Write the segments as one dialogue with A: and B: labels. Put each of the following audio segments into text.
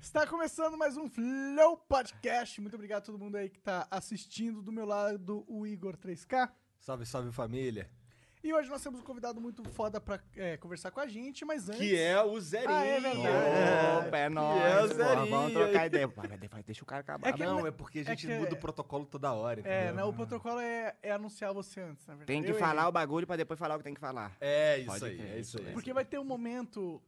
A: Está começando mais um Flow Podcast. Muito obrigado a todo mundo aí que está assistindo. Do meu lado, o Igor 3K.
B: Salve, salve família.
A: E hoje nós temos um convidado muito foda pra é, conversar com a gente, mas antes.
B: Que é o Zerinho.
A: Ah, é verdade.
C: Opa, é
B: é o
C: nóis, pô,
B: Zerinho.
C: vamos trocar ideia. Pô, mas vai- Deixa o cara acabar.
A: É que-
C: não,
B: Não, é porque a gente
A: é que-
B: muda o protocolo toda hora, entendeu?
A: É, né, o protocolo é, é anunciar você antes, na verdade.
C: tem que
A: é Eu
C: falar
A: errei.
C: o bagulho pra depois falar o que tem que falar.
B: É isso
C: Pode
B: aí,
C: crer,
B: é isso aí.
A: Porque vai ter um momento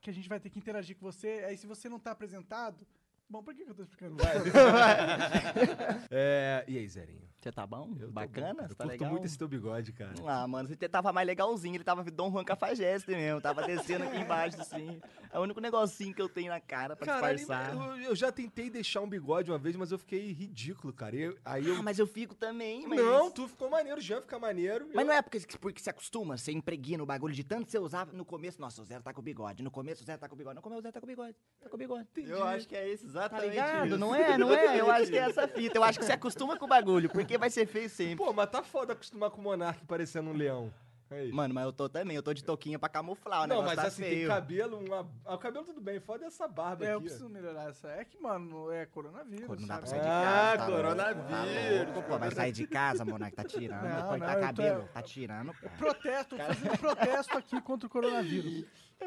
A: que a gente vai ter que interagir com você. Aí se você não tá apresentado. Bom, por que que eu tô explicando?
B: É, E aí, Zerinho?
C: Você tá bom?
B: Eu tô bom,
C: Bacana?
B: cara.
C: Você
B: Eu
C: tá
B: curto
C: legal?
B: muito esse teu bigode, cara.
C: Ah, mano, você tava mais legalzinho, ele tava Dom Juan Cafajeste mesmo, tava descendo aqui embaixo, assim. É o único negocinho que eu tenho na cara pra
B: Caralho,
C: disfarçar.
B: eu, eu já tentei deixar um bigode uma vez, mas eu fiquei ridículo, cara. E eu- aí eu...
C: Ah, mas eu fico também, mas...
B: Não, tu ficou maneiro, o Jean fica maneiro.
C: Mas não é porque, porque se acostuma, assim, você impregna o bagulho de tanto que você usava. No começo, nossa, o Zero tá com bigode. No começo, o Zero tá com bigode. No começo, o Zero tá com bigode. Tá com bigode.
D: Eu acho que é esse
C: Tá
D: exatamente
C: ligado?
D: isso.
C: Não é, não é? Eu acho que é essa fita. Eu acho que você acostuma com o bagulho, porque vai ser feio sempre.
B: Pô, mas tá foda acostumar com o Monark parecendo um leão. Aí.
C: Mano, mas eu tô também, eu tô de touquinha pra camuflar, o
B: não,
C: negócio
B: mas
C: tá
B: assim, tem
C: feio.
B: cabelo, uma... ah, o cabelo tudo bem, foda essa barba
A: É, eu
B: aqui. ó.
A: preciso melhorar essa. É que, mano, é coronavírus.
C: Pô, não dá pra
A: sabe?
C: sair de
B: Ah,
C: casa. tá
B: coronavírus,
C: louco, Tá louco, pô, vai sair de casa, monarca, tá tirando.
A: Não,
C: pô, e
A: não,
C: tá
A: eu tô-
C: cabelo, tá tirando, pô.
A: Protesto, tô fazendo protesto aqui contra o coronavírus.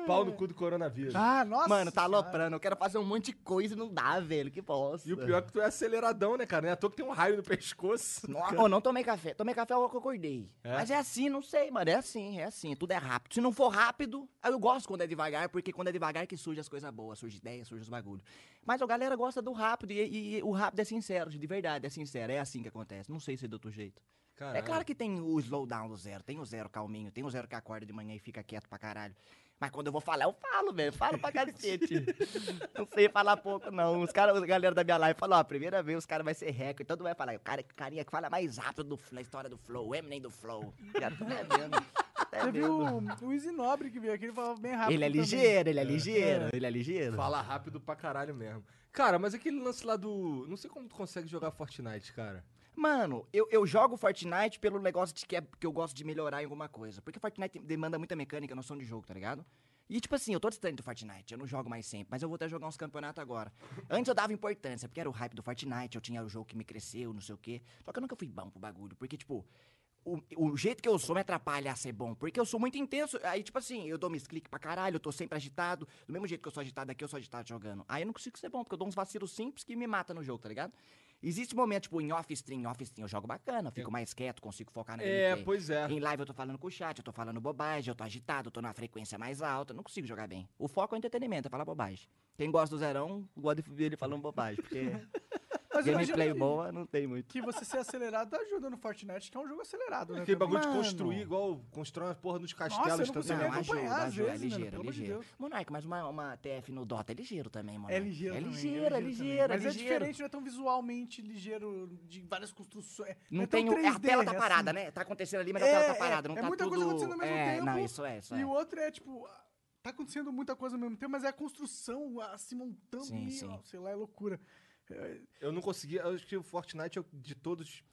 B: Pau no cu do coronavírus.
A: Ah, nossa.
C: Mano, tá
A: senhora.
C: aloprando, eu quero fazer um monte de coisa e não dá, velho, que bosta.
B: E o pior é que tu é aceleradão, né, cara? Não é à toa que tem um raio no pescoço.
C: Nossa, eu não tomei café. Tomei café logo que eu acordei.
B: É?
C: Mas é assim, não sei, mano. É assim, é assim. Tudo é rápido. Se não for rápido, aí eu gosto quando é devagar, porque quando é devagar que surge as coisas boas, surge ideia, surge os bagulhos. Mas a galera gosta do rápido e, e- e o rápido é sincero, de verdade, é sincero. É assim que acontece. Não sei se é do outro jeito. É claro que tem o slowdown do zero, tem o zero calminho, tem o zero que acorda de manhã e fica quieto pra caralho. Mas quando eu vou falar, eu falo, velho. Falo pra cacete. não sei falar pouco, não. Os caras, a galera da minha live falou, ó, a primeira vez os caras vai ser recorde. Todo mundo vai falar, o cara, carinha que fala mais rápido do, na história do Flow, o Eminem do Flow. Já tô até vendo. até
A: Teve
C: tá vendo.
A: o, o Easy Nobre que veio aqui, ele falava bem rápido.
C: É Ele é
A: também.
C: ligeiro, ele é ligeiro, ele é ligeiro.
B: Fala rápido pra caralho mesmo. Cara, mas aquele lance lá do. Não sei como tu consegue jogar Fortnite, cara.
C: Mano, eu, eu jogo Fortnite pelo negócio de que, é, que eu gosto de melhorar em alguma coisa. Porque Fortnite demanda muita mecânica, noção de jogo, tá ligado? E tipo assim, eu tô distante do Fortnite, eu não jogo mais sempre, mas eu vou até jogar uns campeonatos agora. Antes eu dava importância, porque era o hype do Fortnite, eu tinha o jogo que me cresceu, não sei o quê. Só que eu nunca fui bom pro bagulho, porque tipo, o, o jeito que eu sou me atrapalha a ser bom, porque eu sou muito intenso. Aí, tipo assim, eu dou mis cliques pra caralho, eu tô sempre agitado. Do mesmo jeito que eu sou agitado aqui, eu sou agitado jogando. Aí eu não consigo ser bom, porque eu dou uns vacilos simples que me matam no jogo, tá ligado? Existe momento, tipo, em off-stream, em off-stream eu jogo bacana, eu fico mais quieto, consigo focar na
B: É,
C: gameplay.
B: pois é.
C: Em live eu tô falando com o chat, eu tô falando bobagem, eu tô agitado, eu tô na frequência mais alta, eu não consigo jogar bem. O foco é o entretenimento, é falar bobagem. Quem gosta do Zerão, gosta de ver ele falando bobagem, porque
A: Mas assim.
C: é
A: imagina
C: gameplay
A: que-
C: boa não tem muito.
A: Que você ser acelerado ajuda no Fortnite, que é um jogo acelerado, né?
B: Aquele bagulho de
C: Mano.
B: construir igual. Constrói uma porra nos
A: eu não
B: castelos
A: consigo
B: também.
A: nem acompanhar. às
C: é
A: vezes, mano,
C: ligeiro,
A: pelo
C: é
A: amor de
C: ligeiro.
A: Deus.
C: Monarca, mas uma, uma TF no Dota é ligeiro também, Monarca.
A: É ligeiro,
C: É
A: também,
C: ligeiro, é ligeiro, é
A: Mas é
C: ligeiro.
A: diferente, não é tão visualmente ligeiro de várias construções.
C: Não
A: é tão
C: tem o- é, a
A: 3D,
C: tela tá
A: é
C: parada,
A: assim.
C: né? Tá acontecendo ali, mas
A: É,
C: a tela
A: é,
C: tá parada, não
A: é
C: tá
A: muita
C: tudo...
A: coisa acontecendo ao mesmo
C: é,
A: tempo,
C: Não, isso é, isso
A: E
C: é.
A: o outro é tipo. Tá acontecendo muita coisa ao mesmo tempo, mas é a construção a se montando
C: Sim,
A: e,
C: sim.
A: ó, sei lá, é loucura.
B: Eu não consegui. Eu acho que o Fortnite é o de todos.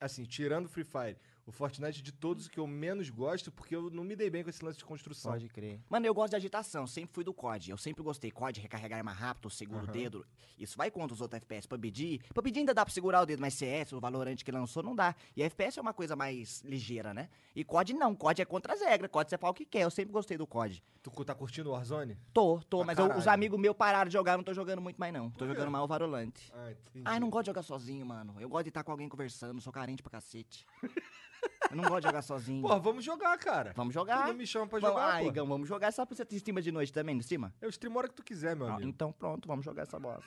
B: Assim, tirando o Free Fire, o Fortnite é de todos que eu menos gosto, porque eu não me dei bem com esse lance de construção.
C: crer. Mano, eu gosto de agitação, sempre fui do COD. Eu sempre gostei. COD, recarregar arma rápido, segura o dedo. Isso vai contra os outros FPS. PUBG, PUBG ainda dá pra segurar o dedo, mas CS, o Valorant que lançou, não dá. E FPS é uma coisa mais ligeira, né? E COD não, COD é contra as regras. COD você fala o que quer, eu sempre gostei do COD.
B: Tu cu- tá curtindo o Warzone?
C: Tô, tô,
B: Pra
C: mas eu- os
B: caralho.
C: amigos meus pararam de jogar, eu não tô jogando muito mais não. Tô
B: quê?
C: jogando mais o Varolante.
B: Ah, entendi.
C: Ai, não gosto de jogar sozinho, mano. Eu gosto de estar com alguém conversando, sou carente pra cacete. eu não gosto de jogar sozinho.
B: Porra, vamos jogar, cara.
C: vamos
B: Tu
C: jogar.
B: não me chama pra
C: vamos,
B: jogar,
C: ai,
B: pô.
C: Igão, vamos jogar. Sabe que você estima de noite também, não estima?
B: Eu streamo É a hora que tu quiser, meu
C: Ah,
B: amigo.
C: então pronto, vamos jogar essa bosta.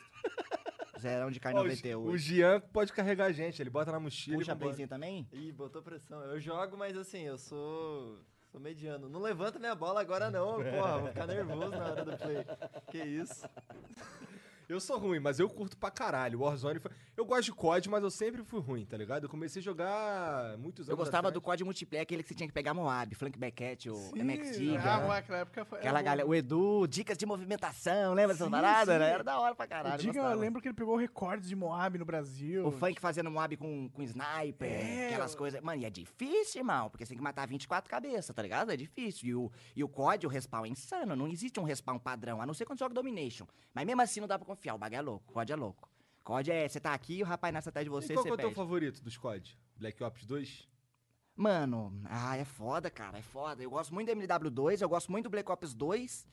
C: Zerão de carne
B: Ó, o Gi-
C: 98.
B: O Gian pode carregar a gente, ele bota na mochila
C: Puxa a
B: e vambora.
C: benzinha também?
D: Ih, botou pressão. Eu jogo, mas assim, eu sou. sou mediano. Não levanta minha bola agora, não, porra. Vou ficar nervoso na hora do play. Que isso?
B: Eu sou ruim, mas eu curto pra caralho. Warzone foi... Eu gosto de COD, mas eu sempre fui ruim, tá ligado? Eu comecei a jogar muitos anos
C: Eu gostava do
B: atrás.
C: código multiplayer, aquele que você tinha que pegar Moab, Flank Beckett, o
A: Sim,
C: MXD.
A: ah,
C: né?
A: aquela época foi.
C: Aquela
A: é,
C: galera, o Edu, dicas de movimentação, lembra dessas
A: Sim,
C: paradas?
A: sim.
C: né? Era da hora pra
A: O
C: caralho.
A: Diga, eu
C: gostava.
A: lembro que ele pegou recordes de Moab no Brasil. né?
C: O funk fazendo moab com, com sniper,
A: É,
C: aquelas
A: eu-
C: coisas. Mano, e é difícil, irmão, porque você tem que matar 24 cabeças, tá ligado? É difícil. E o, e o COD, o respawn é insano. Não existe um respawn padrão, a não ser quando você joga Domination. Mas mesmo assim não dá pra confiar. O bagulho é louco, o COD é louco. COD é, você tá aqui e o rapaz nasce atrás de
B: e
C: você e
B: qual
C: você
B: que é o teu
C: perde.
B: favorito dos COD? Black Ops 2?
C: Mano, ah, é foda, cara, é foda. Eu gosto muito do MW2, eu gosto muito do Black Ops 2.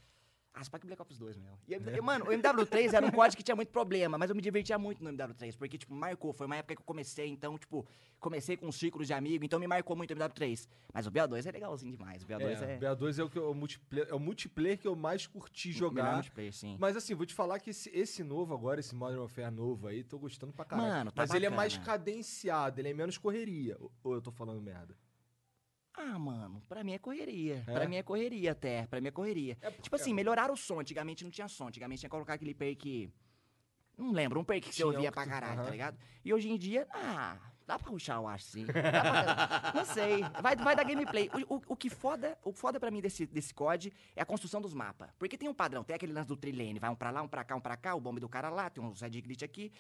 C: Ah, se pá que o Black Ops 2, meu. E,
B: É.
C: e, mano, o MW3 era um código que tinha muito problema, mas eu me divertia muito no MW3, porque, tipo, marcou. Foi uma época que eu comecei, então, tipo, comecei com um círculo de amigo, então me marcou muito o MW3. Mas o BO2 é legalzinho demais, o BO2 é...
B: é, BA2 é o, que eu- o multiplayer, é o multiplayer que eu mais curti
C: é melhor
B: jogar.
C: multiplayer, sim.
B: Mas assim, vou te falar que esse, esse novo agora, esse Modern Warfare novo aí, tô gostando pra caralho.
C: Mano, tá
B: Mas ele é
C: bacana.
B: mais cadenciado, ele é menos correria. Ou- Ou eu tô falando merda?
C: Ah, mano, pra mim é correria.
B: É?
C: Pra mim é correria até, pra mim é correria.
B: É,
C: Tipo assim, melhoraram o som. Antigamente não tinha som. Antigamente tinha que colocar aquele perk. Não lembro, um perk que você
B: Tinha um
C: ouvia
B: que
C: pra
B: tu-
C: caralho,
B: aham.
C: tá ligado? E hoje em dia, ah, dá pra ruxar, eu acho, sim. Dá pra- não sei. Vai, vai dar gameplay. O, o- o que foda, o foda pra mim desse, desse COD é a construção dos mapas. Porque tem um padrão, tem aquele lance do trilene, vai um pra lá, um pra cá, um pra cá, o bombe do cara lá, tem uns red glitch aqui.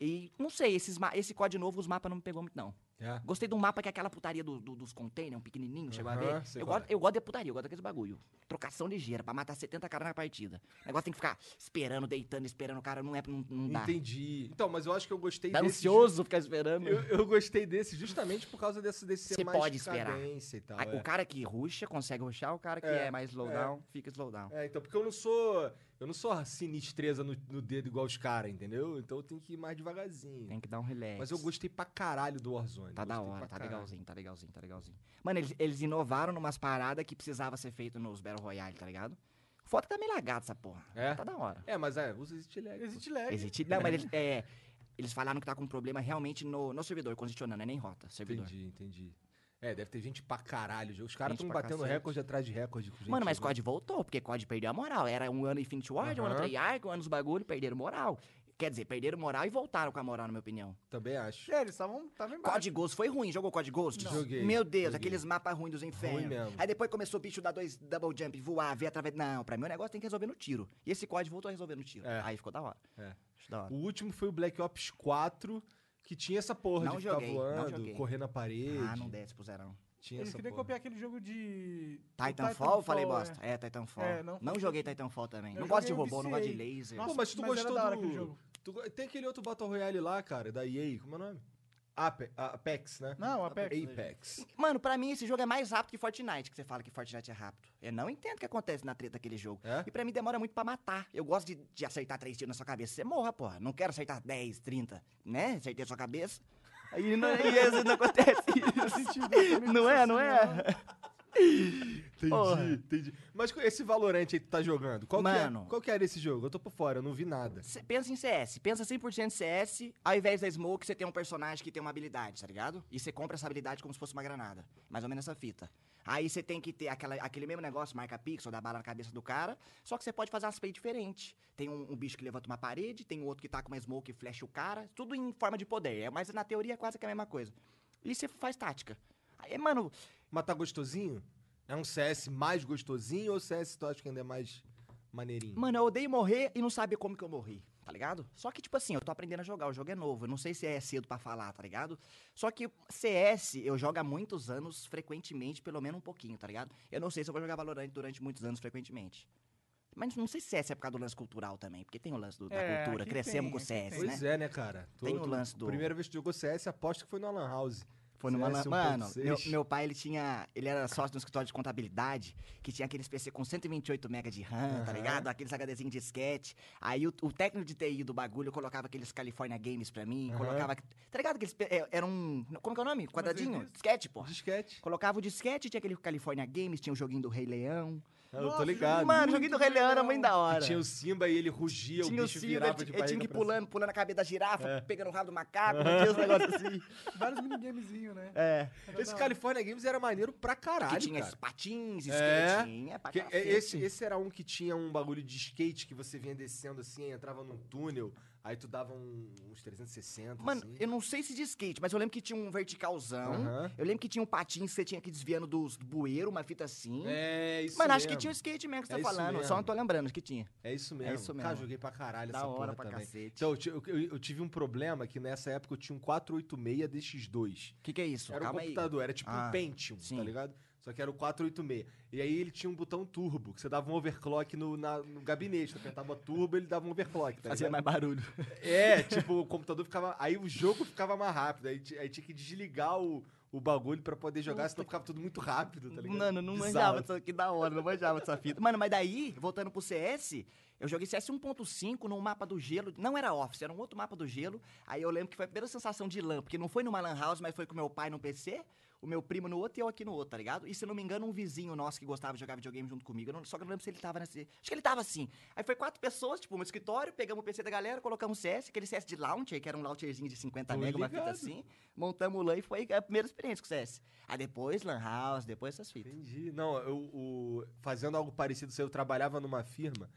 C: E não sei, esses, ma- esse COD novo, os mapas não me pegou muito, não.
B: É.
C: Gostei de um mapa que é aquela putaria do- do- dos containers, um pequenininho, chegou a
B: Aham,
C: ver.
B: sei
C: Eu
B: qual é.
C: gosto, eu gosto de putaria, eu gosto daqueles bagulho. Trocação ligeira, pra matar 70 caras na partida. O negócio tem que ficar esperando, deitando, esperando o cara, não é, não, não dá.
B: Entendi. Então, mas eu acho que eu gostei
C: Tá
B: desse. ju-
C: ansioso ficar esperando.
B: Eu, eu gostei desse justamente por causa desse, desse ser
C: Você
B: mais
C: pode esperar.
B: cadência e tal.
C: Aí,
B: é.
C: O cara que ruxa consegue ruxar, o cara que
B: É,
C: é, mais slowdown fica slowdown.
B: É, então, porque eu não sou. Eu não sou sinistreza no, no dedo igual os caras, entendeu? Então eu tenho que ir mais devagarzinho.
C: Tem que dar um relax.
B: Mas eu gostei pra caralho do Warzone.
C: Tá da
B: gostei
C: hora,
B: pra
C: tá
B: caralho.
C: legalzinho, tá legalzinho, tá legalzinho. Mano, eles, eles inovaram numas paradas que precisava ser feito nos Battle Royale, tá ligado? Foda que tá meio lagado essa porra.
B: É?
C: Tá da hora.
B: É, mas é, usa esse lag. pô.
A: Existe lag.
C: Existe. Não, mas eles, é, eles falaram que tá com problema realmente no, no servidor, congestionando, não é nem rota, servidor.
B: Entendi, entendi. É, deve ter gente pra caralho. Os caras
C: Gente
B: tão
C: pra
B: batendo
C: cacete.
B: recorde atrás de recorde. com gente
C: Mano, mas
B: jogando.
C: COD voltou, porque COD perdeu a moral. Era um ano Infinity Ward, um ano
B: Aham.
C: Treyarch, um ano os bagulho, perderam moral. Quer dizer, perderam moral e voltaram com a moral, na minha opinião.
B: Também acho.
A: É, eles estavam tava embaixo.
C: COD Ghost foi ruim, jogou COD Ghost?
B: Não. Joguei,
C: Meu Deus,
B: joguei.
C: aqueles mapas ruins dos infernos.
B: mesmo.
C: Aí depois começou o bicho dar dois double jump, voar, ver através. Não, pra mim o negócio tem que resolver no tiro. E esse COD voltou a resolver no tiro.
B: É.
C: Aí ficou da hora.
B: É.
C: Acho da hora.
B: O último foi o Black Ops 4, que tinha essa porra
C: Não
B: de ficar
C: joguei, não
B: voando,
C: joguei.
B: correr na parede.
C: Ah, não desce pro zerão.
B: Tinha
A: Eles
B: essa
A: queriam
B: porra.
A: copiar aquele jogo de. do
C: Titanfall, eu falei
A: é.
C: bosta. É, Titanfall.
A: É, não
C: não,
A: curti.
C: joguei Titanfall também.
A: Eu
C: não gosto de
A: joguei, eu
C: robô, não gosto de
A: viciei.
C: laser.
A: Nossa,
B: Pô, mas tu
A: mas era
B: gostou
A: da hora
B: do-
A: aquele jogo.
B: Tu go- Tem aquele outro Battle Royale lá, cara, da EA. Como é o nome? Ape- Apex, né?
A: Não, Apex.
B: Apex.
C: Mano, pra mim esse jogo é mais rápido que Fortnite, que você fala que Fortnite é rápido. Eu não entendo o que acontece na treta daquele jogo.
B: É?
C: E pra mim demora muito pra matar. Eu gosto de, de acertar três tiros na sua cabeça. Você morra, porra. Não quero acertar 10, 30, né? Acertei a sua cabeça. Aí não, e às vezes não acontece isso. não é, não é?
B: Entendi,
C: Porra.
B: entendi. Mas co- esse Valorante aí que tu tá jogando, qual, que
C: Mano.
B: é, qual que era esse jogo? Eu tô por fora, eu não vi nada.
C: Cê pensa em CS, pensa 100% CS, ao invés da Smoke, você tem um personagem que tem uma habilidade, tá ligado? E você compra essa habilidade como se fosse uma granada. Mais ou menos essa fita. Aí você tem que ter aquela- aquele mesmo negócio, marca pixel, dá bala na cabeça do cara, só que você pode fazer umas play diferentes. Tem um, um bicho que levanta uma parede, tem outro que tá com uma Smoke e flecha o cara, tudo em forma de poder. É, mas na teoria é quase que a mesma coisa. E você faz tática. Aí, mano,
B: Mas tá gostosinho? É um CS mais gostosinho ou CS tu acha que ainda é mais maneirinho?
C: Mano, eu odeio morrer e não saber como que eu morri, tá ligado? Só que, tipo assim, eu tô aprendendo a jogar, o jogo é novo, eu não sei se é cedo pra falar, tá ligado? Só que CS eu jogo há muitos anos, frequentemente, pelo menos um pouquinho, tá ligado? Eu não sei se eu vou jogar Valorant durante muitos anos, frequentemente. Mas não sei se CS é por causa do lance cultural também, porque tem o lance do- da
A: É,
C: cultura,
A: aqui
C: crescemos
A: tem,
C: com o
A: aqui
C: CS,
A: tem.
C: né?
B: pois é, né, cara? Tô-
C: Tem o
B: tô-
C: lance do-
B: Primeira vez que tu jogou CS, aposto que foi no Alan House.
C: Foi numa lan...
B: CS
C: Mano,
B: 1.6.
C: meu, meu pai, ele tinha. Ele era sócio de um escritório de contabilidade que tinha aqueles PC com 128 MB de RAM,
B: Aham.
C: tá ligado? Aqueles HDzinhos de disquete. Aí o, o técnico de TI do bagulho colocava aqueles California Games pra mim,
B: Aham.
C: colocava. Tá ligado? Aqueles. pe- é, Era um. Como que é o nome? Quadradinho?
A: revista?
C: Disquete, porra.
B: Disquete.
C: Colocava o disquete, tinha aquele California Games, tinha o joguinho do Rei Leão.
B: Ah, eu
A: Nossa,
B: tô ligado.
C: Mano, o joguinho do Rei Leão era
A: legal.
C: muito da hora.
B: Que tinha o Simba e ele rugia, o
C: Tinha o é
B: bicho
C: Silvio,
B: virava
C: ele
B: de
C: tinha- ele
B: barriga
C: tinha que ir
B: pra cima.
C: pulando, pulando a cabeça da girafa,
B: É.
C: pegando o rabo do macaco, tinha uns negócios assim.
A: Vários minigamezinhos, né?
C: É.
A: Era
B: Esse
A: da hora.
B: California Games era maneiro pra caralho,
C: que tinha
B: cara.
C: esses patins,
B: É.
C: skatinha, pra
B: Que- é-
C: cacete.
B: esse, esse era um que tinha um bagulho de skate que você vinha descendo assim, entrava num túnel, aí tu dava um- uns 360,
C: Mano,
B: assim.
C: eu não sei se de skate, mas eu lembro que tinha um verticalzão.
B: Aham.
C: Eu lembro que tinha um patins que você tinha que ir desviando dos bueiros, uma fita assim.
B: É isso
C: Mano,
B: mesmo.
C: acho que tinha o skate mesmo que você
B: É
C: tá
B: isso
C: falando.
B: mesmo.
C: Só não tô lembrando que tinha.
B: É isso mesmo.
C: isso
B: Cara,
C: mesmo.
B: joguei pra caralho
C: da
B: essa
C: hora
B: porra
C: pra
B: também.
C: cacete.
B: Então, eu, ti- eu- eu- eu tive um problema que nessa época eu tinha um 486 DX2.
C: O que, que é isso?
B: Era um
C: Calma aí.
B: computador, era tipo um
C: Ah,
B: Pentium, tá
C: sim.
B: ligado? Só que era o 486. E aí ele tinha um botão turbo, que você dava um overclock no, na- no gabinete. Você apertava turbo, ele dava um overclock, tá
C: Fazia
B: ligado?
C: mais barulho.
B: É, tipo, o computador ficava. Aí o jogo ficava mais rápido. Aí, ti- aí tinha que desligar o, o bagulho pra poder jogar, senão ficava tudo muito rápido, tá ligado?
C: Mano, não manjava disso aqui da hora, não manjava dessa fita. Mano, mas daí, voltando pro CS, eu joguei CS 1.5 num mapa do gelo. Não era Office, era um outro mapa do gelo. Aí eu lembro que foi a primeira sensação de LAN, porque não foi numa LAN house, mas foi com meu pai no PC, o meu primo no outro e eu aqui no outro, tá ligado? E se não me engano, um vizinho nosso que gostava de jogar videogame junto comigo. eu não- só que eu não lembro se ele tava nesse. Acho que ele tava assim. Aí foi quatro pessoas, tipo, no escritório, pegamos o PC da galera, colocamos CS, aquele CS de launcher, que era um launcherzinho de 50
B: Tô
C: mega, uma fita
B: ligado.
C: assim. Montamos o LAN e foi a primeira experiência com o CS. Aí depois Lan House, depois essas fitas.
B: Entendi. Não, eu, o- fazendo algo parecido, assim, eu trabalhava numa firma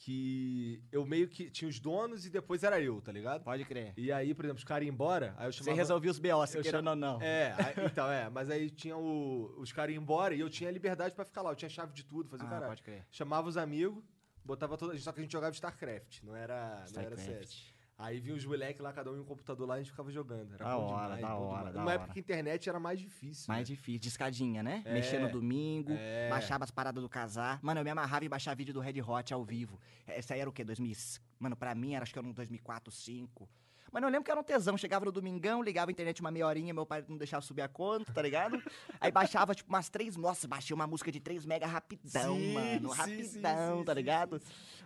B: que eu meio que tinha os donos e depois era eu, tá ligado?
C: Pode crer.
B: E aí, por exemplo, os caras iam embora, aí eu
C: Você
B: chamava...
C: resolveu os BO, se
B: eu
C: querendo
B: chamo-
C: ou não.
B: É, aí- então, é, mas aí tinha o- os caras iam embora e eu tinha liberdade pra ficar lá, eu tinha chave de tudo, fazia o
C: ah,
B: caralho.
C: pode crer.
B: Chamava os amigos, botava toda. Só que a gente jogava StarCraft, não era, não era
C: StarCraft.
B: CS. Aí vinha os moleques lá, cada um em um computador lá, a gente ficava jogando. Era
C: Da
B: bom
C: hora,
B: demais,
C: da
B: bom
C: hora,
B: demais.
C: da
B: Numa época
C: hora.
B: que a internet era mais difícil.
C: Mais
B: né?
C: difícil, discadinha, né?
B: É.
C: Mexer no domingo, baixava as paradas do casar. Mano, eu me amarrava em baixar vídeo do Red Hot ao vivo. Essa aí era o quê? 2000... Mano, pra mim era acho que era um 2004, 2005. Mano, eu lembro que era um tesão. Chegava no domingão, ligava a internet uma meia horinha, meu pai não deixava subir a conta, tá ligado? Aí baixava, tipo, umas três. Nossa, baixei uma música de três mega rapidão,
B: Sim,
C: mano.
B: sim,
C: Rapidão,
B: sim, sim,
C: tá
B: sim,
C: ligado?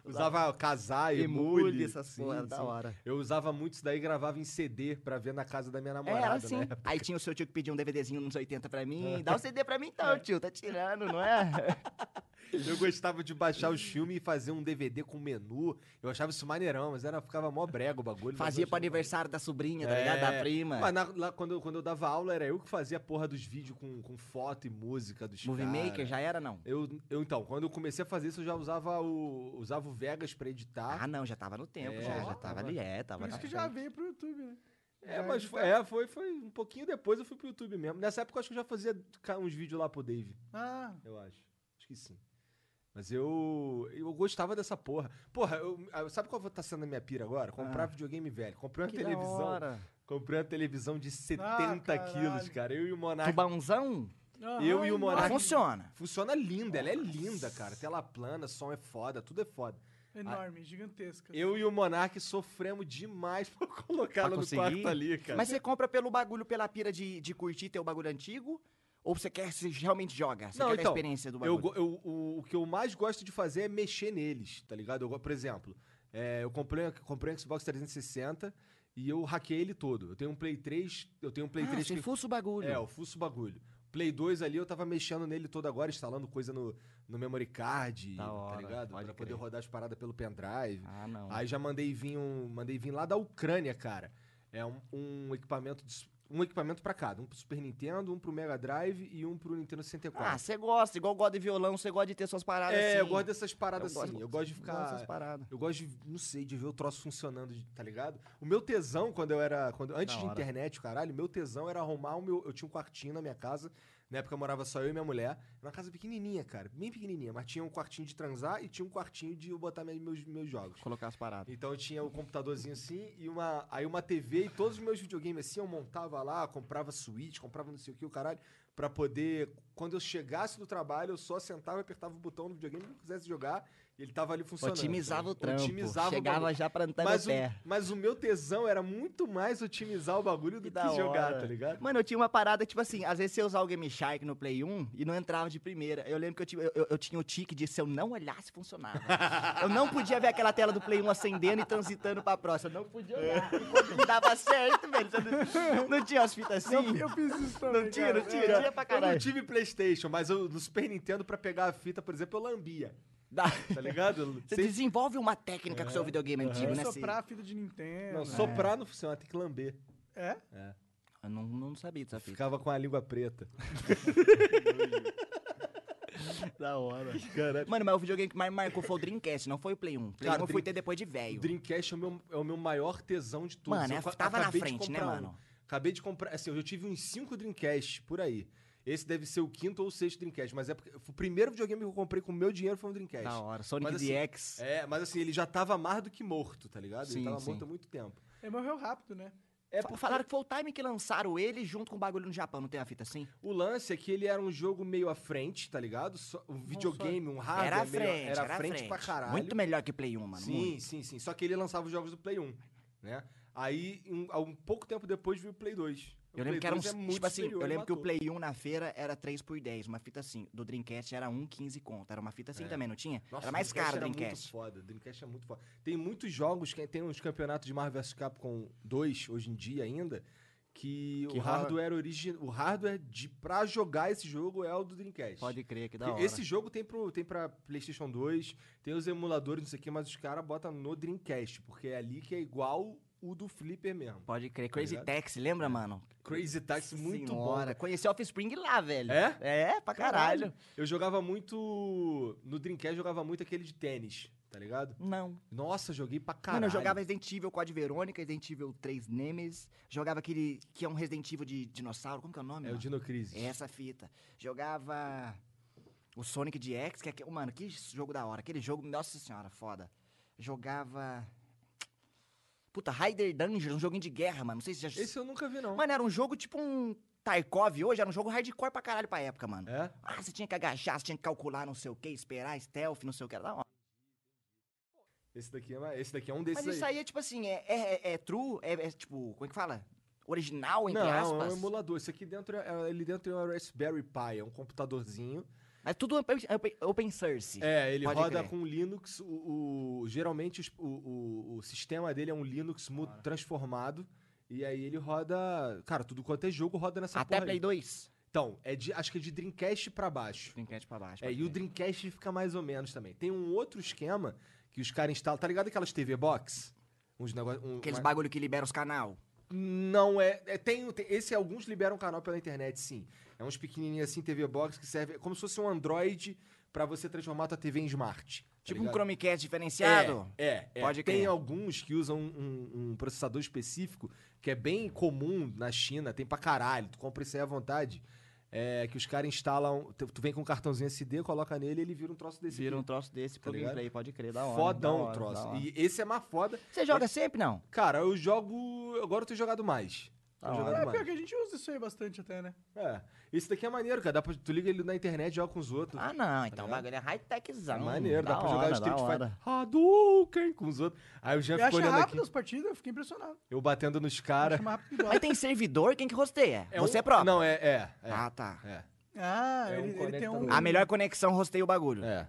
B: Usava casar,
C: Emule,
B: emule,
C: essas
B: sim,
C: porra, da
B: sim.
C: hora.
B: Eu usava muito isso daí, gravava em CD pra ver na casa da minha
C: É, Era
B: namorada,
C: assim.
B: né?
C: Aí tinha o seu tio que pedia um DVDzinho nos 80 pra mim. Dá o CD pra mim então, tio. Tá tirando, não é?
B: Eu gostava de baixar os filmes e fazer um DVD com menu. Eu achava isso maneirão, mas era, ficava mó brega o bagulho. mas eu
C: Fazia pro
B: achava maneiro.
C: aniversário da sobrinha, tá
B: É.
C: ligado? Da prima.
B: Mas na- lá, quando, eu- quando eu dava aula, era eu que fazia a porra dos vídeos com, com foto e música dos
C: Movie
B: cara.
C: Maker já era, não?
B: Eu, eu, então, quando eu comecei a fazer isso, eu já usava o, usava o Vegas pra editar.
C: Ah, não, já tava no tempo,
B: É,
C: já. Já
B: já
C: tava
B: tava.
C: ali, é, tava
A: Por
C: na
A: isso que
C: frente.
A: já veio pro YouTube, né?
B: é,
A: Já
B: mas foi,
A: editava.
B: é, foi, foi um pouquinho depois eu fui pro YouTube mesmo. Nessa época eu acho que eu já fazia ca- uns vídeos lá pro Dave,
A: Ah,
B: eu acho. Acho que sim. Mas eu, eu gostava dessa porra. Porra, eu- ah, sabe qual tá sendo a minha pira agora? Comprar
C: Ah.
B: videogame velho. Comprei uma
C: Que da
B: televisão.
C: hora. Ah,
B: Comprei uma televisão de 70 quilos,
A: caralho.
B: cara. Eu e o Monark.
C: Tubãozão?
B: Eu e o
A: aham,
B: Monark-
C: Mas
B: Caraca.
C: funciona.
B: Funciona linda, ela é linda, cara. Tela plana, som é foda, tudo é foda.
A: Enorme, gigantesca.
B: Eu e o Monark sofremos demais pra colocar
C: Pra
B: ela no
C: conseguir?
B: quarto ali, cara.
C: Mas você compra pelo bagulho, pela pira de, de curtir teu bagulho antigo? Ou você quer, você realmente joga? Você
B: Não,
C: quer dar
B: então,
C: a experiência do
B: eu,
C: bagulho?
B: go- eu- o, o que eu mais gosto de fazer é mexer neles, tá ligado? Eu go- por exemplo, é, eu comprei, comprei um Xbox 360 e eu hackei ele todo. Eu tenho um Play 3, eu tenho um Play
C: ah,
B: 3
C: você
B: que
C: fuça o bagulho.
B: É, o fuço bagulho. Play 2 ali eu tava mexendo nele todo agora, instalando coisa no, no memory card,
C: Da
B: tá
C: hora,
B: ligado? Pra
C: pode
B: poder
C: crer.
B: rodar as paradas pelo pendrive.
C: Ah, não.
B: Aí já mandei vir um, mandei vir lá da Ucrânia, cara. É um, um equipamento de su- um equipamento para cada, um pro Super Nintendo, um pro Mega Drive e um pro Nintendo 64.
C: Ah, você gosta, igual gosta de violão, você gosta de ter suas paradas
B: é,
C: assim.
B: eu gosto dessas paradas
C: Eu
B: assim.
C: gosto-
B: eu gosto de
C: Gosto dessas
B: ficar
C: paradas.
B: eu gosto de, não sei, de ver o troço funcionando, de- tá ligado? O meu tesão, quando eu era. Quando, antes
C: Da
B: de
C: hora.
B: internet, caralho, meu tesão era arrumar o meu. Eu tinha um quartinho na minha casa. Na época eu morava só eu e minha mulher. Era uma casa pequenininha, cara. Bem pequenininha. Mas tinha um quartinho de transar e tinha um quartinho de eu botar minha- meus, meus jogos.
C: Colocar as paradas.
B: Então eu tinha o computadorzinho assim e uma. Aí uma TV e todos os meus videogames assim, eu montava lá, comprava Switch, comprava não sei o que, o caralho, pra poder. Quando eu chegasse do trabalho, eu só sentava e apertava o botão do videogame que eu quisesse jogar. E ele tava ali funcionando.
C: Otimizava o
B: tá ligado?
C: trampo.
B: Otimizava o
C: Chegava
B: bagulho.
C: já plantando
B: mas,
C: o pé.
B: o, mas o meu tesão era muito mais otimizar o bagulho do
C: Que
B: que,
C: da
B: jogar,
C: hora.
B: tá ligado?
C: Mano, eu tinha uma parada, tipo assim, às vezes você usava o Game Shark no Play 1 e não entrava de primeira. Eu lembro que eu tinha, eu- eu, eu tinha o tique de se eu não olhasse, funcionava. eu não podia ver aquela tela do Play 1 acendendo e transitando pra próxima. Eu não podia olhar. Não dava certo, velho. Você Não, não tinha as fitas assim?
A: Eu fiz isso também.
C: não tinha, não
A: cara.
C: tinha. Não tinha pra
B: Eu não
C: caralho.
B: tive Playstation, mas eu, no Super Nintendo, pra pegar a fita, por exemplo, eu lambia,
C: Dá-
B: tá ligado?
C: Você
B: Sem-
C: desenvolve uma técnica com o seu
B: É,
C: videogame antigo,
A: Eu
C: né?
A: ia
C: Você-
A: soprar a fita de Nintendo.
C: né?
B: Não, soprar não funciona, tem que lamber.
A: É?
C: Eu não, não sabia dessa fita.
B: Ficava com a língua preta.
C: Da hora.
B: Caralho.
C: Mano, mas o videogame que mais marcou foi o Dreamcast, não foi o Play 1. Play
B: é Cara,
C: 1 eu fui
B: Dream-
C: ter depois de velho.
B: O Dreamcast é o, meu, é o meu maior tesão de tudo.
C: Mano,
B: Eu
C: é-
B: ca-
C: tava na
B: acabei de
C: frente, né,
B: comprar um.
C: mano?
B: Acabei de comprar, assim, eu já tive uns cinco Dreamcast por aí. Esse deve ser o quinto ou o sexto Dreamcast, mas é porque o primeiro videogame que eu comprei com o meu dinheiro foi um Dreamcast.
C: Da hora. Sonic
B: Mas, assim,
C: DX.
B: É, mas assim, ele já tava mais do que morto, tá ligado?
C: Sim,
B: ele tava
C: sim.
B: morto há muito tempo.
A: Ele É, morreu rápido, né?
B: É
C: Fa-
B: porque-
C: Falaram que foi o time que lançaram ele junto com o bagulho no Japão, não tem a fita assim?
B: O lance é que ele era um jogo meio à frente, tá ligado? Só- um videogame, um hardware
C: era à
B: meio-
C: frente,
B: era à
C: à
B: frente, pra caralho.
C: Muito melhor que Play 1, mano.
B: Sim,
C: muito.
B: sim, sim. Só que ele lançava os jogos do Play 1, né? Aí, um, há um pouco tempo depois, veio o Play 2. O
C: Eu lembro
B: Play
C: que era um,
B: 2 é muito
C: tipo assim, eu
B: superior,
C: lembro que o
B: matou.
C: Play 1 na feira era 3 por 10, uma fita assim. Do Dreamcast era 1, 15 conto. Era uma fita assim
B: É.
C: também, não tinha?
B: Nossa,
C: era mais caro o Dreamcast.
B: Dreamcast. Era muito foda. Dreamcast é muito foda. Tem muitos jogos, que tem uns campeonatos de Marvel vs Capcom 2 hoje em dia ainda, que,
C: Que
B: o
C: rola-
B: hardware origi- o hardware de pra jogar esse jogo é o do Dreamcast.
C: Pode crer, que da
B: Porque
C: hora.
B: Esse jogo tem, pro, tem pra PlayStation 2, tem os emuladores, não sei o que, mas os caras botam no Dreamcast, porque é ali que é igual o do Flipper mesmo.
C: Pode crer. Crazy
B: ligado?
C: Taxi, lembra, mano?
B: Crazy Taxi, muito bom.
C: Senhora, Conheci Offspring lá, velho.
B: É?
C: É, pra caralho.
B: Eu jogava muito. No Dreamcast, eu jogava muito aquele de tênis, tá ligado?
C: Não.
B: Nossa, joguei pra caralho.
C: Mano, eu jogava Resident Evil Code Verônica, Resident Evil 3 Nemesis. Jogava aquele que é um Resident Evil de dinossauro. Como que é o nome?
B: É o
C: mano?
B: Dino Crisis.
C: É Essa fita. Jogava o Sonic DX, que é aquele. Mano, que jogo da hora. Aquele jogo, nossa senhora, foda. Jogava. Puta, Raider Danger, um joguinho de guerra, mano. Não sei se já.
B: Esse é eu nunca vi, não.
C: Mano, era um jogo tipo um Tarkov hoje, era um jogo hardcore pra caralho pra época, mano.
B: É?
C: Ah, você tinha que agachar, você tinha que calcular não sei o que, esperar, stealth, não sei o que. Era da hora.
B: Esse daqui é, ma- esse daqui é um desses
C: Mas isso aí é tipo assim, é, é, é- é true, é, é, tipo, como é que fala? Original, entre
B: Não, é um
C: aspas.
B: emulador. Isso aqui dentro é, ele dentro é um Raspberry Pi, é um computadorzinho.
C: Mas tudo open, open- open source.
B: É, ele
C: Pode
B: roda
C: crer.
B: com Linux. O, o- geralmente os- o, o- o sistema dele é um Linux mu- transformado. E aí ele roda. Cara, tudo quanto é jogo roda nessa
C: Até
B: porra
C: Play
B: aí.
C: 2.
B: Então, é de, acho que é de Dreamcast pra baixo.
C: Brinquete pra baixo.
B: É,
C: pode
B: e o
C: crer.
B: Dreamcast fica mais ou menos também. Tem um outro esquema que os caras instalam. Tá ligado aquelas TV Box? Uns negócios.
C: Aqueles bagulho que libera os canal.
B: Não é. é, tem, tem- esse alguns liberam canal pela internet, sim. É uns pequenininhos assim, TV Box, que serve como se fosse um Android pra você transformar tua TV em smart. tá
C: tipo um
B: ligado?
C: Chromecast diferenciado.
B: É, é.
C: Pode
B: tem
C: crer.
B: alguns que usam um, um- um processador específico que é bem comum na China, tem pra caralho, tu compra isso aí à vontade. É, que os caras instalam. Tu, tu vem com um cartãozinho SD, coloca nele e ele vira um troço desse.
D: Vira um
B: aqui.
D: troço
C: Tá
D: desse pro
B: ligado?
D: gameplay, pode crer, da hora.
B: Fodão
D: da
B: o
D: hora, da
B: troço.
D: hora.
B: E esse é mais foda.
C: Você joga sempre, não?
B: Cara, eu jogo. Agora eu tenho jogado mais.
D: Da
B: Tenho
D: hora.
B: jogado
A: É, pior
B: mais.
A: que a gente usa isso aí bastante até, né?
B: É. Esse daqui é maneiro, cara. Dá pra, tu liga ele na internet, joga com os outros.
C: Ah, não. Então o
B: ligado?
C: bagulho é high-techzão.
B: maneiro, dá
C: da
B: pra jogar
C: hora,
B: o Street
C: da
B: Fighter.
C: hora.
B: Hadouken com os outros. Aí o Jean
A: Eu
B: ficou
A: achei
B: olhando
A: rápido
B: aqui,
A: as partidas, eu fiquei impressionado.
B: eu batendo nos caras.
A: Achei mais rápido que igual.
C: Mas tem servidor, quem que rosteia?
B: É
C: Você
B: um-
C: próprio.
B: Não, é. É. é,
C: Ah, tá.
B: é,
A: Ah,
B: É um
A: ele, ele tem
B: conectador.
A: um...
C: A melhor conexão rosteia o bagulho.
B: é.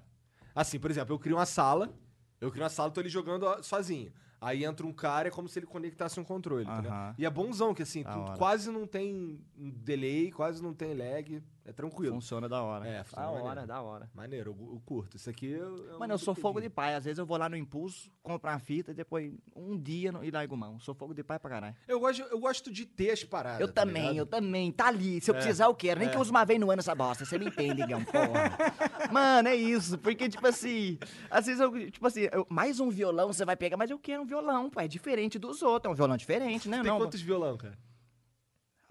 B: Assim, por exemplo, eu crio uma sala. Eu crio uma sala, tô ali jogando ó, sozinho. Aí entra um cara, é como se ele conectasse um controle, entendeu?
C: Aham.
B: E é bonzão, que assim,
D: Da
B: tu
D: hora.
B: quase não tem delay, quase não tem lag. É tranquilo.
D: Funciona da hora.
B: É, funciona
D: da
B: maneiro.
D: hora, da hora.
B: Maneiro, eu, eu curto. Isso aqui é um eu.
C: Mano, eu sou fogo de pai. Às vezes eu vou lá no impulso, compro uma fita e depois um dia não- e largo mão. Sou fogo de pai pra caralho.
B: Eu gosto, eu gosto de ter as paradas.
C: eu
B: tá
C: também,
B: ligado?
C: eu também. Tá ali. Se eu
B: É,
C: precisar, eu quero. Nem que
B: é.
C: eu use uma vez no ano essa bosta. Você me entende, Igão, porra. Mano, é isso. Porque, tipo assim, às vezes eu, tipo assim, eu- mais um violão você vai pegar, mas eu quero um violão, pô. É diferente dos outros. É um violão diferente, né?
B: Tem
C: Não.
B: quantos violão, cara?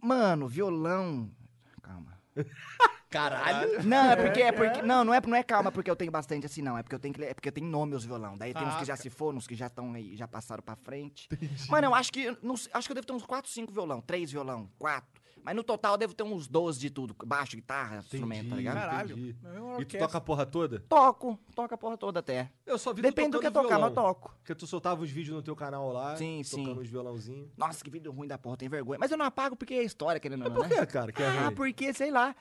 C: Mano, violão. Calma.
B: Caralho!
C: Não, é porque, é porque. Não, não é, não é calma porque eu tenho bastante assim, não. É porque eu tenho, que- é porque eu tenho nome os violão. Daí tem uns que já se foram, uns que já estão aí, já passaram pra frente. Mano, eu acho que. não sei, acho que eu devo ter uns 4, 5 violão, 3 violão, 4. Mas no total eu devo ter uns 12 de tudo. Baixo, guitarra, instrumento, tá ligado?
A: Caralho.
B: Entendi.
A: É uma
B: E tu
A: orquestra.
B: toca a porra toda?
C: Toco, toco a porra toda até.
B: Eu só vi tu
C: Depende do que eu
B: tocando
C: tocar, mas eu
B: violão.
C: toco.
B: Porque tu soltava os vídeos no teu canal lá,
C: Sim, sim.
B: tocando os violãozinhos.
C: Nossa, que vídeo ruim da porra, tem vergonha. Mas eu não apago porque é história, querendo ou não,
B: Por
C: né?
B: que, cara? Que é
C: ah,
B: ruim?
C: porque, sei lá.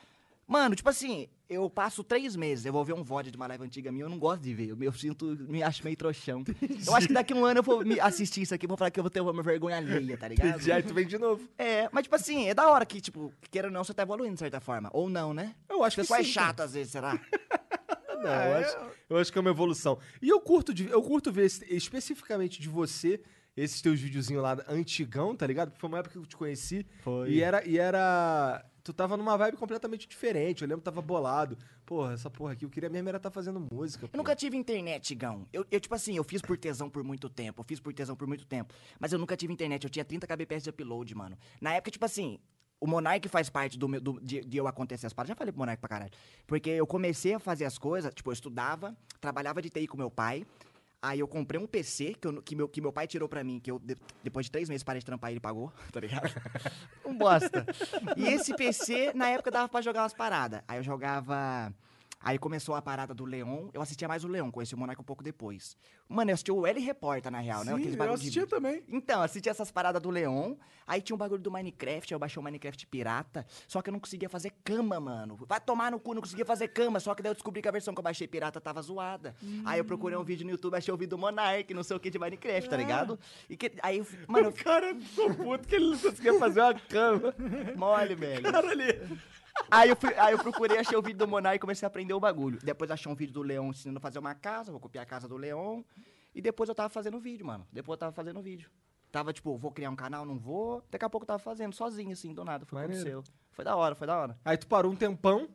C: Mano, tipo assim, eu passo três meses, eu vou ver um VOD de uma live antiga minha, eu não gosto de ver. Eu me eu sinto, me acho meio trouxão. Eu acho que daqui a um ano eu vou me assistir isso aqui, vou falar que eu vou ter uma vergonha alheia, tá ligado?
B: Entendi. Aí tu vem de novo.
C: É, mas tipo assim, é da hora que, tipo, queira ou não, você tá evoluindo de certa forma. Ou não, né?
B: Eu acho
C: O pessoal é Ah, chato às vezes, será?
B: cara. Não, eu, acho, eu acho que é uma evolução. E eu curto, de, eu curto ver esse- especificamente de você esses teus videozinhos lá antigão, tá ligado? Porque foi uma época que eu te conheci.
D: Foi.
B: E era, e era. Tu tava numa vibe completamente diferente. Eu lembro que tava bolado. Porra, essa porra aqui, eu queria mesmo era estar fazendo música.
C: Eu
B: porra.
C: nunca tive internet, Gão. Eu, eu, tipo assim, eu fiz por tesão por muito tempo, eu fiz por tesão por muito tempo. Mas eu nunca tive internet, eu tinha 30 kbps de upload, mano. Na época, tipo assim, o Monark faz parte do meu, do- de, de eu acontecer as paradas. Já falei pro Monark pra caralho. Porque eu comecei a fazer as coisas, tipo, eu estudava, trabalhava de TI com meu pai. Aí eu comprei um PC que, eu não- que meu, que meu pai tirou pra mim, que eu, de- depois de três meses parei de trampar e ele pagou, tá ligado? Um bosta. E esse PC, na época, dava pra jogar umas paradas. Aí eu jogava. Aí começou a parada do Leon. Eu assistia mais o Leon, conheci o Monarca um pouco depois. Mano, eu assisti o L Reporta, na real, né?
A: Sim,
C: Aqueles
A: eu
C: bagulho de-
A: assistia também.
C: então, assisti essas paradas do Leon. Aí tinha um bagulho do Minecraft, aí eu baixei o Minecraft pirata. Só que eu não conseguia fazer cama, mano. Vai tomar no cu, não conseguia fazer cama. Só que daí eu descobri que a versão que eu baixei pirata tava zoada. Aí eu procurei um vídeo no YouTube, achei o vídeo do Monark, não sei o que, de Minecraft, tá ligado? E que, aí, eu fi- mano, eu fiquei
E: Cara, ficou puto que ele não conseguia fazer uma cama.
C: mole, velho.
E: Cara, ele...
C: Aí eu, fui, aí eu procurei, achei o vídeo do Monark e comecei a aprender o bagulho. Depois achei um vídeo do Leon ensinando a fazer uma casa, vou copiar a casa do Leon. E depois eu tava fazendo vídeo, mano. Depois eu tava fazendo vídeo. Tava tipo, vou criar um canal, não vou. Daqui a pouco eu tava fazendo, sozinho, assim, do nada. Foi o que
B: Maneiro.
C: aconteceu. Foi da hora, foi da hora.
B: Aí tu parou um tempão.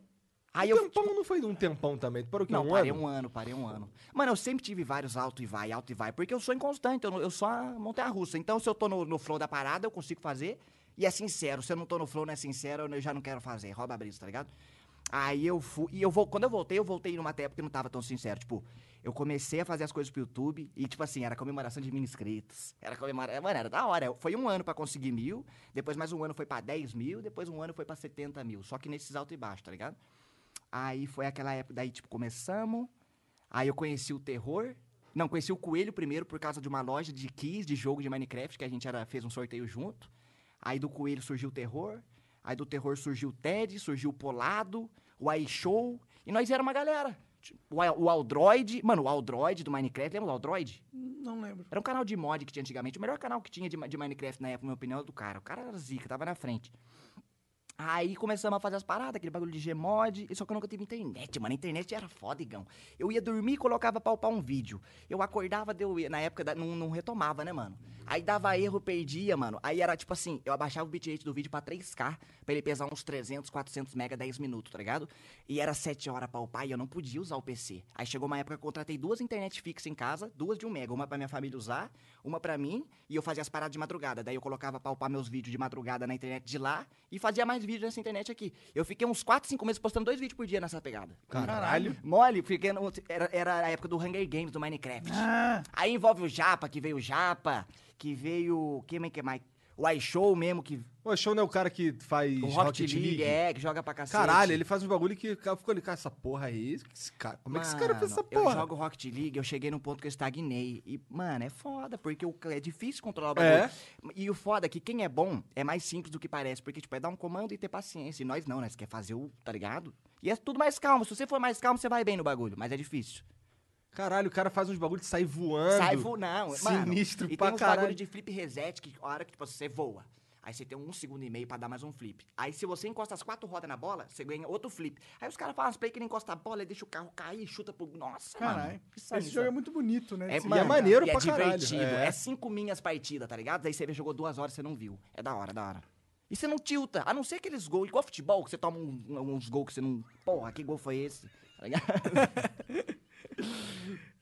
C: Aí
B: um
C: eu.
B: tempão não foi um tempão também. Tu parou o quê?
C: Não,
B: um
C: parei
B: ano?
C: um ano, parei um ano. Mano, eu sempre tive vários alto e vai, alto e vai, porque eu sou inconstante, eu, não- eu sou a montanha russa. Então, se eu tô no, no flow da parada, eu consigo fazer. E é sincero, se eu não tô no flow, não é sincero, eu já não quero fazer. Rouba a brisa, tá ligado? Aí eu fui. E eu vou, quando eu voltei, eu voltei numa época que não tava tão sincero. Tipo, eu comecei a fazer as coisas pro YouTube e, tipo assim, era comemoração de mil inscritos. Era comemoração. Mano, era da hora. Foi um ano pra conseguir mil, depois mais um ano foi pra 10 mil, depois um ano foi pra 70 mil. Só que nesses alto e baixo, tá ligado? Aí foi aquela época, daí, tipo, começamos. Aí eu conheci o terror. Não, conheci o coelho primeiro por causa de uma loja de keys de jogo de Minecraft, que a gente era, fez um sorteio junto. Aí do coelho surgiu o terror. Aí do terror surgiu o Ted, surgiu o Polado, o iShow. E nós era uma galera. Tipo, O, Al- o Aldroid. Mano, o Aldroid do Minecraft, lembra do Aldroid?
A: Não lembro.
C: Era um canal de mod que tinha antigamente. O melhor canal que tinha de, ma- de Minecraft na época, na minha opinião, é o do cara. O cara era zica, tava na frente. Aí começamos a fazer as paradas, aquele bagulho de Gmod. e Só que eu nunca tive internet, mano. A internet era foda, igão. Eu ia dormir e colocava pra upar um vídeo. Eu acordava, deu erro. Na época da- não, não retomava, né, mano? Aí dava erro, perdia, mano. Aí era tipo assim, eu abaixava o bitrate do vídeo pra 3K, pra ele pesar uns 300, 400 mega, 10 minutos, tá ligado? E era 7 horas pra upar e eu não podia usar o PC. Aí chegou uma época que eu contratei duas internet fixas em casa, duas de 1 mega, uma pra minha família usar, uma pra mim, e eu fazia as paradas de madrugada. Daí eu colocava pra upar meus vídeos de madrugada na internet de lá e fazia mais vídeos nessa internet aqui. Eu fiquei uns 4, 5 meses postando dois vídeos por dia nessa pegada.
B: Caralho.
C: Mole, fiquei no- era, era a época do Hunger Games, do Minecraft.
A: Ah.
C: Aí envolve o Japa, que veio o Japa, que veio. Quem é que é mais? O iShow mesmo, que.
B: O Show não é o cara que faz
C: O Um Rocket League, é, que joga pra cacete.
B: Caralho, ele faz um bagulho que o cara ficou ali, cara, essa porra aí, que esse cara- como é que esse cara fez essa
C: Mano, Eu
B: porra?
C: jogo Rocket League, eu cheguei num ponto que eu estagnei. E, mano, é foda, porque o- é difícil controlar o bagulho.
B: É.
C: E o foda é que quem é bom é mais simples do que parece, porque, tipo, é dar um comando e ter paciência. E nós não, nós quer fazer o, tá ligado? E é tudo mais calmo. Se você for mais calmo, você vai bem no bagulho, mas é difícil.
B: Caralho, o cara faz uns bagulhos de sair voando.
C: Sai vo... Não,
B: Sinistro
C: mano. E
B: pra
C: tem uns
B: caralho.
C: bagulho de flip reset, que a hora que tipo, você voa. Aí você tem um segundo e meio pra dar mais um flip. Aí se você encosta as quatro rodas na bola, você ganha outro flip. Aí os caras falam "Ah, as play que ele encosta a bola, e deixa o carro cair, chuta pro... Nossa,
A: Caralho.
C: mano. que
A: Esse
C: sanizão.
A: jogo é muito bonito, né?
C: É,
A: Esse
C: mano,
A: jogo.
B: maneiro
C: e é
B: pra caralho,
C: divertido.
B: é.
C: É. cinco minhas partidas, tá ligado? Daí você vê, jogou duas horas e você não viu. É da hora, é da hora. E você não tilta, a não ser aqueles gols, igual futebol, que você toma um- uns gols que você não. Porra, que gol foi esse? Tá ligado?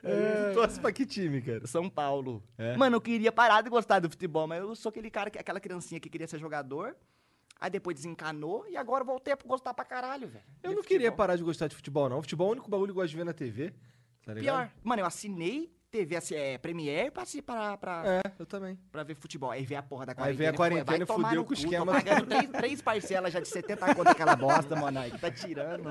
B: É. Torce pra que time, cara?
C: São Paulo.
B: É.
C: Mano, eu queria parar de gostar do futebol, mas eu sou aquele cara, que- aquela criancinha que queria ser jogador, aí depois desencanou e agora voltei a gostar pra caralho, velho.
B: Eu
C: De
B: não queria
C: futebol.
B: parar de gostar de futebol, não. Futebol é o único bagulho que eu gosto de ver na TV, tá ligado?
C: Pior. Mano, eu assinei TV assim, é, Premiere pra, se- pra, pra,
B: É, eu também.
C: pra ver futebol. Aí veio a porra da
B: Aí
C: quarentena.
B: veio a
C: foi, vai
B: quarentena,
C: tomar
B: fudeu
C: no
B: com o
C: cu,
B: esquema.
C: Tô pagando três, três parcelas já de 70 conto aquela bosta, Monark. Tá tirando.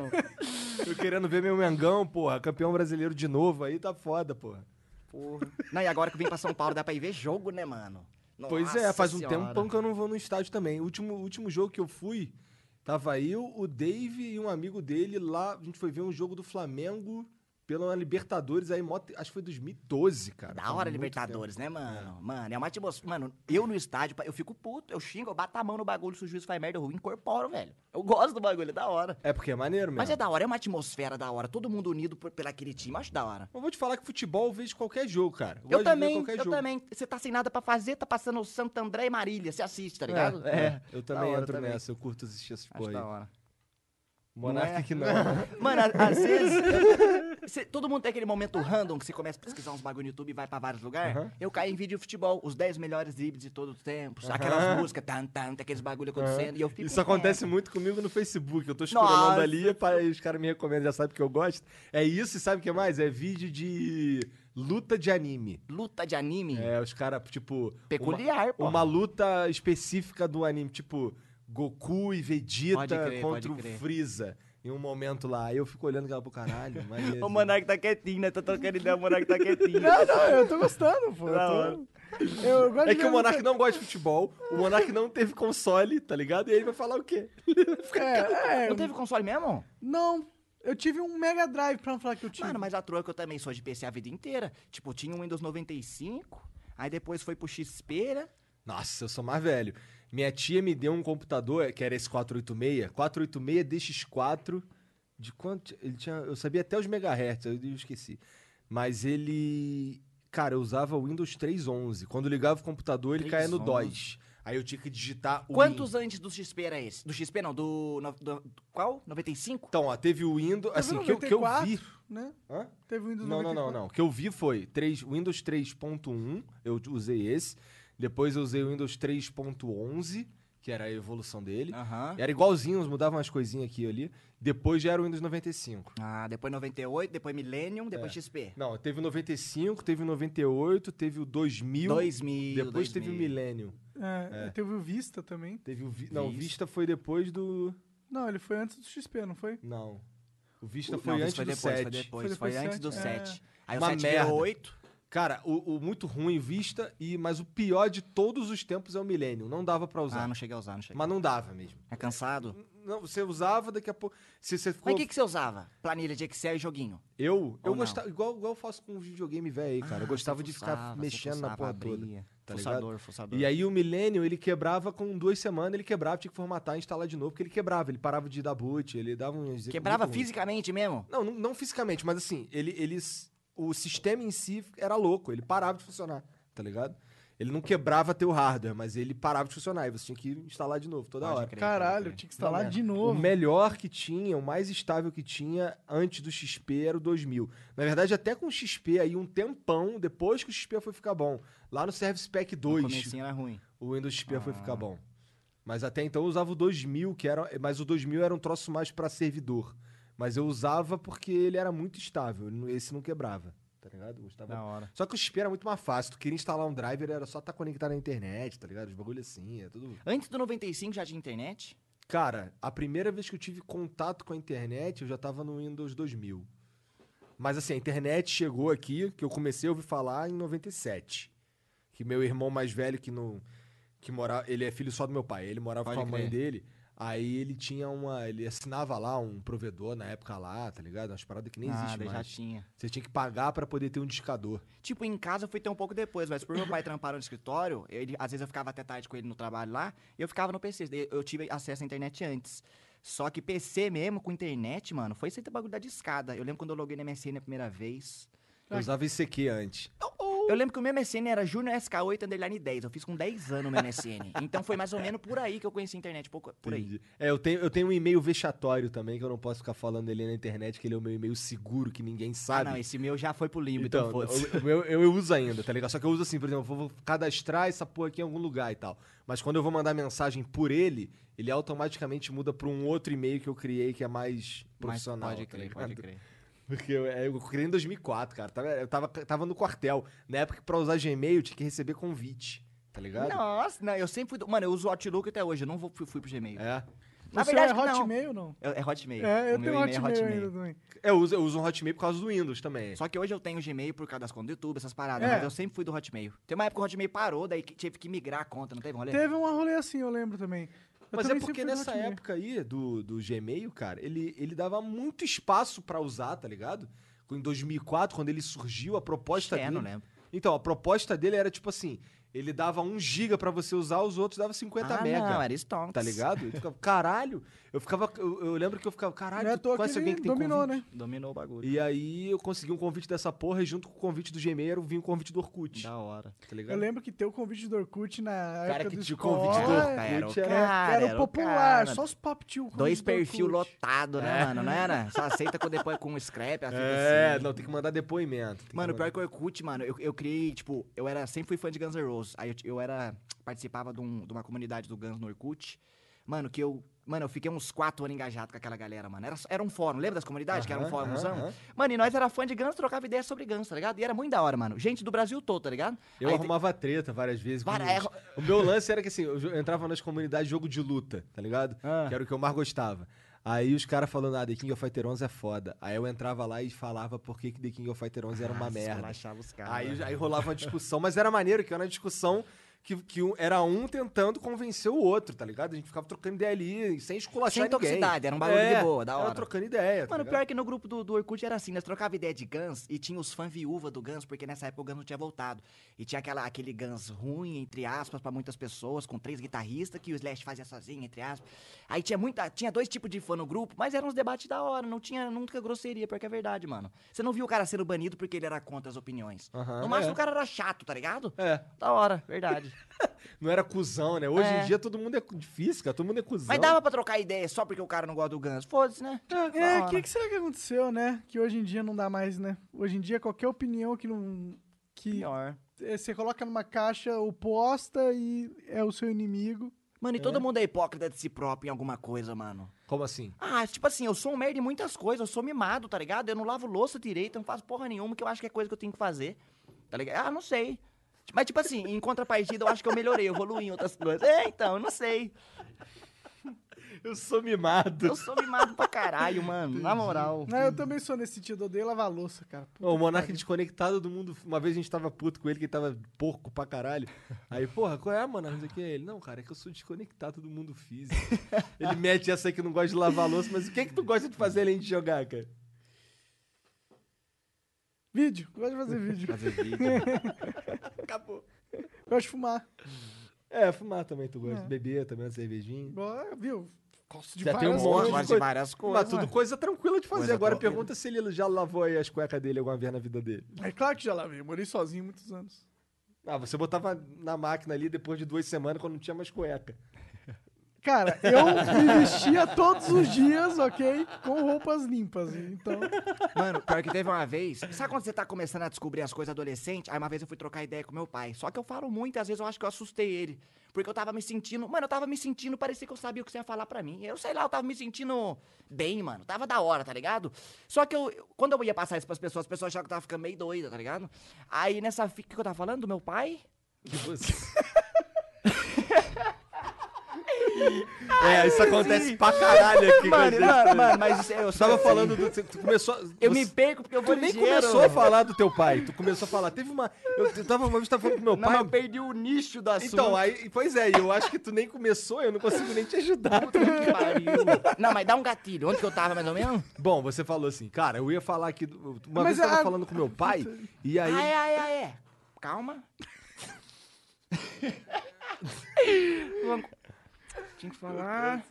B: Eu querendo ver meu Mengão, porra, campeão brasileiro de novo aí, tá foda, porra.
C: Porra. Não, e agora que eu vim pra São Paulo dá pra ir ver jogo, né, mano?
B: pois é,
C: Nossa
B: faz um
C: senhora.
B: tempão que eu não vou no estádio também. O último, o último jogo que eu fui, tava eu, o Dave e um amigo dele lá. A gente foi ver um jogo do Flamengo pela Libertadores aí, mó te- acho que foi 2012, cara.
C: Da
B: Faz
C: hora,
B: muito
C: Libertadores, né, mano? Mano, é uma atmosfera. Mano, eu no estádio, eu fico puto, eu xingo, eu bato a mão no bagulho, se o juiz faz merda, eu incorporo, velho. Eu gosto do bagulho, é da hora.
B: tempo. É porque é maneiro mesmo.
C: Mas é da hora, é uma atmosfera da hora, todo mundo unido por, pela aquele time, eu acho da hora.
B: Eu vou te falar que futebol eu vejo qualquer jogo, cara.
C: é Eu
B: gosto de ver
C: também,
B: qualquer
C: eu
B: jogo.
C: também. Você tá sem nada pra fazer, tá passando o Santo André e Marília, você assiste, tá ligado?
B: É, é, eu também
C: hora
B: entro
C: também.
B: nessa, eu curto assistir essas
C: Acho
B: porra
C: da
B: aí.
C: hora.
B: Monarca
C: Não é?
B: que não.
C: Mano, a- às vezes. cê- todo mundo tem aquele momento random que você começa a pesquisar uns bagulho no YouTube e vai pra vários lugares.
B: Aham.
C: Eu caí em vídeo de futebol, os 10 melhores dribles de todos os tempos, aquelas músicas, tan, tan, tem aqueles bagulho acontecendo. E eu fico.
B: Isso acontece muito comigo no Facebook. Eu tô
C: Nossa.
B: escrolando ali e pa- e os caras me recomendam, já sabem que eu gosto. É isso e sabe o que mais? É vídeo de, Luta de anime.
C: Luta de anime?
B: É, os caras, tipo.
C: Peculiar,
B: uma,
C: pô.
B: Uma luta específica do anime, tipo, Goku e Vegeta
C: Pode crer,
B: contra
C: pode
B: o
C: crer.
B: Freeza. Em um momento lá, Aí eu fico olhando aquela pro caralho. maneiro.
C: O Monark tá quietinho, né? Tá trocando ideia, o Monark tá quietinho.
A: Não, não, eu tô gostando, pô.
C: Da
A: Eu,
C: hora.
A: tô... eu gosto
B: É
A: de
B: que
A: ver
B: o Monark
A: você-
B: não gosta de futebol, o Monark não teve console, tá ligado? E ele vai falar o quê?
A: É, é,
C: Não teve console mesmo?
A: Não, eu tive um Mega Drive pra não falar que eu tive.
C: Mano, mas a troca eu também sou de PC a vida inteira. Tipo, tinha um Windows 95, aí depois foi pro XP, né?
B: Nossa, eu sou mais velho. Minha tia me deu um computador, que era esse 486, 486 DX4, de quanto? Ele tinha, eu sabia até os megahertz, eu esqueci. Mas ele, cara, eu usava o Windows 3.11. Quando ligava o computador, ele caía no
C: 3.11.
B: DOS. Aí eu tinha que digitar o Win-
C: Quantos antes do XP era esse? Do XP não, do... no- do- qual? 95?
B: Então, ó, teve o Windows,
A: Teve
B: assim,
A: o
B: que eu, que eu vi...
A: 94, né?
B: Hã?
A: Teve o Windows
B: Não, não, não,
A: 94.
B: não. O que eu vi foi 3, Windows 3.1, eu usei esse. Depois eu usei o Windows 3.11, que era a evolução dele.
C: Aham.
B: Era igualzinho, eles mudavam umas coisinhas aqui e ali. Depois já era o Windows 95.
C: Ah, depois 98, depois Millennium,
B: É.
C: depois XP.
B: Não, teve o 95, teve o 98, teve o 2000.
C: 2000,
B: depois teve o
C: 2000.
B: Millennium.
A: É, Teve o Vista também.
B: Teve o Vi- Não, o
C: Vista.
B: Vista foi depois do...
A: Não, ele foi antes do XP, não foi?
B: Não. O Vista
C: Não,
B: foi
C: isso
B: antes
C: foi
B: do
C: depois,
B: 7.
C: foi depois,
A: Foi
C: foi,
A: depois do
C: antes do
A: sete, é.
C: 7. Aí
B: Uma
C: o 7 virou
B: merda.
C: 8.
B: Cara, o, o muito ruim Vista, e mas o pior de todos os tempos é o Millennium. Não dava pra usar.
C: Ah, não cheguei a usar, não cheguei.
B: Mas não dava mesmo.
C: É cansado?
B: Não, você usava, daqui a pouco. Se você ficou.
C: Mas o que, que você usava? Planilha de Excel e joguinho?
B: Eu? Eu
C: não?
B: gostava. Igual, igual eu faço com um videogame velho aí, cara.
C: Ah,
B: eu gostava
C: você
B: de ficar
C: fuçava, você
B: mexendo na
C: fuçava,
B: porra toda.
C: abria.
B: tá
C: fuçador, fuçador.
B: E aí o Millennium, ele quebrava com duas semanas, ele quebrava, tinha que formatar e instalar de novo, porque ele quebrava, ele parava de dar boot, ele dava um.
C: Quebrava
B: muito ruim.
C: fisicamente mesmo?
B: Não, não, não fisicamente, mas assim, ele, ele. O sistema em si era louco, ele parava de funcionar, tá ligado? Ele não quebrava teu hardware, mas ele parava de funcionar e você tinha que instalar de novo toda
C: Pode
B: hora.
C: crer, pode
A: Caralho,
C: crer.
A: eu tinha que instalar
B: Não,
A: de
B: O
A: novo.
B: melhor que tinha, o mais estável que tinha antes do XP era o 2000. Na verdade, até com o XP aí um tempão, depois que o XP foi ficar bom. Lá no Service Pack
C: No
B: 2,
C: comecinho era ruim.
B: o Windows XP foi
C: Ah.
B: ficar bom. Mas até então eu usava o 2000, que era, mas o 2000 era um troço mais pra servidor. Mas eu usava porque ele era muito estável, ele não- esse não quebrava, tá ligado? Eu gostava-
C: Da hora.
B: Só que o XP era muito mais fácil, tu queria instalar um driver, era só estar conectado na internet, tá ligado? Os bagulho assim, é tudo
C: Antes do 95 já tinha internet?
B: Cara, a primeira vez que eu tive contato com a internet, eu já tava no Windows 2000. Mas assim, a internet chegou aqui, que eu comecei a ouvir falar em 97. Que meu irmão mais velho, que não. Que mora, ele é filho só do meu pai, ele morava
C: Pode
B: com a mãe
C: crer.
B: dele. Aí ele tinha uma. Ele assinava lá um provedor na época lá, tá ligado? Umas paradas que nem
C: Nada,
B: existe
C: Ah, já
B: mais.
C: tinha.
B: Você tinha que pagar pra poder ter um discador.
C: Tipo, em casa eu fui ter um pouco depois, mas por meu pai trampar no escritório, ele, às vezes eu ficava até tarde com ele no trabalho lá, e eu ficava no PC. Daí Eu tive acesso à internet antes. Só que PC mesmo, com internet, mano, foi esse bagulho da discada. Eu lembro quando eu loguei na MSN a primeira vez.
B: Eu usava ICQ antes.
C: Eu lembro que o meu MSN era Júnior SK8 Underline 10. Eu fiz com 10 anos o meu MSN. então foi mais ou menos por aí que eu conheci a internet, pouco, por aí.
B: Entendi. É, eu tenho, eu tenho um e-mail vexatório também, que eu não posso ficar falando ele na internet, que ele é o meu e-mail seguro, que ninguém
C: Ah,
B: sabe.
C: não, esse meu já foi pro limbo, então,
B: Então,
C: foda-se.
B: o- o meu- eu, eu uso ainda, tá ligado? Só que eu uso assim, por exemplo, eu vou cadastrar essa porra aqui em algum lugar e tal. Mas quando eu vou mandar mensagem por ele, ele automaticamente muda pra um outro e-mail que eu criei que é mais
C: Mas
B: profissional.
C: pode
B: tá
C: crer,
B: ligado?
C: pode crer.
B: Porque eu, é, eu criei em 2004, cara. Tava- Eu tava, tava no quartel. Na época que pra usar Gmail tinha que receber convite, tá ligado?
C: Nossa, não, eu sempre fui. do- Mano, eu uso o Outlook até hoje, eu não vou, fui, fui pro Gmail.
B: É.
C: Na
A: o seu
C: verdade,
A: é
C: não.
A: Hotmail, não?
C: Eu- É Hotmail.
A: É, eu
C: o
A: tenho
C: meu e-mail é
A: Hotmail
C: Hotmail.
A: ainda também.
B: Eu uso, eu uso um Hotmail por causa do Windows também.
C: Só que hoje eu tenho o Gmail por causa das contas do YouTube, essas paradas,
A: É.
C: mas eu sempre fui do Hotmail. Tem uma época que o Hotmail parou, daí que tive que migrar a conta, não teve um rolê?
A: Teve um rolê assim, eu lembro também. Eu
B: Mas é
A: também
B: porque
A: sempre fui do
B: nessa
A: Hotmail.
B: época aí do, do Gmail, cara, ele, ele dava muito espaço pra usar, tá ligado? Em 2004, quando ele surgiu, a proposta
C: é,
A: né?
C: não
B: dele...
C: lembro.
B: Então, a proposta dele era tipo assim, ele dava 1 giga pra você usar, os outros dava 50
C: ah,
B: mega.
A: é
C: não, era Stonks.
B: Tá ligado? Eu ficava, caralho, eu ficava. Eu, eu lembro que eu ficava,
A: Não é à
B: caralho, tu
A: toa que
B: conhece alguém
A: ele
B: né, que tem
A: dominou, né?
B: convite?
C: Dominou o bagulho.
B: E aí eu consegui um convite dessa porra e junto com o convite do Gmail vinha o convite do Orkut.
C: Da hora.
B: Tá
A: Eu
B: ligado?
A: lembro que ter o convite do Orkut na
B: O
A: época
B: cara que
A: do
B: tinha o
A: escola,
B: convite
A: é,
B: do
C: era o
B: Orkut
A: era,
B: era.
C: cara,
A: era
C: era o
A: popular,
C: cara.
A: só os pop tinha o convite
C: Dois
A: do
C: perfil
A: Orkut. É.
C: lotado, né, mano? Não era? Só aceita com, depois, com scrap, assim.
B: É, não, tem que mandar depoimento. tem que
C: Mano,
B: mandar-
C: pior que o Orkut, mano, eu, eu criei, tipo, eu era, sempre fui fã de Guns N' Roses. Aí eu, t- eu era, participava de, um- de uma comunidade do Guns no Orkut. Mano, que eu. Mano, eu fiquei uns quatro anos engajado com aquela galera, mano. Era, só- era um fórum, lembra das comunidades que era um
B: Aham,
C: fórumzão?
B: aham, aham.
C: Mano, e nós era fã de Guns, trocava ideia sobre Guns, tá ligado? E era muito da hora, mano. Gente do Brasil todo, tá ligado?
B: Eu
C: Aí tem-
B: arrumava treta várias vezes. com
C: Vara- é,
B: os-
C: erro-
B: O meu lance era que assim, eu jo- eu entrava nas comunidades de jogo de luta, tá ligado?
C: Ah.
B: Que era o que eu mais gostava. Aí os caras falando, ah, The King of Fighter 11 é foda. Aí eu entrava lá e falava por que que The King of Fighter 11 era uma merda.
E: Esculachava os caras.
B: Aí, aí rolava uma discussão, mas era maneiro que era uma discussão que, que um- era um tentando convencer o outro, tá ligado? A gente ficava trocando ideia ali, sem esculachar
C: Sem
B: ninguém. É,
C: toxicidade, era um bagulho de boa, da
B: Era
C: hora.
B: trocando ideia, tá
C: Mano, o
B: ligado?
C: pior é que no grupo do, do Orkut era assim, nós trocava ideia de Guns e tinha os fãs viúva do Guns, porque nessa época o Guns não tinha voltado. E tinha aquela, aquele Guns ruim, entre aspas, pra muitas pessoas, com três guitarristas que o Slash fazia sozinho, entre aspas. Aí tinha muita, tinha dois tipos de fã no grupo, mas eram uns debates da hora, não tinha nunca grosseria, porque é verdade, mano. Você não viu o cara sendo banido porque ele era contra as opiniões.
B: Aham,
C: no máximo
B: é.
C: o cara era chato, tá ligado?
B: É,
C: Da hora, verdade.
B: não era cuzão, né? Hoje
C: É.
B: em dia todo mundo é difícil, cara, todo mundo é cuzão.
C: mas dava pra trocar ideia só porque o cara não gosta do Guns. Foda-se, né?
A: É,
C: Da
A: o
C: hora.
A: que, que será que aconteceu, né? Que hoje em dia não dá mais, né? Hoje em dia, qualquer opinião que não. que
C: Pior.
A: eh, você coloca numa caixa oposta e é o seu inimigo.
C: Mano, e todo mundo é hipócrita de si próprio em alguma coisa, mano.
B: Como assim?
C: Ah, tipo assim, eu sou um merda em muitas coisas, eu sou mimado, tá ligado? Eu não lavo louça direito, eu não faço porra nenhuma, que eu acho que é coisa que eu tenho que fazer. Tá ligado? Ah, não sei. Mas, tipo assim, em contrapartida, eu acho que eu melhorei, eu evoluí em outras coisas. É, então, eu não sei.
B: Eu sou mimado.
C: Eu sou mimado pra caralho, mano. Na moral.
A: Não, Né? eu também sou nesse sentido, eu odeio lavar louça, cara.
B: Ô, o Monark desconectado do mundo. Uma vez a gente tava puto com ele, que ele tava porco pra caralho. Aí, porra, qual é, Monark? Não sei o que é ele. Não, cara, é que eu sou desconectado do mundo físico. ele mete essa aí que não gosta de lavar louça, mas o que é que tu gosta de fazer além de jogar, cara?
A: Vídeo, gosto de fazer vídeo.
E: Fazer vídeo.
B: Acabou.
A: gosto de fumar.
B: É, fumar também tu gosta.
A: É.
B: Beber também uma cervejinha.
A: Gosto, viu? Gosto de
B: Já tem um
A: várias coisas.
B: monte de
C: Gosto de
B: coisa.
C: várias coisas.
B: Mas tudo
C: mano.
B: é. coisa tranquila de fazer.
C: Coisa
B: Agora
C: tranquila.
B: pergunta se ele já lavou aí as cuecas dele alguma vez na vida dele.
A: É claro que já lavei, eu morei sozinho muitos anos.
B: Ah, você botava na máquina ali depois de duas semanas quando não tinha mais cueca.
A: Cara, eu me vestia todos os dias, ok? Com roupas limpas. Então,
C: Mano, pior que teve uma vez. Sabe quando você tá começando a descobrir as coisas adolescente? Aí uma vez eu fui trocar ideia com meu pai. Só que eu falo muito, e às vezes eu acho que eu assustei ele. Porque eu tava me sentindo. Mano, eu tava me sentindo, parecia que eu sabia o que você ia falar pra mim. Eu sei lá, eu tava me sentindo bem, mano. Tava da hora, tá ligado? Só que eu. eu- Quando eu ia passar isso pras pessoas, as pessoas achavam que eu tava ficando meio doida, tá ligado? Aí nessa. fi- O que que eu tava falando? Do meu pai?
B: de você. é, isso acontece pra caralho aqui.
C: Mano,
B: Mano,
C: mano, mano, mas isso- eu
B: tu tava falando do. você- Tu começou.
C: Eu
B: você-
C: me perco porque eu vou
B: Tu nem
C: ligeiro.
B: começou a falar do teu pai. Tu começou a falar. Teve uma. Eu, eu tava uma vez tava falando com meu
C: Não, mas eu
B: pai.
C: perdi o nicho do assunto.
B: Então, aí. Pois é, eu acho que tu nem começou, eu não consigo nem te ajudar.
C: Puta que pariu. Não, mas dá um gatilho. Onde que eu tava, mais ou menos?
B: Bom, você falou assim, cara, eu ia falar aqui. do- Uma
A: Mas
B: vez eu tava
A: a-
B: falando com meu pai, e aí.
C: Ah, é, ah, é, ah, é. Calma. Vamos- Tinha que falar.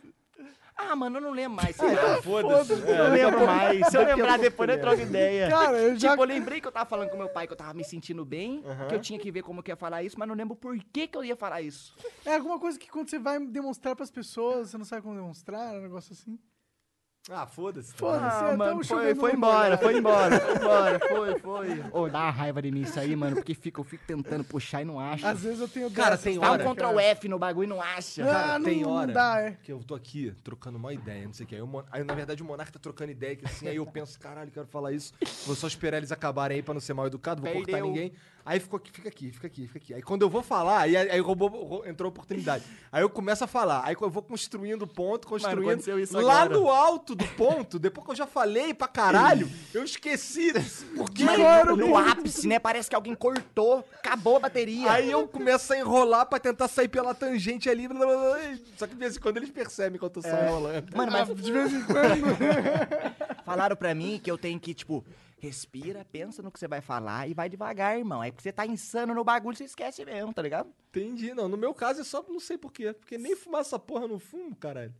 C: Ah, mano, eu não lembro mais. sei lá.
B: tá, Foda-se. É.
C: Eu não lembro mais. Se eu lembrar depois, eu troco ideia.
A: cara, eu já.
C: Tipo, eu lembrei que eu tava falando com meu pai que eu tava me sentindo bem, que eu tinha que ver como que eu ia falar isso, mas não lembro por que que eu ia falar isso.
A: É alguma coisa que quando você vai demonstrar pras pessoas, você não sabe como demonstrar, um negócio assim.
B: Ah, foda-se.
A: Foda-se, é, tamo
D: foi,
A: chovendo
D: foi
A: no
D: embora, foi embora, foi embora, foi, foi.
C: Ô, dá uma raiva de mim isso aí, mano, porque fica, eu fico tentando puxar e não acho.
A: Às vezes eu tenho
B: Cara,
A: dessas,
B: tem
C: Dá um
B: hora,
C: Ctrl F no bagulho e não acha.
A: Cara,
B: Cara,
A: não-
B: tem
A: Ah, não
B: hora
A: dá, é.
B: que eu tô aqui trocando uma ideia, não sei o que. Aí, o Mon- aí, na verdade, o Monarca tá trocando ideia, que assim, aí eu penso, caralho, quero falar isso. Vou só esperar eles acabarem aí pra não ser mal educado, vou cortar
C: Perdeu.
B: ninguém. Aí ficou aqui, fica aqui, fica aqui, fica aqui. Aí quando eu vou falar, aí, aí roubou, ro- entrou a oportunidade. Aí eu começo a falar, aí eu vou construindo o ponto, construindo.
D: aconteceu isso
B: lá
D: agora.
B: no alto do ponto, depois que eu já falei pra caralho, eu esqueci. Por que
C: Mano,
B: agora eu
C: no ápice, né? Parece que alguém cortou, acabou a bateria.
B: Aí eu começo a enrolar pra tentar sair pela tangente ali. blá, blá, blá. Só que de vez em quando eles percebem que eu tô só enrolando.
C: Mano, mas
A: De vez em quando.
C: falaram pra mim que eu tenho que, tipo, respira, pensa no que você vai falar e vai devagar, irmão. É porque você tá insano no bagulho, você esquece mesmo, tá ligado?
B: Entendi. Não, no meu caso é só não sei porquê. Porque nem fumar essa porra eu não fumo, caralho.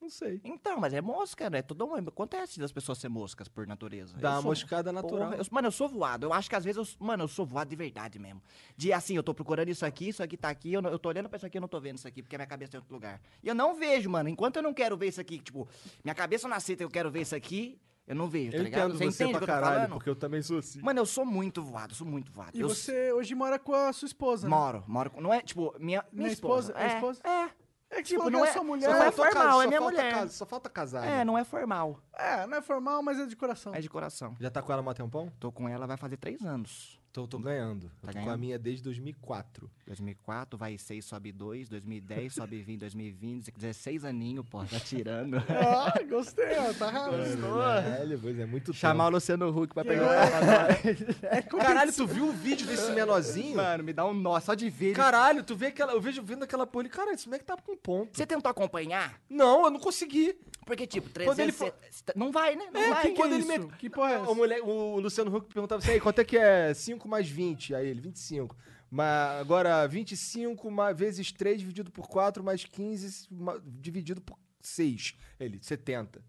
B: Não sei.
C: Então, mas é mosca, né? Todo mundo. Acontece das pessoas ser moscas por natureza.
B: Dá
C: Eu
B: uma
E: um
C: sou-
B: moscada natural.
C: Porra, eu- mano, eu sou voado. Eu acho que às vezes eu. s- Mano, eu sou voado de verdade mesmo. De assim, eu tô procurando isso aqui, isso aqui tá aqui. Eu, não- eu tô olhando pra isso aqui, eu não tô vendo isso aqui, porque minha cabeça tem outro lugar. E eu não vejo, mano. Enquanto eu não quero ver isso aqui, tipo, minha cabeça não aceita que eu quero ver isso aqui, eu não
E: um,
C: vejo,
B: Eu
C: tá ligado?
B: entendo você
C: entende
B: pra
C: o que eu tô
B: caralho,
C: falando?
B: porque eu também sou assim.
C: Mano, eu sou muito voado, sou muito voado.
A: E
C: eu
A: você hoje mora com a sua esposa, né?
C: Moro, moro com. Não é, tipo, minha, minha
A: Minha esposa-
C: esposa.
A: a
C: é,
A: esposa?
C: É,
A: É que
E: Tipo,
A: tipo,
E: não
A: não
E: é-
A: sua mulher.
E: não é
B: falta
E: formal,
B: casa,
E: é
B: só
E: minha
B: falta
E: mulher.
B: casa, Só falta casar.
E: É,
B: né?
E: não é formal.
A: É, não é formal, mas é de coração.
E: É de coração.
B: Já tá com ela há um tempão?
E: Tô com ela, vai fazer três anos.
B: Tô, tô ganhando. eu tô com
E: Tá
B: a
E: ganhando?
B: minha desde 2004.
E: 2004, vai 6, sobe 2. 2010, sobe 20. 2020, 16 aninho, pô, tá tirando.
A: Ah, gostei, ó, tá
B: É.
A: raro.
B: Caralho, pois é muito
E: Chamar o
B: tempo.
E: Luciano Huck pra
A: Que
B: É.
E: perguntar pra nós.
B: Caralho, tu viu o vídeo desse menorzinho?
E: Mano, me dá um nó só de ver.
B: Caralho, tu vê aquela. Eu vejo vendo aquela porra ali. Cara, esse moleque tá com ponto.
E: Você tentou acompanhar?
B: Não, eu não consegui.
E: Porque, tipo,
B: Quando ele
E: 300... Não vai, né? Não
B: É,
E: vai.
B: que quando ele
A: isso?
B: mete-
A: Que porra é
B: o,
A: essa?
B: moleque- o Luciano Huck perguntava assim: "E aí, quanto é que é 5 mais 20? Aí ele, 25. Mas agora, 25 ma- vezes 3 dividido por 4 mais 15 ma- dividido por 6. Ele, 70.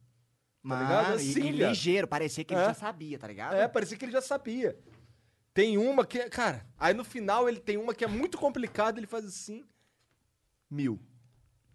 B: ligado?
E: Mano, e, é
B: Assim,
E: e
B: cara.
E: ligeiro, parecia que ele
B: É.
E: já sabia, tá ligado?
B: É, parecia que ele já sabia. Tem uma que. é- Cara, aí no final ele tem uma que é muito complicada, ele faz assim. Mil.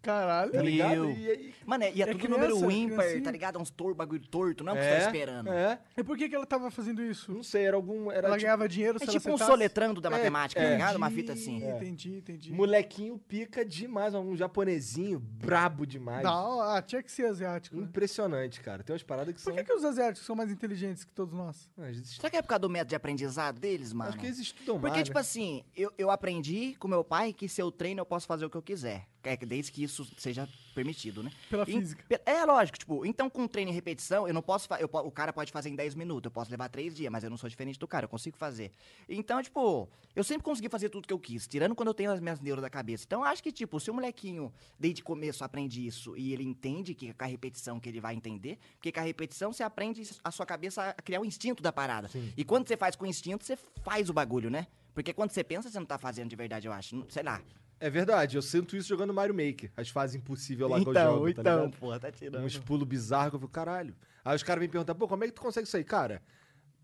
A: Caralho.
B: Tá ligado?
E: Mil.
B: E aí.
E: Mano, e é,
A: É
E: tudo
A: criança,
E: número
A: é
E: ímpar,
A: criancinha.
E: tá ligado? É Uns tor, bagulho torto, não é o que você tá esperando. É,
B: É.
A: E por que, que ela tava fazendo isso?
B: Não sei, era algum. Era
A: ela
B: tipo,
A: ganhava dinheiro se ela
E: tipo um
A: acertasse?
E: soletrando da
B: É,
E: matemática, tá
B: é.
E: ligado? Uma fita assim.
A: Entendi, Entendi, entendi.
B: molequinho pica demais, um japonesinho brabo demais.
A: Da hora. Ah, tinha que ser asiático.
E: Hum.
A: né?
B: Impressionante, cara. Tem umas paradas que
A: Por
B: são.
A: que, que os asiáticos são mais inteligentes que todos nós?
B: Ah, eles-
E: Será que é por causa do método de aprendizado deles, mano?
B: Acho que eles estudam
E: Porque,
B: mais.
E: tipo
B: né?
E: assim, eu, eu aprendi com meu pai que se eu treino eu posso fazer o que eu quiser. É, que desde que isso seja permitido, né?
A: Pela
E: Em-
A: física.
E: pe- É, lógico, tipo, então com treino e repetição, eu não posso. fa- Eu, po- o cara pode fazer em 10 minutos, eu posso levar 3 dias, mas eu não sou diferente do cara, eu consigo fazer. Então, tipo, eu sempre consegui fazer tudo que eu quis, tirando quando eu tenho as minhas neuras da cabeça. Então, eu acho que, tipo, se o molequinho, desde o começo, aprende isso e ele entende que é com a repetição que ele vai entender, porque com a repetição você aprende a sua cabeça a criar o instinto da parada. E quando você faz com instinto, você faz o bagulho, né? Porque quando você pensa, você não tá fazendo de verdade, eu acho. Não- Sei lá.
B: É verdade, eu sinto isso jogando Mario Maker. As fases impossíveis lá que eu jogo, tá ligado?
E: porra, Então, tá tirando.
B: Uns pulos bizarros que eu fico, caralho. Aí os caras me perguntam, pô, como é que tu consegue isso aí? Cara,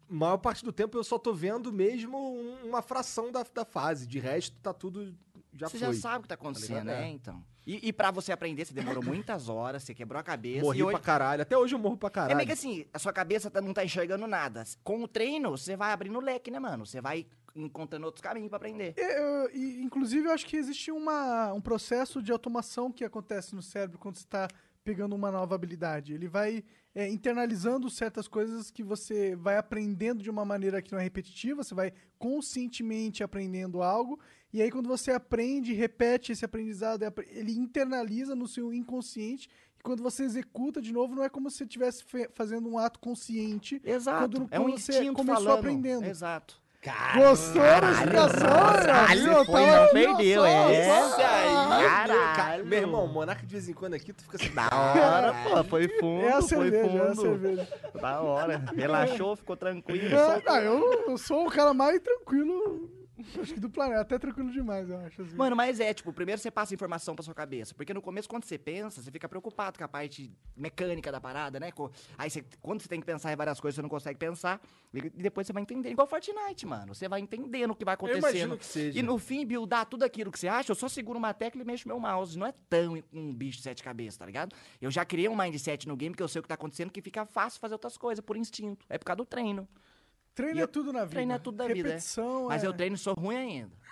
B: maior parte do tempo eu só tô vendo mesmo um- uma fração da, da fase. De resto, tá tudo. Já
E: você
B: foi.
E: já sabe o que tá acontecendo,
B: ligado?
E: né?
B: É.
E: Então. E, e pra você aprender, você demorou muitas horas, você quebrou a cabeça.
B: Morri
E: e hoje...
B: pra caralho. Até hoje eu morro pra
E: É
B: caralho.
E: meio que assim, a sua cabeça tá- não tá enxergando nada. Com o treino, você vai abrindo o leque, né, mano? Você vai encontrando outros caminhos pra aprender.
A: E, eu- É, e, inclusive, eu acho que existe uma, um processo de automação que acontece no cérebro quando você tá pegando uma nova habilidade. Ele vai é, internalizando certas coisas que você vai aprendendo de uma maneira que não é repetitiva, você vai conscientemente aprendendo algo, e aí quando você aprende, repete esse aprendizado, é apre- ele internaliza no seu inconsciente, e quando você executa de novo, não é como se você estivesse fe- fazendo um ato consciente.
E: Exato.
A: Quando-
E: É um
A: quando você
E: instinto
A: começou
E: falando.
A: aprendendo.
E: Exato.
A: Gostou da explicação?
E: caralho,
A: viu?
E: foi,
A: Tá-
E: não perdeu, é.
A: Nossa,
B: Cara,
E: Caralho.
B: meu irmão, Monarca de vez em quando aqui, tu fica assim.
E: Da hora, pô. Foi fundo,
A: É a
E: foi
A: cerveja, é a
E: fundo.
A: cerveja.
E: da Tá hora. Relaxou, ficou
B: É
E: tranquilo.
A: Eu, não, eu, eu sou o cara mais tranquilo, acho que do planeta. Até tranquilo demais, eu acho. assim.
E: Mano, mas é, tipo, primeiro você passa informação pra sua cabeça. Porque no começo, quando você pensa, você fica preocupado com a parte mecânica da parada, né? Co- Aí você, quando você tem que pensar em várias coisas, você não consegue pensar. E e depois você vai entender. Igual Fortnite, mano. Você vai entendendo o que vai
B: Eu imagino
E: acontecendo.
B: que seja.
E: E no fim, buildar tudo aquilo que você acha, eu só seguro uma tecla e mexo meu mouse. Não é tão um bicho de sete cabeças, tá ligado? Eu já criei um mindset no game que eu sei o que tá acontecendo, que fica fácil fazer outras coisas, por instinto. É por causa do treino.
A: treino
E: e eu-
A: é tudo na vida.
E: treino é tudo da vida, é.
A: Repetição,
E: Mas
A: é.
E: eu treino e sou ruim ainda.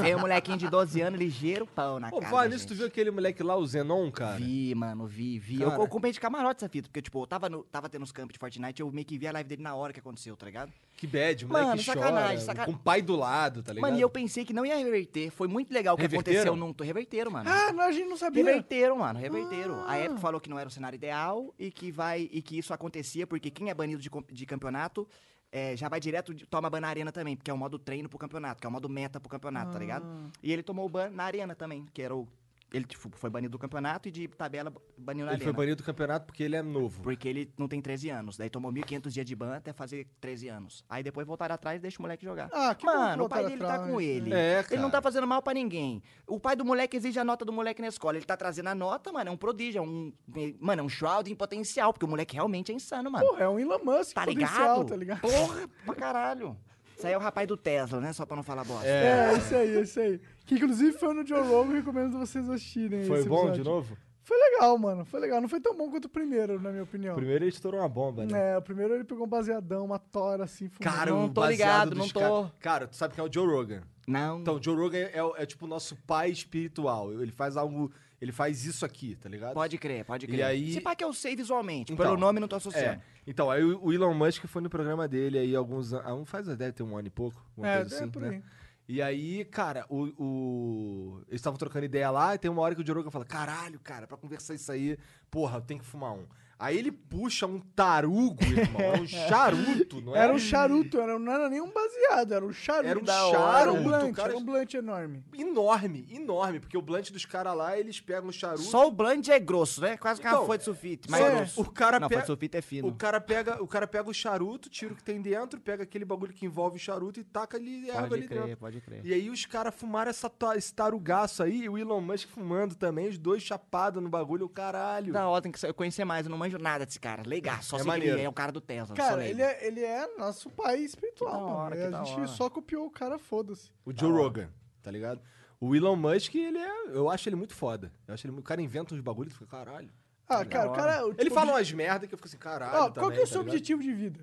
E: Veio um molequinho de 12 anos, ligeiro pau na
B: Pô,
E: cara.
B: vai
E: da
B: nisso, tu
E: gente.
B: viu aquele moleque lá, o Zenon, cara?
E: Vi, mano, vi, vi. Eu,
B: Cara.
E: eu comprei de camarote essa fita, porque, tipo, eu tava, no- tava tendo os campos de Fortnite, eu meio que vi a live dele na hora que aconteceu, tá ligado?
B: Que bad, o
E: Mano,
B: moleque chora.
E: sacanagem, saca-
B: Com o pai do lado, tá ligado?
E: Mano, e eu pensei que não ia reverter. Foi muito legal o que
B: Reverteram?
E: aconteceu num tô reverteram, mano.
A: Ah, não, a gente não sabia.
E: Reverteram, mano, reverteram. A Epic falou que não era o cenário ideal e que vai e que isso acontecia porque quem é banido de, com- de campeonato é, já vai direto, de, toma ban na arena também, porque é o modo treino pro campeonato, que é o modo meta pro campeonato, tá ligado? E ele tomou o ban na arena também, que era o. Ele tipo, foi banido do campeonato e de tabela baniu na
B: Ele foi
E: arena.
B: banido do campeonato porque ele é novo.
E: Porque ele não tem 13 anos. Daí tomou 1.500 dias de ban até fazer 13 anos. Aí depois voltaram atrás e deixa o moleque jogar.
A: Ah, que bom que
E: Mano, o pai
A: voltaram
E: dele tá
A: atrás,
E: com
A: né?
E: ele.
B: É, cara.
E: ele não tá fazendo mal pra ninguém. O pai do moleque exige a nota do moleque na escola. Ele tá trazendo a nota, mano. É um prodígio. É um. Mano, é um shroud em potencial. Porque o moleque realmente é insano, mano.
A: Porra, é um Elon Musk
E: tá
A: potencial,
E: ligado?
A: tá ligado?
E: Porra, pra caralho. Isso aí é o rapaz do Tesla, né? Só pra não falar
B: É.
E: bosta.
A: É, isso aí, isso aí. Que inclusive foi no Joe Rogan, recomendo vocês assistirem.
B: Foi
A: esse
B: bom de
A: episódio.
B: novo?
A: Foi legal, mano. Foi legal. Não foi tão bom quanto o primeiro, na minha opinião.
F: Primeiro ele estourou uma bomba, né?
A: É, o primeiro ele pegou um baseadão, uma tora assim, fumando.
B: Cara,
E: Não
B: o
E: tô
B: baseado
E: ligado,
B: dos
E: não tô. Hum.
B: cara- Cara, tu sabe quem é o Joe Rogan.
E: Não.
B: Então, o Joe Rogan é, o- é tipo o nosso pai espiritual. Ele faz algo. Ele faz isso aqui, tá ligado?
E: Pode crer, pode
B: E
E: crer.
B: aí-
E: Se pá que eu sei visualmente,
B: Então,
E: pelo nome não tô
B: É.
E: associando.
B: Então, aí o o Elon Musk foi no programa dele aí alguns anos. Ah, um faz, deve ter um ano e pouco. Uma
A: é,
B: coisa assim,
A: é por
B: né?
A: aí.
B: E aí, cara, o, o- eles estavam trocando ideia lá, e tem uma hora que o Joroga fala: caralho, cara, pra conversar isso aí, porra, eu tenho que fumar um. Aí ele puxa um tarugo, irmão. é um charuto, não é?
A: Era um charuto, era, não era nem um baseado, era um charuto.
B: Era um
A: Da hora,
B: charuto,
A: Era um blunt,
B: cara.
A: era um blunt enorme.
B: enorme, enorme, porque o blunt dos caras lá, eles pegam o charuto.
E: Só o blunt é grosso, né? Quase que
B: Então,
E: uma folha de sulfite,
B: só
E: mas
B: que
E: é grosso.
B: o cara
E: não,
B: pega-
E: folha de sulfite é fino.
B: O cara, pega, o cara pega o charuto, tira o que tem dentro, pega aquele bagulho que envolve o charuto e taca ali erva ali
E: Pode crer,
B: dentro.
E: pode crer.
B: E aí os caras fumaram essa, ta- esse tarugaço aí, e o Elon Musk fumando também, os dois chapados no bagulho, o caralho.
E: Da hora, tem que sa- eu conhecer mais, eu não manjo nada desse cara. Legal, só
B: É
E: sei que
B: maneiro.
E: ele é o cara do Tesla. só
A: Cara,
E: leigo.
A: ele é, ele é nosso pai espiritual,
E: Que da
A: mano.
E: hora,
A: E
E: que
A: a
E: da
A: gente
E: hora.
A: só copiou o cara, foda-se.
B: O Joe Rogan, tá ligado? O Elon Musk, ele é. Eu acho ele muito foda. Eu acho ele, muito- o cara inventa uns bagulho e fica, caralho.
A: Ah, cara, o cara. o
B: Ele
A: tipo
B: fala
A: de-
B: umas merda que eu fico assim, caralho.
A: Ó, qual
B: também,
A: que é o
B: tá
A: seu
B: ligado?
A: objetivo de vida?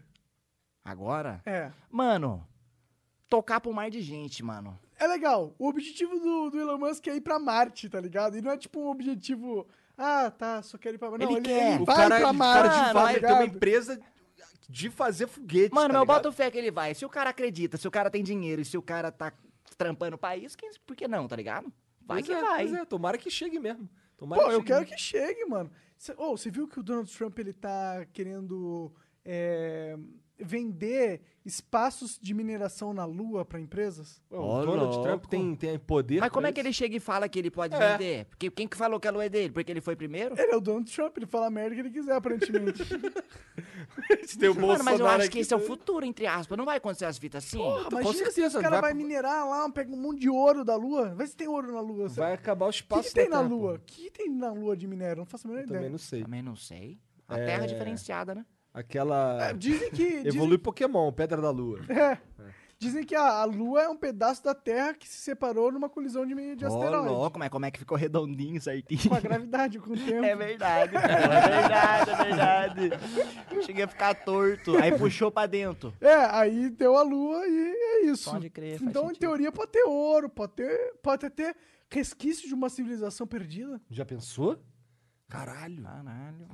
E: Agora?
A: É.
E: Mano, tocar pro mar de gente, mano.
A: É legal. O objetivo do, do Elon Musk é ir pra Marte, tá ligado? E não é tipo um objetivo. Ah, tá, só quero ir pra Marte. Não,
E: Ele
A: ele,
E: quer.
A: ele
B: O
A: vai
B: cara, é
A: pra
B: o
A: Marte.
B: cara
A: tá
B: de fato ele tem uma
A: ligado?
B: empresa de fazer foguete.
E: Mano,
B: tá
E: mas eu
B: ligado?
E: boto fé é que ele vai. Se o cara acredita, se o cara tem dinheiro e se o cara tá trampando o país, quem- por que não, tá ligado? Vai
B: Pois
E: que
B: é,
E: vai.
B: pois é, tomara que chegue mesmo. Tomara
A: Pô, eu
B: chegue
A: quero
B: mesmo.
A: que chegue, mano. Cê, oh, você viu que o Donald Trump ele tá querendo é, vender espaços de mineração na Lua pra empresas?
B: Ué,
E: Ó,
B: O Donald
E: louco.
B: Trump tem, tem poder.
E: Mas como
B: pra
E: é que ele
B: isso?
E: chega e fala que ele pode
B: É.
E: vender? Porque quem que falou que a lua é dele? Porque ele foi primeiro?
A: Ele é o Donald Trump, ele fala a merda que ele quiser, aparentemente.
B: tem o
E: Mano, mas eu
B: Bolsonaro
E: acho que
B: aqui,
E: esse é o
B: né?
E: futuro, entre aspas. Não vai acontecer as fitas assim.
B: Com
A: Imagina se
B: certeza,
A: o cara
B: vai-
A: vai minerar lá, pega um monte de ouro da Lua. Vê se tem ouro na Lua.
B: Vai acabar o
A: O que,
B: espaço
A: que tem
B: da
A: na
B: Terra, pô.
A: Lua? O que, que tem na Lua de minério? Não faço a menor
B: Eu também
A: ideia.
B: não sei.
E: Também não sei. A terra é diferenciada, né?
B: Aquela.
A: É, dizem que. dizem,
B: Evolui Pokémon, Pedra da Lua.
A: é. Dizem que a, a Lua é um pedaço da Terra que se separou numa colisão de, de
E: Ô,
A: asteroides.
E: louco, mas como é que ficou redondinho, certinho?
A: Com a gravidade, com o tempo.
E: É verdade, cara, é verdade, é verdade. Cheguei a ficar torto, aí puxou pra dentro.
A: É, aí deu a lua e é isso.
E: Pode crer, faz
A: Então, em
E: sentido.
A: teoria, pode ter ouro, pode ter, pode até ter resquício de uma civilização perdida.
B: Já pensou? Caralho.
E: Caralho.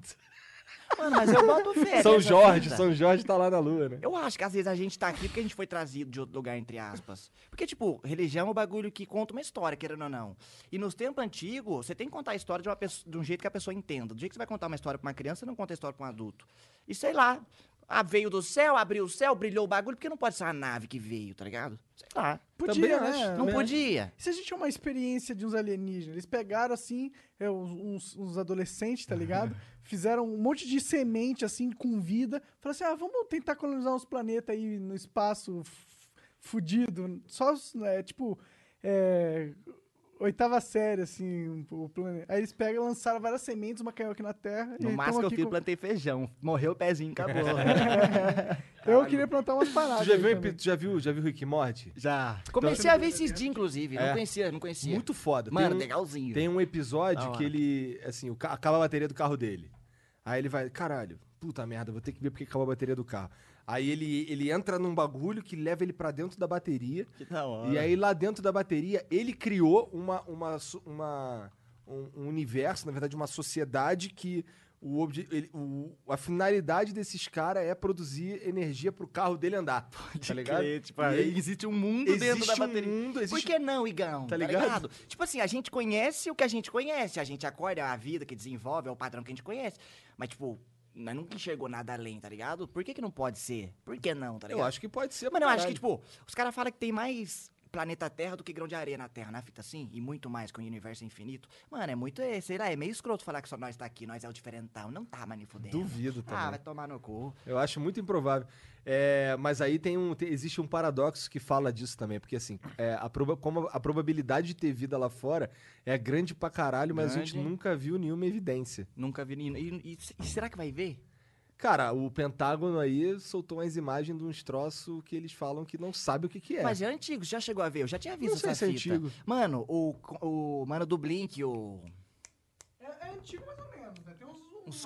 E: Mano, mas eu boto fé. né?
F: São
E: nessa
F: Jorge,
E: fita.
F: São Jorge tá lá na lua, né?
E: Eu acho que às vezes a gente tá aqui porque a gente foi trazido de outro lugar, entre aspas. Porque, tipo, religião é um bagulho que conta uma história, querendo ou não. E nos tempos antigos, você tem que contar a história de, uma pessoa, de um jeito que a pessoa entenda. Do jeito que você vai contar uma história pra uma criança, você não conta a história pra um adulto. E sei lá, ah, veio do céu, abriu o céu, brilhou o bagulho, porque não pode ser a nave que veio, tá ligado? Sei lá.
A: Podia,
B: Também
A: né?
B: acho,
E: Não
B: também
E: podia.
A: E se a gente tinha uma experiência de uns alienígenas? Eles pegaram, assim, é, uns, uns- uns adolescentes, tá ligado? Fizeram um monte de semente, assim, com vida. Falaram assim, ah, vamos tentar colonizar uns planetas aí no espaço f- fudido. Só, é, tipo, é, oitava série, assim, um- o planeta. Aí eles pegam, lançaram várias sementes, uma caiu aqui na Terra.
E: No
A: e
E: máximo
A: tamo
E: que eu
A: aqui
E: fiz,
A: com-
E: plantei feijão. Morreu o pezinho, acabou.
A: Eu queria plantar umas paradas.
B: Tu já
A: aí
B: viu,
A: também.
B: tu já viu, já viu Rick e Morty?
E: Já. Comecei a ver esses dias, inclusive.
B: É.
E: Não conhecia, não conhecia.
B: Muito foda.
E: Mano,
B: tem um,
E: legalzinho.
B: Tem um
E: Da
B: episódio
E: hora.
B: que ele, assim, o ca- acaba a bateria do carro dele. Aí ele vai, caralho, puta merda, vou ter que ver porque acabou a bateria do carro. Aí ele, ele entra num bagulho que leva ele pra dentro da bateria.
E: Que da hora.
B: E aí lá dentro da bateria, ele criou uma, uma, so- uma- um, um universo, na verdade, uma sociedade que o, obje- ele- o- a finalidade desses caras é produzir energia pro carro dele andar. tá ligado?
E: tipo,
B: E aí
E: existe um mundo dentro
B: existe
E: da
B: um
E: bateria.
B: mundo,
E: Por
B: existe
E: que não, Igão?
B: Tá ligado?
E: Tipo assim, a gente conhece o que a gente conhece. A gente acorda, é a vida que desenvolve, é o padrão que a gente conhece. Mas, tipo, nós nunca enxergou nada além, tá ligado? Por que, que não pode ser? Por que não, tá ligado?
B: Eu acho que pode ser.
E: Mano, eu acho
B: caralho.
E: que, tipo, os caras falam que tem mais planeta Terra do que grão de areia na Terra, na fita assim, e muito mais com o universo infinito. Mano, é muito, é, sei lá, é meio escroto falar que só nós tá aqui, nós é o diferentão. Não tá, mano, fudendo.
B: Duvido também.
E: Ah, vai tomar no cu.
B: Eu acho muito improvável. É, mas aí tem um, tem- existe um paradoxo que fala disso também, porque assim, é, a proba- como a probabilidade de ter vida lá fora é grande pra caralho, mas a gente
E: Grande.
B: nunca viu nenhuma evidência.
E: Nunca vi nenhum. E, e- e será que vai ver?
B: Cara, o Pentágono aí soltou umas imagens de uns troços que eles falam que não sabe o que, que é.
E: Mas é antigo, já chegou a ver, eu já tinha visto
B: sei é
E: essa
B: se é
E: fita.
B: antigo.
E: Mano, o, o mano do Blink, o...
A: É, é antigo mais ou menos, né? Tem uns,
E: Uns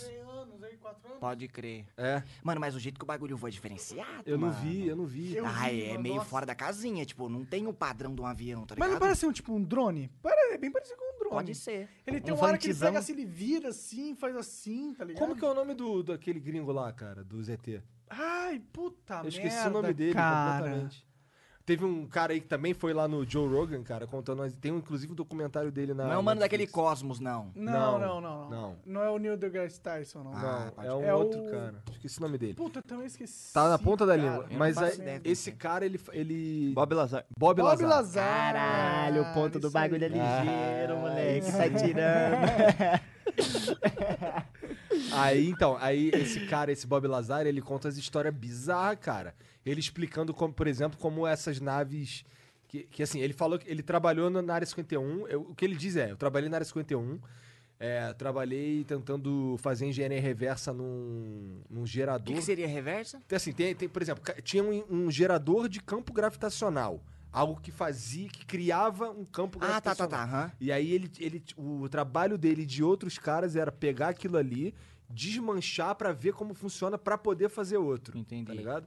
A: dois, três anos aí, quatro anos.
E: Pode crer.
B: É.
E: Mano, mas o jeito que o bagulho voa é diferenciado.
G: Eu não
E: mano.
G: vi, eu não vi.
A: Eu
E: ah,
A: vi,
E: é
A: mano,
E: meio
A: nossa.
E: fora da casinha, tipo, não tem o padrão de um avião, tá
A: Mas
E: ligado?
A: não parece um, tipo um drone? Pare- É bem parecido com um drone.
E: Pode ser.
A: Ele tem
C: Um
A: um, hora que ele
C: funkzão.
A: pega assim, ele vira assim, faz assim, tá ligado?
G: Como que é o nome
B: E do, daquele gringo lá, cara, do ZT?
A: Ai, puta merda,
G: Eu esqueci o nome dele
A: cara.
G: completamente.
B: Teve um cara aí que também foi lá no Joe Rogan, cara, contando. nós- Tem um, inclusive um documentário dele na.
E: Não é o mano daquele
B: Netflix.
E: Cosmos, não.
A: Não, não, não,
B: Não,
A: não.
B: não.
A: Não, é o Neil deGrasse Tyson, não.
E: Ah,
B: Não,
E: pode
B: é um
A: crer. É
B: outro
A: o-
B: cara. Esqueci o nome dele.
A: Puta, eu também esqueci.
B: Tá na ponta da
A: cara.
B: língua.
E: não
B: Mas
E: faço
B: aí,
E: ideia do que
B: esse
E: é.
B: cara, ele. ele...
C: Bob Lazar.
B: Bob,
A: Bob
B: Lazar.
A: Lazar.
C: Caralho, o ponto do
A: isso aí.
C: bagulho é
E: Ah.
C: ligeiro, moleque. Sai tirando.
B: Aí, então, aí esse cara, esse Bob Lazar, ele conta as histórias bizarras, cara. Ele explicando, como, por exemplo, como essas naves. Que, que, assim, ele falou que ele trabalhou na na área 51. eu- o que ele diz é: eu trabalhei na área 51. É, trabalhei tentando fazer engenharia reversa num, num
E: O
B: gerador.
E: que, que seria reversa?
B: Então, assim, tem, tem, por exemplo, ca- tinha um, um gerador de campo gravitacional. Algo que fazia, que criava um campo
E: Ah, tá, tá,
B: gravitacional.
E: tá. aham.
B: E aí ele, ele, o trabalho dele e de outros caras era pegar aquilo ali, desmanchar pra ver como funciona pra poder fazer outro.
E: Entendi.
B: Tá ligado?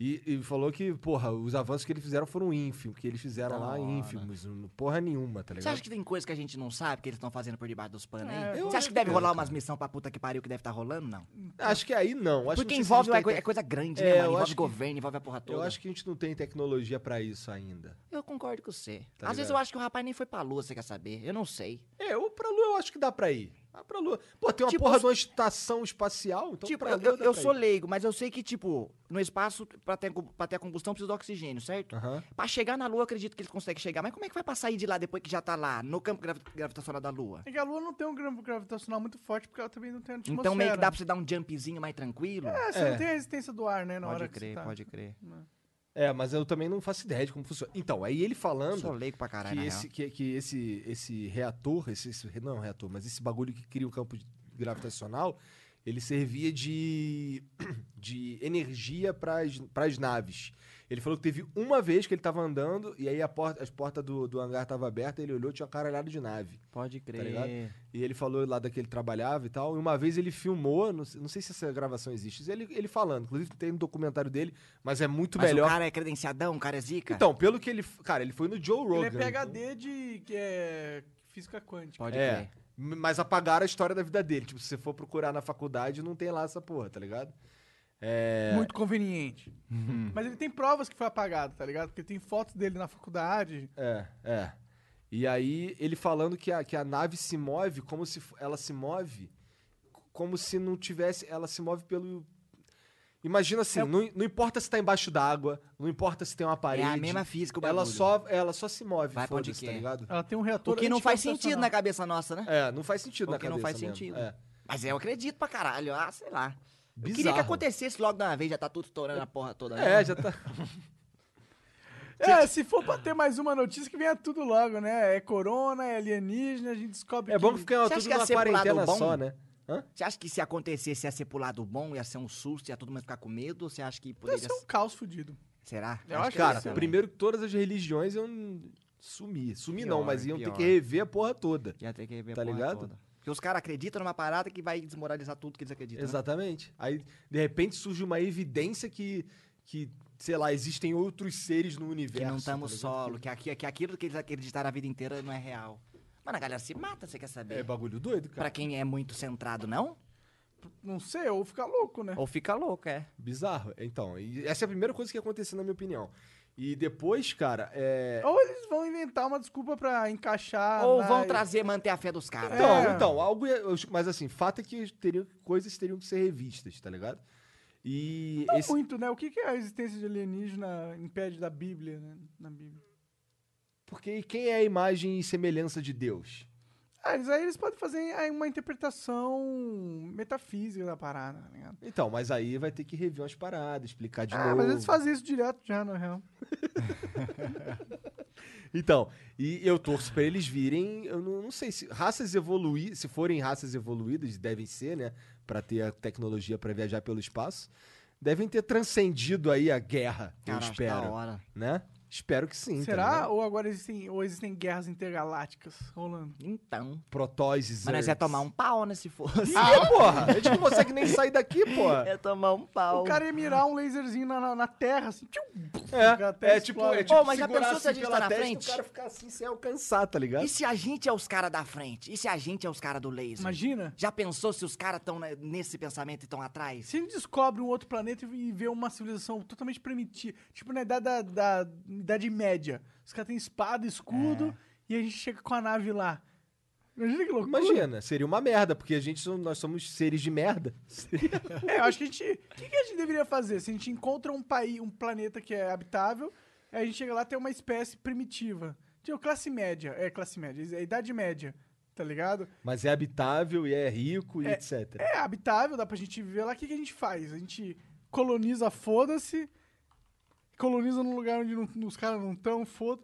B: E, e falou que, porra, os avanços que eles fizeram foram ínfimos, que eles fizeram
E: Da
B: lá
E: hora.
B: ínfimos, não- porra nenhuma, tá
E: Você
B: ligado?
E: acha que tem coisa que a gente não sabe que eles estão fazendo por debaixo dos panos
A: É,
E: aí?
A: eu
E: Você acha que
A: acho
E: deve
A: que-
E: rolar umas missão pra puta que pariu que deve estar rolando? Não.
B: Acho que aí não. Acho que
E: Porque
B: não sei se
E: envolve
B: a
E: uma
B: gente tem
E: coi- é coisa grande,
B: É,
E: né,
B: eu
E: mano?
B: acho
E: Envolve
B: que-
E: governo, envolve a porra
B: te- Eu
E: toda.
B: acho que a gente não tem tecnologia pra isso ainda.
E: Eu concordo com você.
B: Tá
E: Às vezes
B: ligado?
E: eu acho que o rapaz nem foi pra lua, você quer saber? Eu não sei.
B: É, ou pra Lua eu acho que dá pra ir. Dá pra Lua. Pô, tem uma
E: Tipo,
B: porra
E: os-
B: de uma estação espacial, então
E: tipo,
B: pra
E: eu,
B: Lua
E: eu-
B: dá
E: eu
B: pra
E: sou
B: ir.
E: leigo, mas eu sei que, tipo, no espaço, pra ter, co- pra ter a combustão, precisa do oxigênio, certo?
B: Aham.
E: Pra chegar na Lua, eu acredito que eles conseguem chegar. Mas como é que vai pra sair de lá depois que já tá lá, no campo gravi- gravitacional da Lua?
A: É que a Lua não tem um campo gravitacional muito forte, porque ela também não tem atmosfera. né?
E: Então meio que dá pra você dar um jumpzinho mais tranquilo?
A: É, você
B: É.
A: não tem a resistência do ar, né, na hora
C: Pode
A: que você
C: crer,
A: tá.
C: pode crer.
B: É, mas eu também não faço ideia de como funciona. Então, aí ele
E: Eu
B: falando.
E: sou leigo pra caralho,
B: que
E: na
B: esse,
E: real.
B: que, que esse, esse reator, esse, esse- não é um reator, mas esse bagulho que cria o campo de- gravitacional, ele servia de, de energia para as naves. Ele falou que teve uma vez que ele tava andando e aí a porta, as portas do, do hangar estavam abertas, ele olhou tinha uma caralhada de nave.
C: Pode
E: Tá
B: ligado?
C: crer.
B: E ele falou lá daquele trabalhava e tal. E uma vez ele filmou, não, sei- não sei se essa gravação existe, ele, ele falando, inclusive tem um documentário dele, mas é muito
E: Mas
B: melhor.
E: o cara é credenciadão, o cara é zica?
B: Então, pelo que ele. f- Cara, ele foi no Joe Rogan.
A: Ele é
B: então-
A: PHD de que é, física quântica.
E: Pode
B: é.
E: crer.
B: M- Mas apagaram a história da vida dele. Tipo, se você for procurar na faculdade, não tem lá essa porra, tá ligado? É.
A: Muito conveniente.
E: Uhum.
A: Mas ele tem provas que foi apagado, tá ligado? Porque tem fotos dele na faculdade.
B: É, é. E aí, ele falando que a, que a nave se move como se fo- ela se move c- como se não tivesse. Ela se move pelo. Imagina assim, não, não importa se tá embaixo d'água, não importa se tem uma
E: É
B: parede.
E: a mesma física, o bagulho.
B: ela só, ela só se move,
E: Vai pra onde
B: foda-se, tá
E: quer.
B: ligado?
A: Ela tem um reator.
E: O que não faz sentido
A: cara.
E: na cabeça nossa, né?
B: É, não faz sentido
E: O
B: na
E: que não
B: cabeça
E: faz
B: mesmo,
E: sentido.
B: é.
E: Mas eu acredito pra caralho. Ah, sei lá. Eu queria que
B: Bizarro.
E: acontecesse logo de uma vez, já tá tudo estourando a porra toda.
B: É, já tá.
E: né,
A: É, se for pra ter mais uma notícia, que venha tudo logo, né? É corona, é alienígena, a gente descobre
B: É bom que
A: que...
B: fica
E: Você acha
B: tudo
E: que ia
B: numa
E: ser pro lado
B: quarentena
E: bom?
B: só, né?
E: Você acha que se acontecesse ia ser pro lado bom, ia ser um susto, ia todo mundo ficar com medo? Ou você acha que
A: Deve
E: poderia
A: ser um
E: ser?
A: caos fudido.
E: Será?
A: Eu acho que
B: Cara,
A: Esse é o-
B: primeiro que todas as religiões iam sumir. Sumir não,
C: Pior,
B: mas iam ter
C: pior.
B: que rever a porra toda.
C: Já tem que ver a
B: Tá
C: porra
B: ligado?
C: toda.
E: Porque os caras acreditam numa parada que vai desmoralizar tudo que eles acreditam. né?
B: Exatamente. Aí, de repente, surge uma evidência que, que, sei lá, existem outros seres no universo.
E: Que não estamos
B: tá ligado?
E: solo, que, aqui, que aquilo que eles acreditaram a vida inteira não é real. Mano, a galera se mata, você quer
B: É
E: saber?
B: bagulho doido, cara.
E: pra quem é muito centrado, não?
A: Não sei, ou ficar louco, né?
C: Ou fica louco, é.
B: Bizarro. Então, e essa é a primeira coisa que aconteceu, na minha opinião. E depois, cara, é.
A: Ou eles vão inventar uma desculpa pra encaixar...
E: Ou
A: na-
E: vão trazer, manter a fé dos caras.
B: Então,
A: É.
B: então, algo. ia- eu- Mas assim, fato é que teriam, coisas teriam que ser revistas, tá ligado? E.
A: Não
B: esse...
A: muito, né? O que, que a existência de alienígena impede da Bíblia, né? Na Bíblia.
B: Porque quem é a imagem e semelhança de Deus?
A: Ah, eles aí eles podem fazer aí uma interpretação metafísica da parada, tá ligado?
B: Então, mas aí vai ter que rever umas paradas, explicar de
A: ah,
B: novo.
A: mas eles fazem isso direto já, na real.
B: Então, e eu torço pra eles virem, eu não, não sei se raças evoluir, se forem raças evoluídas, devem ser, né, Pra ter a tecnologia pra viajar pelo espaço, devem ter transcendido aí a guerra,
E: Cara,
B: eu
E: acho da
B: espero,
E: hora.
B: né? Espero que sim. tá
A: Será?
B: ligado?
A: ou agora existem, ou existem guerras intergalácticas rolando?
E: Então.
B: Protoises.
E: Mas nós ia
B: Zergs.
E: tomar um pau, né, se fosse.
B: Ah, porra! A gente não consegue nem sair daqui, porra.
E: ia tomar um pau.
A: O cara ia mirar um laserzinho na, na, na terra, assim. tchum,
B: É, é tipo, é tipo
E: Ô, mas já
B: segurar
E: pensou se a
B: assim
E: gente tá
B: pela
E: na
B: testa e
E: frente?
B: O cara ficar assim sem alcançar, tá ligado?
E: E se a gente é os caras da frente? E se a gente é os caras do laser?
A: Imagina?
E: Já pensou se os caras estão nesse pensamento e estão atrás?
A: Se a gente descobre um outro planeta e vê uma civilização totalmente primitiva, tipo na Idade, da, da- idade Média, os caras têm espada, escudo,
B: É.
A: e a gente chega com a nave lá. Imagina que loucura.
B: Imagina, seria uma merda, porque a gente so- nós somos seres de merda.
A: É, eu acho que a gente. O que, que a gente deveria fazer? Se a gente encontra um país, um planeta que é habitável, aí a gente chega lá e tem uma espécie primitiva. Tipo, classe média. É, classe média. É idade média, tá ligado?
B: Mas é habitável e é rico e etc.
A: É habitável, dá pra gente viver lá. O que, que a gente faz? A gente coloniza, foda-se. Coloniza num lugar onde não- os caras não estão, foda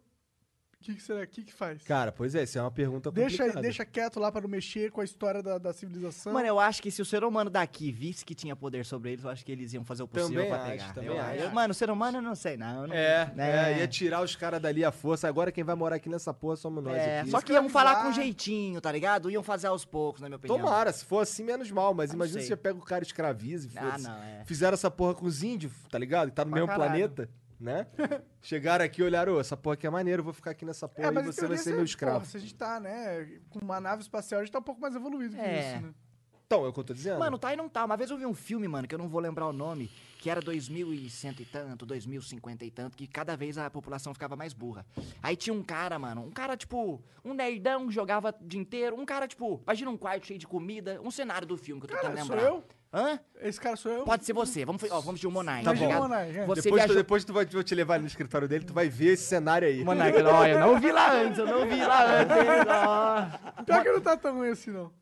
A: O que, que será? O que, que faz?
B: Cara, pois é, isso é uma pergunta
A: Deixa,
B: complicada.
A: deixa quieto lá pra não mexer com a história da, da civilização.
E: Mano, eu acho que se o ser humano daqui visse que tinha poder sobre eles, eu acho que eles iam fazer o possível
B: Também
E: pra
B: acho,
E: pegar.
B: também
E: Eu
B: acho.
E: Mano, o ser humano eu não sei, não. eu não-
B: É, é,
E: É.
B: ia tirar os caras dali à força. Agora quem vai morar aqui nessa porra somos nós.
E: É,
B: aqui.
E: só que iam falar com
A: escravizar.
E: jeitinho, tá ligado? Iam fazer aos poucos, na minha opinião. Ah,
B: Tomara, se for assim, menos mal. Mas
E: Não
B: imagina se
E: sei.
B: você pega o cara e escraviza e
E: Ah,
B: foda-se.
E: não, é.
B: Fizeram essa porra com os índios, tá ligado? E tá no
E: Pra
B: mesmo
E: caralho.
B: planeta, né? Chegaram aqui e olharam, "Ô, essa porra aqui é maneiro, eu vou ficar aqui nessa porra
A: É,
B: e
A: mas em
B: você vai
A: teoria,
B: ser
A: se-
B: meu escravo.
A: porra, se a gente tá, né, com uma nave espacial, a gente tá um pouco mais evoluído que
E: É.
A: isso, né?
B: Então, é o que eu tô dizendo.
E: Mano, tá e não tá. Uma vez eu vi um filme, mano, que eu não vou lembrar o nome, que era 2100 e tanto, 2050 e tanto, que cada vez a população ficava mais burra. Aí tinha um cara, mano, um cara, tipo, um nerdão que jogava o dia inteiro, um cara, tipo, imagina um quarto cheio de comida, um cenário do filme que eu tô
A: Cara,
E: tentando
A: sou
E: lembrar.
A: eu?
E: Hã?
A: Esse cara sou eu?
E: Pode ser você. Vamos, ó, vamos de um Monark,
A: Tá
E: tá
A: bom.
E: ligado?
A: Monark, é.
B: depois,
E: Você
B: tu,
E: viajou...
B: depois tu vai, vou te levar ali no escritório dele, tu vai ver esse cenário aí.
E: Monark, ó, eu não vi lá antes, eu não vi lá antes, ó.
A: Pior que não tá tão ruim assim, não.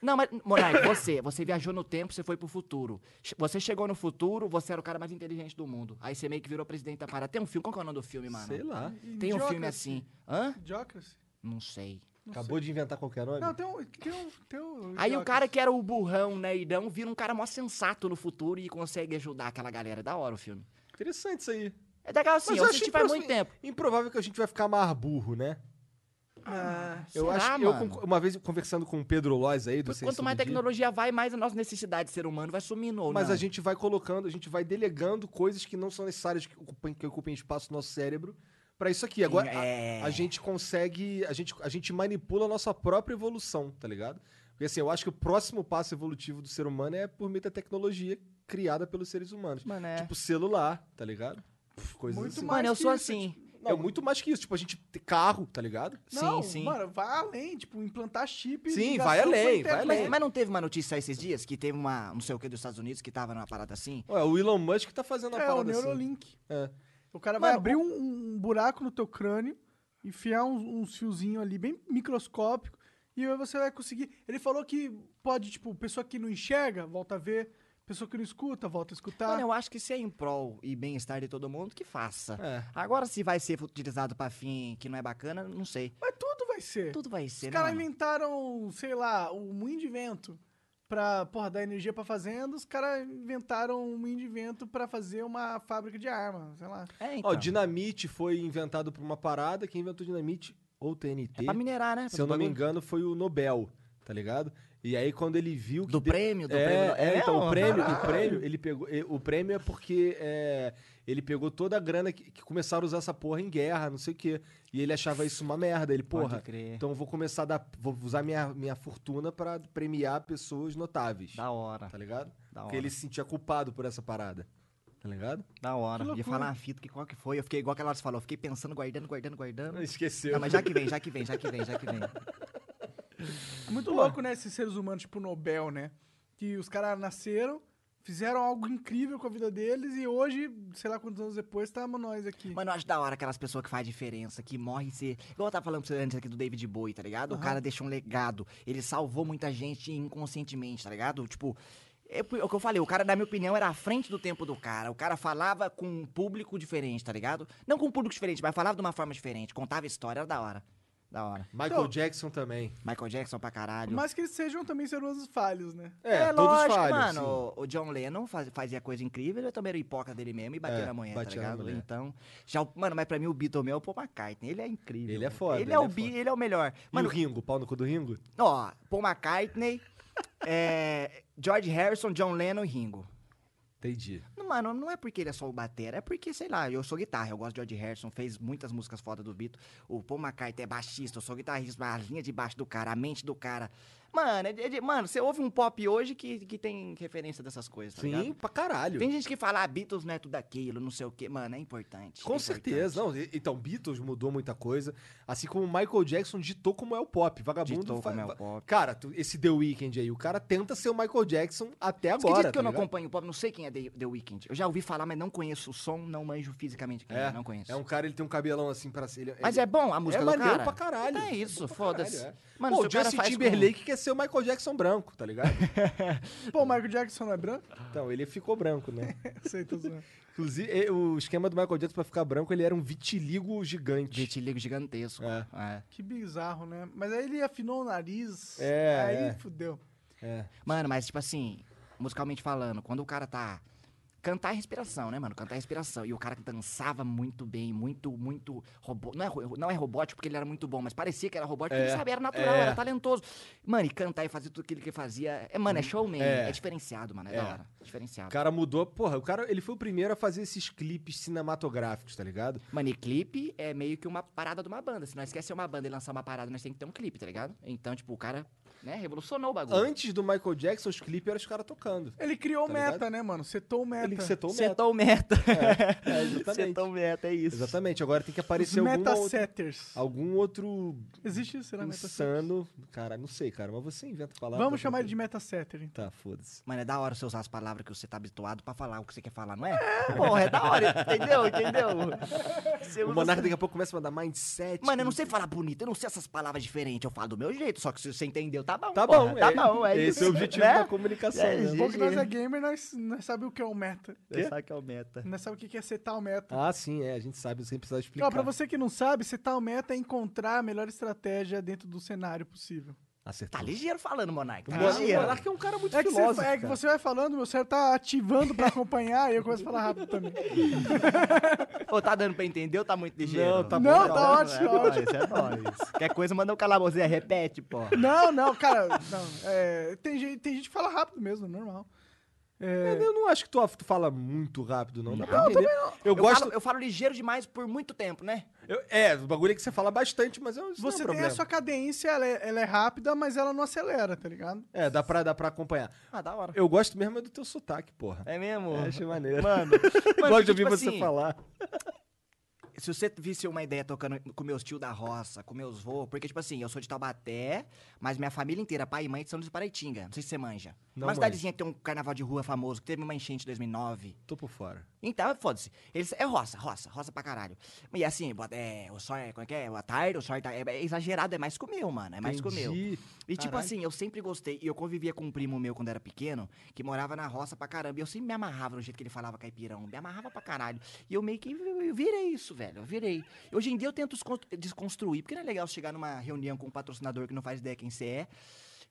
E: Não, mas, Monark, você, você viajou no tempo, você foi pro futuro. Che- Você chegou no futuro, você era o cara mais inteligente do mundo. Aí você meio que virou presidente da parada. Tem um filme, qual que é o nome do filme, mano?
B: Sei lá.
E: Tem um
A: Idiocracy.
E: filme assim. Hã?
A: Idiocracy?
E: Não sei.
B: Acabou de inventar qualquer nome?
A: Não, tem um. Tem um, tem um
E: Aí
A: Idiocracy.
E: o cara que era o burrão, né, idão, vira um cara mó sensato no futuro e consegue ajudar aquela galera. É Da hora o filme.
B: Interessante isso aí.
E: É legal assim,
B: Mas
E: eu
B: eu
E: assisti
B: achei
E: faz
B: próximo-
E: muito tempo.
B: Improvável que a gente vai ficar mais burro, né?
E: Ah,
B: Eu
E: será,
B: acho que eu,
E: mano?
B: conc- uma vez conversando com o Pedro Lois aí, do
E: Porque
B: Sem
E: Quanto
B: Segundo
E: mais
B: Dia,
E: tecnologia vai, mais a nossa necessidade de ser humano vai sumindo. Ou
B: Mas
E: não.
B: a gente vai colocando, a gente vai delegando coisas que não são necessárias, que ocupem, que ocupem espaço no nosso cérebro, pra isso aqui. Agora, a-
E: É.
B: a, gente consegue, a gente, a gente manipula a nossa própria evolução, tá ligado? Porque assim, eu acho que o próximo passo evolutivo do ser humano é por meio da tecnologia criada pelos seres humanos.
E: Mano, é.
B: Tipo celular, tá ligado? Coisas
A: Muito
B: assim.
A: mais
E: Mano, eu
A: que
E: sou
A: isso,
E: assim.
B: Não, muito mais que isso. Tipo, a gente tem carro, tá ligado?
A: Não,
E: sim, sim.
A: Mano, vai além, tipo, implantar chip.
B: Sim,
A: ligação
B: vai além,
A: com a
B: vai
A: internet. É,
B: além.
E: Mas, mas não teve uma notícia esses dias que teve uma, não sei o que, dos Estados Unidos que tava numa parada assim?
B: Ué, o Elon Musk tá fazendo a
A: É, o
B: parada assim.
A: Neurolink.
B: É.
A: O cara vai
E: Mano,
A: abrir um, um buraco no teu crânio, enfiar uns, uns fiozinhos ali bem microscópico, e aí você vai conseguir. Ele falou que pode, tipo, pessoa que não enxerga, volta a ver. Pessoa que não escuta, volta a escutar.
E: Mano, eu acho que se é em prol e bem-estar de todo mundo, que faça.
B: É.
E: Agora, se vai ser utilizado pra fim que não é bacana, não sei.
A: Mas tudo vai ser.
E: Tudo vai
A: Os
E: ser, né?
A: caras
E: mano?
A: inventaram, sei lá, o moinho de vento pra, porra, dar energia pra fazenda. Os caras inventaram um moinho de vento pra fazer uma fábrica de arma, sei lá.
E: É,
B: Ó,
E: então.
B: o dinamite foi inventado por uma parada. Quem inventou dinamite? Ou TNT.
E: É pra minerar, né?
B: se eu não me
E: Bagulho.
B: engano, foi o Nobel, tá ligado? E aí, quando ele viu que.
E: Do
B: de-
E: prêmio, do
B: é,
E: prêmio. né?
B: É, então, o
E: mano.
B: prêmio, o prêmio, ele pegou. e- O prêmio é porque é, ele pegou toda a grana que, que começaram a usar essa porra em guerra, não sei o quê. E ele achava isso uma merda. Ele,
E: Pode
B: porra,
E: crer.
B: então eu vou começar a dar. Vou usar minha, minha fortuna pra premiar pessoas notáveis.
E: Da hora,
B: Tá ligado?
E: da hora,
B: Porque ele se sentia culpado por essa parada. Tá ligado?
E: da hora.
A: Que
E: Ia
A: loucura.
E: falar a fita, que qual que foi? Eu fiquei igual aquela hora que você falou, eu fiquei pensando, guardando, guardando, guardando.
B: Esqueceu.
E: Não, mas já que vem, já que vem, já que vem, já que vem.
A: É muito louco, né, esses seres humanos, tipo Nobel, né? Que os caras nasceram, fizeram algo incrível com a vida deles e hoje, sei lá quantos anos depois, estamos nós aqui.
E: Mano, eu acho da hora aquelas pessoas que faz diferença, que morre e se. Igual eu tava falando pra você antes aqui do David Bowie, tá ligado? O cara deixou um legado. Ele salvou muita gente inconscientemente, tá ligado? Tipo. É o que eu falei, o cara, na minha opinião, era à frente do tempo do cara. O cara falava com um público diferente, tá ligado? Não com um público diferente, mas falava de uma forma diferente, contava história, era da hora. Da hora.
B: Michael
A: Então-
B: Jackson também.
E: Michael Jackson pra caralho.
A: Mas que eles sejam também seruanos falhos, né?
B: É, todos assim.
E: lógico,
B: falham,
E: mano.
B: sim.
E: O- O John Lennon faz- fazia coisa incrível, ele também era hipoca dele mesmo e bateu
B: É,
E: na mulher, tá
B: batia na
E: ligado?
B: mulher.
E: Então, já, o- mano, mas pra mim o Beatle meu é o Paul McCartney, ele é incrível.
B: Ele é
E: mano.
B: foda,
E: Ele,
B: ele
E: é,
B: é
E: o bi,
B: foda.
E: ele é o melhor.
B: Mano, e
E: Mano,
B: o Ringo, pau no cu do Ringo?
E: ó, Paul McCartney, é, George Harrison, John Lennon e Ringo.
B: Entendi.
E: Não, Mano, não é porque ele é só o batera, é porque, sei lá, eu sou guitarra, eu gosto de George Harrison, fez muitas músicas foda do Beatle. O Paul McCartney é baixista, eu sou guitarrista, mas a linha de baixo do cara, a mente do cara. Mano, é de- é de- mano você ouve um pop hoje que, que tem referência dessas coisas, tá ligado?
B: Sim, pra caralho.
E: Tem gente que fala, ah, Beatles não é tudo aquilo, não sei o quê. Mano, é importante. é
B: Com
E: importante.
B: certeza. Não, e- então, Beatles mudou muita coisa. Assim como Michael Jackson ditou como é o pop. Vagabundo
E: Ditou
B: fa-
E: como é o
B: fa-
E: pop.
B: Cara, tu- esse The Weeknd aí, o cara tenta ser o Michael Jackson até
E: Você acredita
B: agora.
E: que eu
B: tá
E: não
B: ligado?
E: acompanho o pop, não sei quem é The, The Weeknd. Eu já ouvi falar, mas não conheço o som, não manjo fisicamente quem é,
B: É,
E: não conheço.
B: É um cara, ele tem um cabelão assim pra ele-
E: Mas
B: ele-
E: é bom a música do
B: maneiro
E: cara?
B: pra caralho.
E: Então É
B: É
E: isso,
B: bom pra
E: foda-se.
B: caralho, é.
E: Mano,
B: Pô,
E: se
B: o
E: o cara
B: Justin
E: faz com-
B: Timberlake quer ser o Michael Jackson branco, tá ligado?
A: Pô, o Michael Jackson não é branco?
B: então, ele ficou branco, né?
A: Sei, tô zoando.
B: Inclusive, e- o esquema do Michael Jackson pra ficar branco, ele era um vitiligo gigante.
E: Vitiligo gigantesco.
B: É.
E: É.
A: Que bizarro, né? Mas aí ele afinou o nariz.
B: É,
A: Aí
B: é.
A: fudeu.
B: É.
E: Mano, mas tipo assim, musicalmente falando, quando o cara tá. Cantar é respiração, né, mano? Cantar é respiração. E o cara dançava muito bem, muito, muito robô. Não é, ro- não é robótico porque ele era muito bom, mas parecia que era robótico porque
B: É,
E: ele sabia, era natural,
B: é.
E: era talentoso. Mano, e cantar e fazer tudo aquilo que ele fazia. É, mano, é showman.
B: É.
E: É, diferenciado, mano. É,
B: É.
E: da hora.
B: O
E: Diferenciado.
B: cara mudou, porra, o cara, ele foi o primeiro a fazer esses clipes cinematográficos, tá ligado?
E: Mano, e clipe é meio que uma parada de uma banda. Se nós esquecer uma banda e lançar uma parada, nós temos que ter um clipe, tá ligado? Então, tipo, o cara, né, revolucionou o bagulho.
B: Antes do Michael Jackson, os clipes eram os caras tocando.
A: Ele criou
B: Tá
A: meta,
B: ligado?
A: né, mano? Setou
E: É,
A: o meta.
E: tá.
B: Ele que setou o meta.
E: Setou meta. tá-
B: É, exatamente.
E: Setou meta, é isso.
B: Exatamente, agora tem que
A: Os
B: aparecer algum outro,
A: metasetters.
B: alguum outro
A: Existe isso, né? Metasetter.
B: insano. Cara, não sei, cara, mas você inventa palavras.
A: Vamos chamar ele de metasetter, então.
B: Tá, foda-se.
E: Mano, é da hora você usar as palavras que você tá habituado pra falar o que você quer falar, não é? Porra, é da hora, entendeu? Entendeu? Você
B: O
E: usa-
B: Monarca daqui a pouco começa a mandar mindset.
E: Mano, eu não sei falar bonito, eu não sei essas palavras diferentes, eu falo do meu jeito, só que se você entendeu, tá bom.
B: Tá
E: porra,
B: bom,
E: tá
B: é-
E: bom, é
B: Esse
E: isso.
B: é o objetivo
E: né?
B: da comunicação,
E: É,
B: né?
E: gente.
A: Bom que nós
E: GG.
A: é gamer, nós, nós sabemos o que é o meta.
E: Pensar que é o meta.
A: Nós sabemos o que é setar o meta.
B: Ah, sim, é, a gente sabe, sem precisar explicar.
A: Ó, pra você que não sabe, setar o meta é encontrar a melhor estratégia dentro do cenário possível.
B: Acertou.
E: Tá ligeiro falando, Monark, tá
B: Mon- o
E: ligeiro.
B: Monarca é um cara muito
A: É que,
B: filósofo,
A: você, é que
B: cara.
A: você vai falando, meu cérebro tá ativando pra acompanhar e eu começo a falar rápido também.
E: Ou tá dando pra entender ou tá muito ligeiro?
B: Não, tá né?
A: bom, Não, tá tá bom. ótimo,
E: É nóis,
A: ótimo.
E: é nóis. Qualquer coisa, manda um calabouzinho, repete, pô.
A: Não, não, cara, não. É, tem, gente, tem gente que fala rápido mesmo, é normal. É,
B: Eu não acho que tu, tu fala muito rápido, não. Dá pra
E: Não,
B: entender. Eu, gosto.
E: Falo, eu falo ligeiro demais por muito tempo, né?
B: eu- é, o bagulho é que você fala bastante, mas eu, isso não é um
A: você tem
B: problema.
A: a sua cadência, ela é, ela é rápida, mas ela não acelera, tá ligado?
B: É, dá pra, dá pra acompanhar.
E: Ah, da hora.
B: Eu gosto mesmo é do teu sotaque, porra.
E: É mesmo?
B: É, achei maneiro.
E: Mano,
B: Eu
E: mano,
B: gosto de
E: porque,
B: ouvir
E: tipo
B: você
E: assim,
B: falar.
E: Se você visse uma ideia tocando com meus tios da roça, com meus vô, porque, tipo assim, eu sou de Taubaté, mas minha família inteira, pai e mãe, são de Paraitinga. Não sei se você manja.
B: Não
E: uma
B: manjo.
E: cidadezinha que tem um carnaval de rua famoso, que teve uma enchente em 2009.
B: Tô por fora.
E: Então, foda-se. Eles, é roça, roça, roça pra caralho. E assim, bota- é, o sol é, como é que é? A tarde, o sol tá, é, é exagerado, é mais comeu, mano. É mais comeu.
B: Entendi.
E: E tipo
B: Caralho.
E: assim, eu sempre gostei, e eu convivia com um primo meu quando era pequeno, que morava na roça pra caramba, e eu sempre me amarrava no jeito que ele falava caipirão, me amarrava pra caralho. E eu meio que vi- eu virei isso, velho, eu virei. Hoje em dia eu tento descon- desconstruir, porque não é legal chegar numa reunião com um patrocinador que não faz ideia quem você é,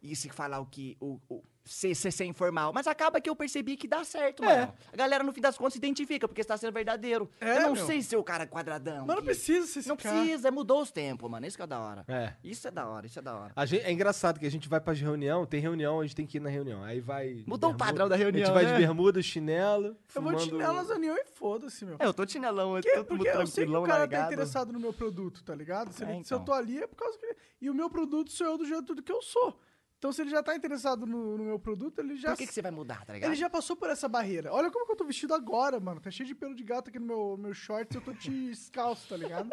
E: e se falar o que... O, o, ser, ser, ser é informal. Mas acaba que eu percebi que dá certo, mano. A galera, no fim das contas, se identifica, porque você tá sendo verdadeiro.
A: É,
E: eu não
A: meu.
E: sei ser o cara quadradão.
A: Mas não
E: que-
A: precisa se
E: Não precisa, mudou os tempos, mano. Isso que é da hora.
B: É.
E: Isso é da hora, isso é da hora.
B: A gente- é engraçado que a gente vai pra reunião, tem reunião, a gente tem que ir na reunião. Aí vai.
E: Mudou o
B: bermuda-
E: padrão da
B: A
E: reunião,
B: gente vai de
E: né?
B: bermuda, chinelo.
A: Eu vou
B: fumando-
A: te dar nas união e foda-se, meu.
E: É, eu tô chinelão, eu
A: Porque-
E: tô
A: porque eu sei que o
E: tranquilão,
A: cara tá
E: largado.
A: interessado no meu produto, tá ligado? Se,
E: É,
A: ele- se eu
E: então.
A: tô ali é por causa que. E o meu produto sou eu do jeito do que eu sou. Então, se ele já tá interessado no, no meu produto, ele já.
E: Por que, que você vai mudar, tá ligado?
A: Ele já passou por essa barreira. Olha como que eu tô vestido agora, mano. Tá cheio de pelo de gato aqui no meu, meu shorts, eu tô descalço, tá ligado?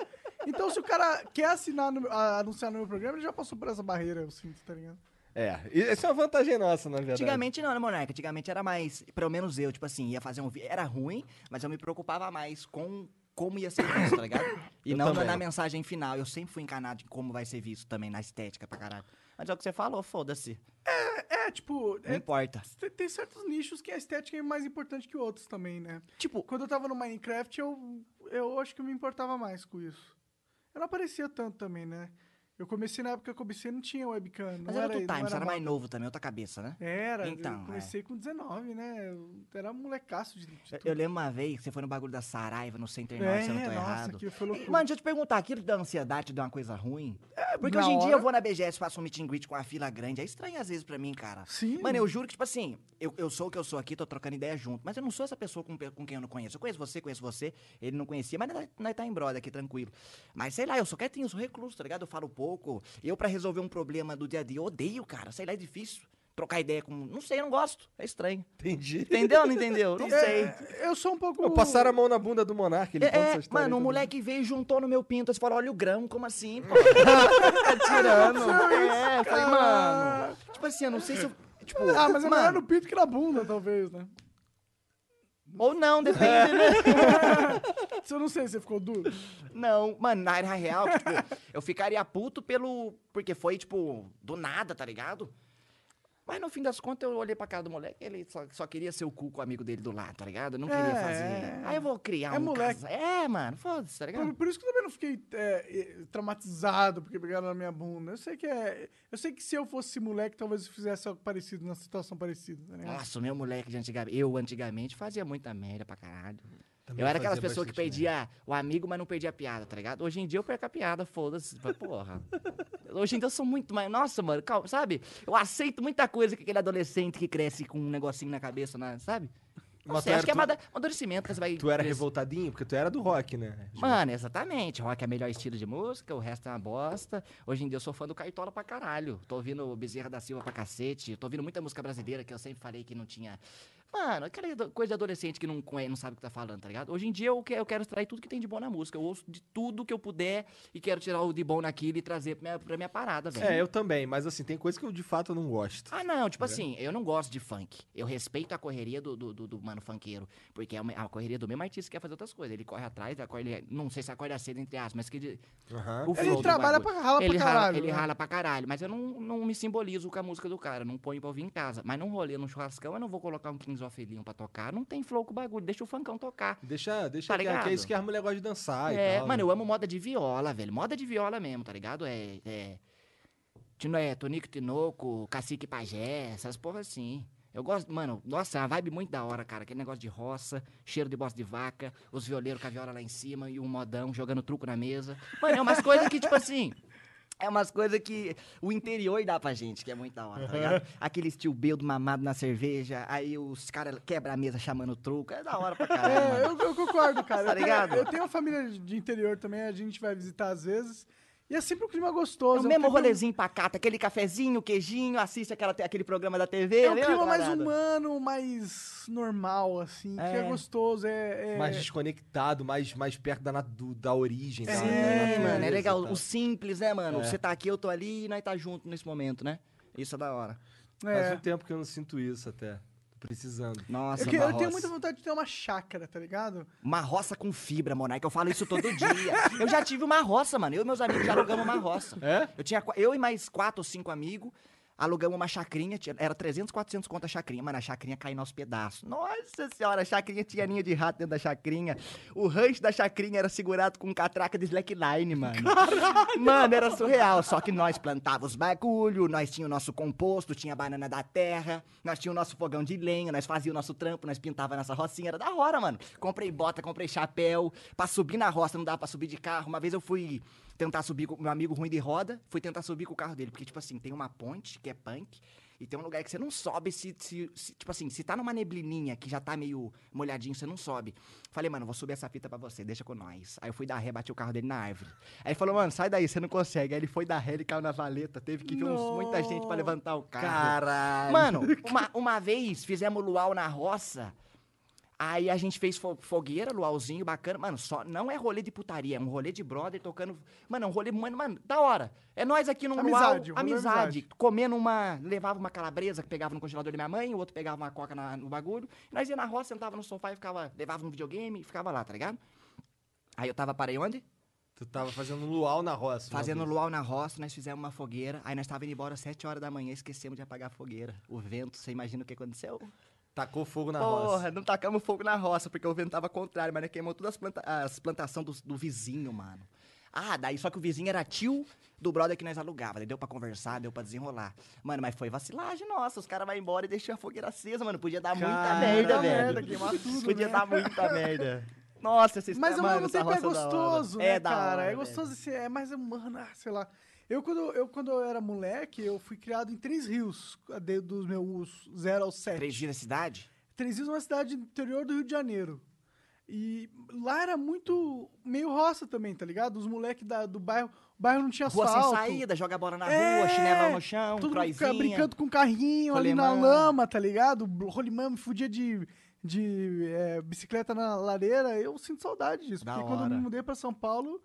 A: Então, se o cara quer assinar no meu- a- anunciar no meu programa, ele já passou por essa barreira, eu sinto, tá ligado?
B: É, e- essa é uma vantagem nossa, na verdade.
E: Antigamente não, né, Monarca? Antigamente era mais, pelo menos eu, tipo assim, ia fazer um vídeo, era ruim, mas eu me preocupava mais com como ia ser visto, tá ligado? E
B: Eu
E: não na,
B: também.
E: na mensagem final, eu sempre fui encanado em como vai ser visto também, na estética pra caralho. Mas é o que você falou, foda-se,
A: É, tipo.
E: não
A: é-
E: importa.
A: tem- tem certos nichos que a estética é mais importante que outros também, né?
E: Tipo,
A: Quando eu tava no Minecraft, eu, eu acho que eu me importava mais com isso. Eu não aparecia tanto também, né? Eu comecei na época que eu comecei não tinha webcam. Não
E: Mas
A: era
E: era
A: não
E: outro time, você era
A: era
E: mais novo também, outra cabeça, né?
A: Era,
E: Então,
A: eu comecei com 19, né? Eu era molecaço de, de
E: Eu,
A: tudo.
E: eu lembro uma vez que você foi no bagulho da Saraiva, no Center Norte,
A: é,
E: se eu não tô
A: nossa,
E: errado.
A: aquilo foi loucura.
E: Mano, deixa eu te perguntar, aquilo da ansiedade te deu uma coisa ruim? É, porque
A: Na
E: hoje em dia
A: hora-
E: eu vou na BGS, faço um meet and greet com a fila grande, é estranho às vezes pra mim, cara.
A: Sim.
E: Mano, eu juro que, tipo assim, eu, eu sou o que eu sou aqui, tô trocando ideia junto, mas eu não sou essa pessoa com, pe- com quem eu não conheço. Eu conheço você, conheço você, ele não conhecia, mas nós, nós tá em brother aqui, tranquilo. Mas sei lá, eu sou quietinho, eu sou recluso, tá ligado? Eu falo pouco. Eu, pra resolver um problema do dia a dia, eu odeio, cara, sei lá, é difícil. Trocar ideia com. Não sei, eu não gosto. É estranho.
H: Entendi.
E: Entendeu ou não entendeu? Não sei.
A: É, eu sou um pouco.
H: Eu passaram a mão na bunda do Monark, ele
E: É,
H: conta
E: é,
H: essa história.
E: mano,
H: aí
E: um
H: todo
E: moleque veio e juntou no meu pinto. Você falou, olha o grão, como assim? pô?
H: mundo. tirando.
E: é, eu falei, mano. Tipo assim, eu não sei se eu. Tipo,
A: Ah, mas é melhor
E: mano,
A: no pinto que na bunda, talvez, né?
E: Ou não, depende, né?
A: Se eu não sei, você ficou duro.
E: Não, mano, na área real, que, tipo, eu ficaria puto pelo. Porque foi, tipo, do nada, tá ligado? Mas no fim das contas, eu olhei pra cara do moleque, ele só, só queria ser o cu com o amigo dele do lado, tá ligado? Eu não queria
A: É,
E: fazer.
A: é.
E: Aí eu vou criar
A: É
E: um.
A: moleque.
E: casa- É, mano, foda-se, tá ligado?
A: Por, por isso que eu também não fiquei é, eh, traumatizado porque pegaram na minha bunda. Eu sei que é. Eu sei que se eu fosse moleque, talvez eu fizesse algo parecido, numa situação parecida,
B: É.
A: tá ligado?
E: Nossa, o meu moleque de antigamente. Eu antigamente fazia muita merda pra caralho.
B: Também
E: eu era aquelas
B: fazia
E: pessoas que
B: bastante
E: perdia o amigo, mas não perdia a piada, tá ligado? Hoje em dia eu perco a piada, foda-se. Fala, Porra. Hoje em dia eu sou muito mais. Nossa, mano, calma, sabe? Eu aceito muita coisa que aquele adolescente que cresce com um negocinho na cabeça, na- sabe? Não
B: Mas
E: sei,
B: tu
E: acho que é
B: era-
E: amada- amadurecimento, que você vai.
B: Tu era
E: crescer.
B: revoltadinho? Porque tu era do rock, né?
E: Mano, exatamente. Rock é o melhor estilo de música, o resto é uma bosta. Hoje em dia eu sou fã do Cartola pra caralho. Tô ouvindo o Bezerra da Silva pra cacete. Tô ouvindo muita música brasileira que eu sempre falei que não tinha. Mano, aquela do- coisa de adolescente que não, conhe- não sabe o que tá falando, tá ligado? Hoje em dia eu, que- eu quero extrair tudo que tem de bom na música. Eu ouço de tudo que eu puder e quero tirar o de bom naquilo e trazer pra minha, pra minha parada, velho.
B: É, eu também, mas assim, tem coisa que eu de fato não gosto.
E: Ah, não, tipo assim, eu não gosto de funk. Eu respeito a correria do, do, do- do mano funkeiro, porque é uma- a correria do mesmo artista que quer fazer outras coisas. Ele corre atrás, acorda, ele- não sei se acorda cedo, entre aspas, mas que de-
B: Aham.
E: o flow
A: Ele
E: do
A: trabalha
E: Ah, bagulho.
A: pra rala
E: ele
A: pra
E: rala,
A: caralho.
E: ele
A: né?
E: rala pra caralho, mas eu não, não me simbolizo com a música do cara, não ponho pra ouvir em casa. Mas num rolê, num churrascão, eu não vou colocar um Kings of Leon pra tocar, não tem flow com o bagulho, deixa o funkão tocar.
B: Deixa, deixa
E: Tá
B: que, é- que é
E: ligado?
B: isso que as mulheres gostam de
A: Ah,
B: dançar e
E: é,
A: então,
B: tal.
A: né?
B: né?
E: mano, eu amo moda de viola, velho, moda de viola mesmo, tá ligado? É, é, Tino- é Tonico Tinoco, Cacique Pajé, essas porra assim. Eu gosto, mano, nossa, é uma vibe muito da hora, cara. Aquele negócio de roça, cheiro de bosta de vaca, os violeiros com a viola lá em cima e um modão jogando truco na mesa. Mano, é umas coisas que, tipo assim, é umas coisas que o interior dá pra gente, que é muito da hora, tá ligado? Aquele estilo beldo mamado na cerveja, aí os caras quebram a mesa chamando o truco. É da hora pra caralho,
A: É,
E: mano.
A: eu, eu concordo, cara.
E: Tá
A: Eu tenho-
E: ligado?
A: Eu tenho uma família de- de interior também, a gente vai visitar às vezes. E é sempre um clima gostoso.
E: É o
A: um
E: mesmo
A: clima-
E: rolezinho pacato, aquele cafezinho, queijinho, assiste aquela, aquele programa da TV.
A: É
E: né, a
A: um
E: mesma
A: clima mais
E: parada.
A: humano, mais normal, assim, que é
E: É.
A: gostoso. É, é-
B: Mais desconectado, mais, mais perto da, na- do- da origem. da-
A: Sim,
B: da
E: Sim, mano, é
B: natureza,
E: legal.
B: tá?
E: O simples, né, mano?
B: É.
E: Você tá aqui, eu tô ali e nós tá junto nesse momento, né? Isso é da hora.
A: é.
B: Faz um tempo que eu não sinto isso até. Tô precisando.
E: Nossa,
A: Eu, que- eu
E: uma, roça.
A: tenho muita vontade de ter uma chácara, tá ligado?
E: uma roça com fibra, Monarca. Eu falo isso todo dia. eu já tive uma roça, mano. Eu e meus amigos já alugamos uma roça.
B: É?
E: Eu tinha qua- eu e mais quatro ou cinco amigos. Alugamos uma chacrinha, tinha- era 300, 400 conto a chacrinha, mano, a chacrinha caiu nos pedaços. Nossa senhora, a chacrinha tinha ninho de rato dentro da chacrinha. O rancho da chacrinha era segurado com catraca de slackline, mano. Mano, era surreal, só que nós plantávamos os bagulho, nós tinha o nosso composto, tinha a banana da terra, nós tinha o nosso fogão de lenha, nós fazia o nosso trampo, nós pintava a nossa rocinha, era da hora, mano. Comprei bota, comprei chapéu, pra subir na roça não dava pra subir de carro. Uma vez eu fui tentar subir com meu amigo ruim de roda, fui tentar subir com o carro dele. Porque, tipo assim, tem uma ponte que é punk. E tem um lugar que você não sobe se, se- se- Tipo assim, se tá numa neblininha que já tá meio molhadinho, você não sobe. Falei, mano, vou subir essa fita pra você, deixa com nós. Aí eu fui dar ré, bati o carro dele na árvore. Aí ele falou, mano, sai daí, você não consegue. Aí ele foi dar ré, ele caiu na valeta, teve que vir uns- muita gente pra levantar o carro.
B: Caralho.
E: Mano, uma, uma vez fizemos luau na roça. Aí a gente fez fo- fogueira, luauzinho bacana. Mano, só não é rolê de putaria, é um rolê de brother tocando. Mano, é um rolê, mano, mano, da hora. É nós aqui num
A: Amizade,
E: luau,
A: rolê
E: amizade,
A: amizade.
E: comendo uma, levava uma calabresa que pegava no congelador da minha mãe, o outro pegava uma coca na- no bagulho. Nós ia na roça, sentava no sofá e ficava, levava um videogame e ficava lá, tá ligado? Aí eu tava parei onde?
B: Tu tava fazendo um luau na roça. uma
E: Fazendo
B: vez.
E: luau na roça, nós fizemos uma fogueira. Aí nós tava indo embora às 7 horas da manhã, esquecemos de apagar a fogueira. O vento, você imagina o que aconteceu?
B: Tacou fogo na roça.
E: Porra, não tacamos fogo na roça, porque o vento tava contrário, mas nós queimou todas as, planta as plantações do, do vizinho, mano. Ah, daí só que o vizinho era tio do brother que nós alugava. Daí deu pra conversar, deu pra desenrolar. Mano, mas foi vacilagem nossa. Os caras vão embora e deixam a fogueira acesa, mano. Podia dar muita
A: Cara,
E: merda,
A: dá
E: velho.
A: merda, queimar tudo,
E: Podia
A: né?
E: dar muita merda. Nossa, esses
A: Mas ao
E: mano,
A: mesmo
E: essa
A: tempo é
E: roça da hora.
A: gostoso, né,
E: da
A: cara?
E: hora,
A: é gostoso, esse, é mais humano, ah, sei lá. Eu quando, eu, quando eu era moleque, eu fui criado em Três Rios, de- dos meus 0 aos 7.
E: velho. Três dias na cidade?
A: Três Rios é uma cidade do interior do Rio de Janeiro. E lá era muito meio roça também, tá ligado? Os moleques do bairro, o bairro não tinha
E: Rua
A: asfalto.
E: sem assim, saída, joga bola na
A: É,
E: rua, chinelão no chão,
A: Todo mundo
E: croizinha.
A: ficava brincando com um carrinho ali na
E: rolemã.
A: lama, tá ligado? Bl- Rolimã me fudia de, de é, bicicleta na lareira. Eu sinto saudade disso.
E: Da
A: porque quando eu me
E: hora.
A: mudei pra São Paulo,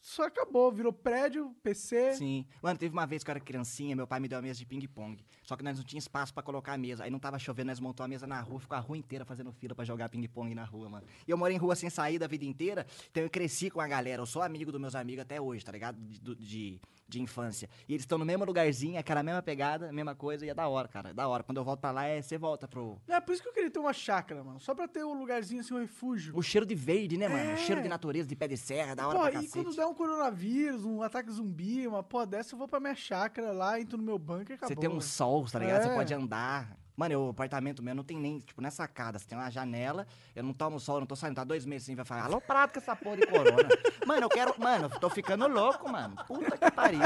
A: só acabou. Virou prédio, PC.
E: Sim. Mano, teve uma vez que eu era criancinha, meu pai me deu uma mesa de ping-pong. Só que nós não tinha espaço pra colocar a mesa. Aí não tava chovendo, nós montou a mesa na rua, ficou a rua inteira fazendo fila pra jogar ping-pong na rua, mano. E eu morei em rua sem saída a vida inteira, então eu cresci com a galera. Eu sou amigo dos meus amigos até hoje, tá ligado? De, do- de, de infância. E eles estão no mesmo lugarzinho, aquela mesma pegada, mesma coisa, e é da hora, cara. É da hora. Quando eu volto pra lá, é você volta pro.
A: É por isso que eu queria ter uma chácara, mano. Só pra ter um lugarzinho assim, um refúgio.
E: O cheiro de verde, né, mano?
A: É.
E: O cheiro de natureza, de pé de serra, é da hora
A: Pô,
E: pra
A: e
E: cacete.
A: quando der um coronavírus, um ataque zumbi, uma porra dessa, eu vou pra minha chácara lá, entro no meu banco e acabou.
E: Você tem um
A: mano.
E: sol, tá ligado? Você
A: É.
E: pode andar. Mano, eu, o apartamento meu não tem nem, tipo, nessa sacada. Você tem uma janela, eu não tomo sol, eu não tô saindo. Tá dois meses sem vai falar, alô, prato com essa porra de corona. mano, eu quero. Mano, eu tô ficando louco, mano. Puta que pariu.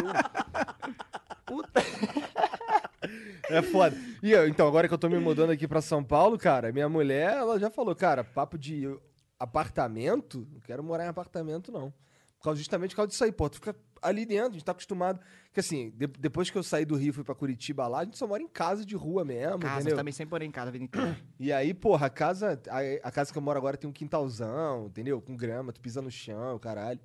E: Puta.
B: É foda. E eu, então, agora que eu tô me mudando aqui pra São Paulo, cara, minha mulher, ela já falou, cara, papo de apartamento, não quero morar em apartamento, não. Por causa, justamente por causa disso aí, pô. Tu fica ali dentro, a gente tá acostumado. Porque assim, de- depois que eu saí do Rio e fui pra Curitiba lá, a gente só mora em casa de rua mesmo,
E: Casa, eu
B: entendeu?
E: também sempre morei em casa a vida inteira.
B: E aí, porra, a casa, a, a casa que eu moro agora tem um quintalzão, entendeu? Com grama, tu pisa no chão, caralho.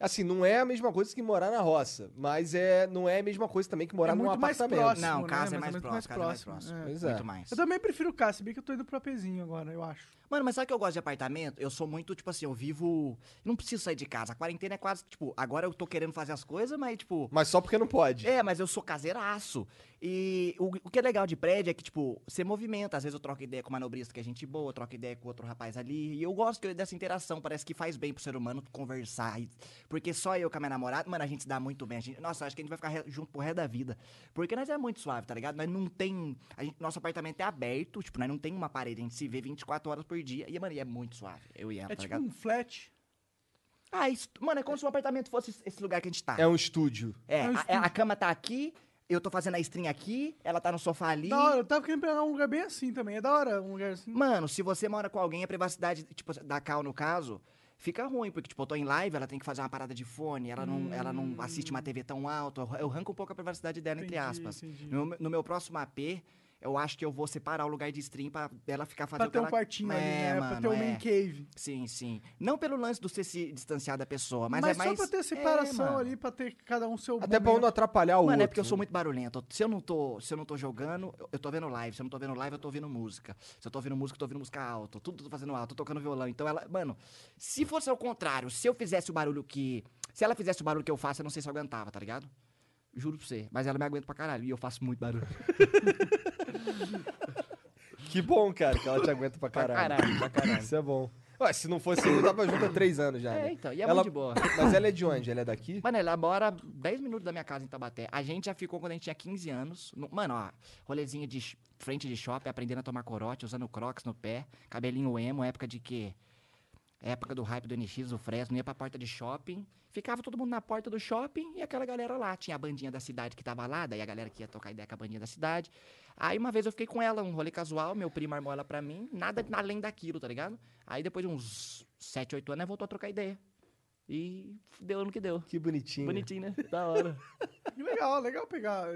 B: Assim, não é a mesma coisa que morar na roça, mas é, não é a mesma coisa também que morar
A: É
B: num
A: muito mais
B: apartamento.
A: próximo,
E: não,
A: né?
E: casa é
A: Mais
E: mais
A: ou menos
E: próximo,
A: mais
E: casa é mais
A: próximo,
E: próximo.
A: é.
B: Pois é.
E: Muito mais.
A: Eu também prefiro o Cássio, bem que eu tô indo pro apezinho agora, eu acho.
E: Mano, mas sabe que eu gosto de apartamento? Eu sou muito, tipo assim, eu vivo. Não preciso sair de casa. A quarentena é quase, tipo, agora eu tô querendo fazer as coisas, mas, tipo,
B: Mas só porque não pode.
E: É, mas eu sou caseiraço. E o, o que é legal de prédio é que, tipo, você movimenta. Às vezes eu troco ideia com o manobrista, que é gente boa, eu troco ideia com outro rapaz ali. E eu gosto que- dessa interação. Parece que faz bem pro ser humano conversar. e- porque só eu com a minha namorada, mano, a gente se dá muito bem. A gente, nossa, acho que a gente vai ficar re- junto pro resto da vida. Porque nós é muito suave, tá ligado? Nós não tem. a gente- nosso apartamento é aberto, tipo, nós não tem uma parede. A gente se vê 24 horas por dia. E, mano, e é muito suave. Eu e ela,
A: É
E: tá
A: tipo
E: ligado?
A: um flat.
E: Ah, isso, mano, é como se o apartamento fosse esse- esse lugar que a gente tá.
B: É um estúdio.
E: É,
A: É um
E: a,
A: estúdio.
E: a cama tá aqui, eu tô fazendo a string aqui, ela tá no sofá ali.
A: Da hora, eu tava querendo pegar um lugar bem assim também. É da hora um lugar assim.
E: Mano, se você mora com alguém, a privacidade, tipo, da Cal, no caso, fica ruim, porque, tipo, eu tô em live, ela tem que fazer uma parada de fone, ela
A: Hum.
E: não, ela não assiste uma TV tão alta, eu arranco um pouco a privacidade dela, entre
A: Entendi,
E: aspas.
A: entendi.
E: No, meu- no meu próximo AP, eu acho que eu vou separar o lugar de stream pra ela ficar
A: Pra ter
E: fazendo o que
A: um
E: ela-
A: quartinho ali,
E: É,
A: né? pra
E: mano,
A: ter um
E: é.
A: main cave.
E: Sim, sim. Não pelo lance do você se distanciar da pessoa, mas,
A: Mas,
E: é mais...
A: só pra ter
E: É,
A: separação
E: mano.
A: ali, pra ter cada um seu
B: Até pra um
A: momento.
B: não atrapalhar o
E: Mano,
B: outro.
E: é porque eu sou muito barulhento. Se eu não tô, se eu não tô jogando, eu, eu tô vendo live. Se eu não tô vendo live, eu tô ouvindo música. Se eu tô ouvindo música, eu tô ouvindo música alto. Tudo tô fazendo alto, tô tocando violão. Então ela, mano, se fosse ao contrário, se eu fizesse o barulho que, se ela fizesse o barulho que eu faço, eu não sei se eu aguentava, tá ligado? Juro pra você, mas ela me aguenta pra caralho e eu faço muito barulho.
B: Que bom, cara, que ela te aguenta pra
E: Pra
B: caralho.
E: caralho, pra caralho.
B: Isso é bom. Ué, se não fosse eu, tava junto há três anos já. né?
E: É, então, e é
B: Ela-
E: muito de boa.
B: Mas ela é de onde? Ela é daqui?
E: Mano, ela mora 10 minutos da minha casa em Tabaté. A gente já ficou quando a gente tinha 15 anos. No- mano, ó, rolezinho de sh- frente de shopping, aprendendo a tomar corote, usando crocs no pé, cabelinho emo, época de quê? Época do hype do NX, do Fresno, ia pra porta de shopping. Ficava todo mundo na porta do shopping e aquela galera lá. Tinha a bandinha da cidade que tava lá, daí a galera que ia tocar ideia com a bandinha da cidade. Aí uma vez eu fiquei com ela, um rolê casual, meu primo armou ela pra mim, nada além daquilo, tá ligado? Aí depois de uns 7, 8 anos, ela voltou a trocar ideia. E deu no que deu.
B: Que bonitinho.
E: Bonitinho, né? Da hora.
A: Legal, legal pegar,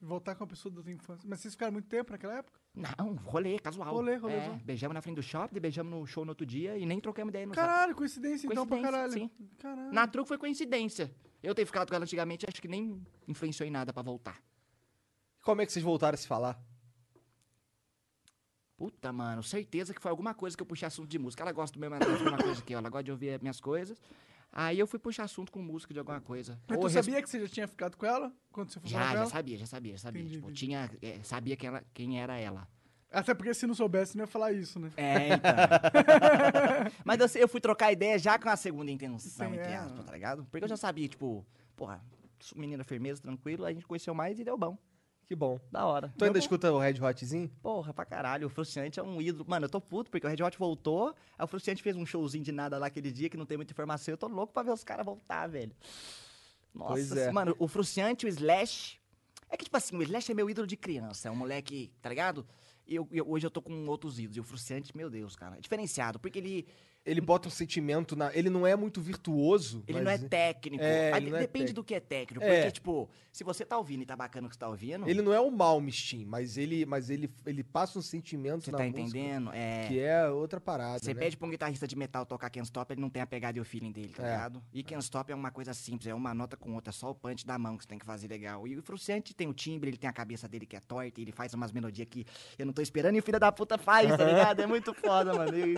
A: voltar com a pessoa da tua infância. Mas vocês ficaram muito tempo naquela época?
E: Não, rolê, casual.
A: Rolê, rolê,
E: É,
A: rolê.
E: beijamos na frente do shopping, beijamos no show no outro dia e nem trocamos ideia no zap.
A: Caralho, coincidência, então pra caralho.
E: Coincidência,
A: Caralho.
E: Na truco foi coincidência. Eu ter ficado com ela antigamente, acho que nem influenciou em nada pra voltar.
B: Como é que vocês voltaram a se falar?
E: Puta, mano, certeza que foi alguma coisa que eu puxei assunto de música. Ela gosta do mesmo assunto de alguma coisa que eu, ela gosta de ouvir minhas coisas. Aí eu fui puxar assunto com música de alguma coisa.
A: Mas
E: Ou
A: tu
E: res-
A: sabia que você já tinha ficado com ela? Quando você foi falar
E: Já,
A: com
E: já
A: ela?
E: sabia, já sabia, já sabia.
A: Entendi,
E: tipo,
A: entendi.
E: tinha, é, sabia quem, ela, quem era ela.
A: Até porque se não soubesse, não ia falar isso, né?
E: É, então. Mas eu, sei- eu fui trocar ideia já com a segunda intenção,
A: Sim,
E: entre
A: é.
E: aspas, tá ligado? Porque eu já sabia, tipo, porra, sou menina firmeza, tranquilo, a gente conheceu mais e deu bom.
B: Que bom.
E: Da hora.
B: Tu ainda
E: Deu Tá bom.
B: escuta o Red Hotzinho?
E: Porra, pra caralho, o Fruciante é um ídolo. Mano, eu tô puto porque o Red Hot voltou, aí o Fruciante fez um showzinho de nada lá aquele dia que não tem muita informação, eu tô louco pra ver os caras voltar, velho. Nossa,
B: Pois é.
E: mano, o Fruciante, o Slash. É que, tipo assim, o Slash é meu ídolo de criança, é um moleque, tá ligado? E eu- eu- hoje eu tô com outros ídolos. E o Fruciante, meu Deus, cara, é diferenciado, porque ele,
B: Ele bota um sentimento na. Ele não é muito virtuoso.
E: ele
B: mas
E: não é técnico.
B: É,
E: Aí
B: ele
E: de-
B: não é
E: depende
B: técnico.
E: do que é técnico.
B: É.
E: Porque, tipo, se você tá ouvindo e tá bacana o que você tá ouvindo,
B: Ele não é o mal Mistin, mas ele, mas ele, ele passa um sentimento
E: você
B: na
E: tá
B: música
E: entendendo? É.
B: que é outra parada,
E: Você
B: né?
E: pede pra um guitarrista de metal tocar Can't Stop, ele não tem a pegada e o feeling dele, tá
B: É.
E: ligado? E Can't Stop é uma coisa simples, é uma nota com outra, é só o punch da mão que você tem que fazer legal. E o Fruciante tem o timbre, ele tem a cabeça dele que é torta, ele faz umas melodias que eu não tô esperando e o filho da puta faz, tá ligado? É muito foda, mano. E-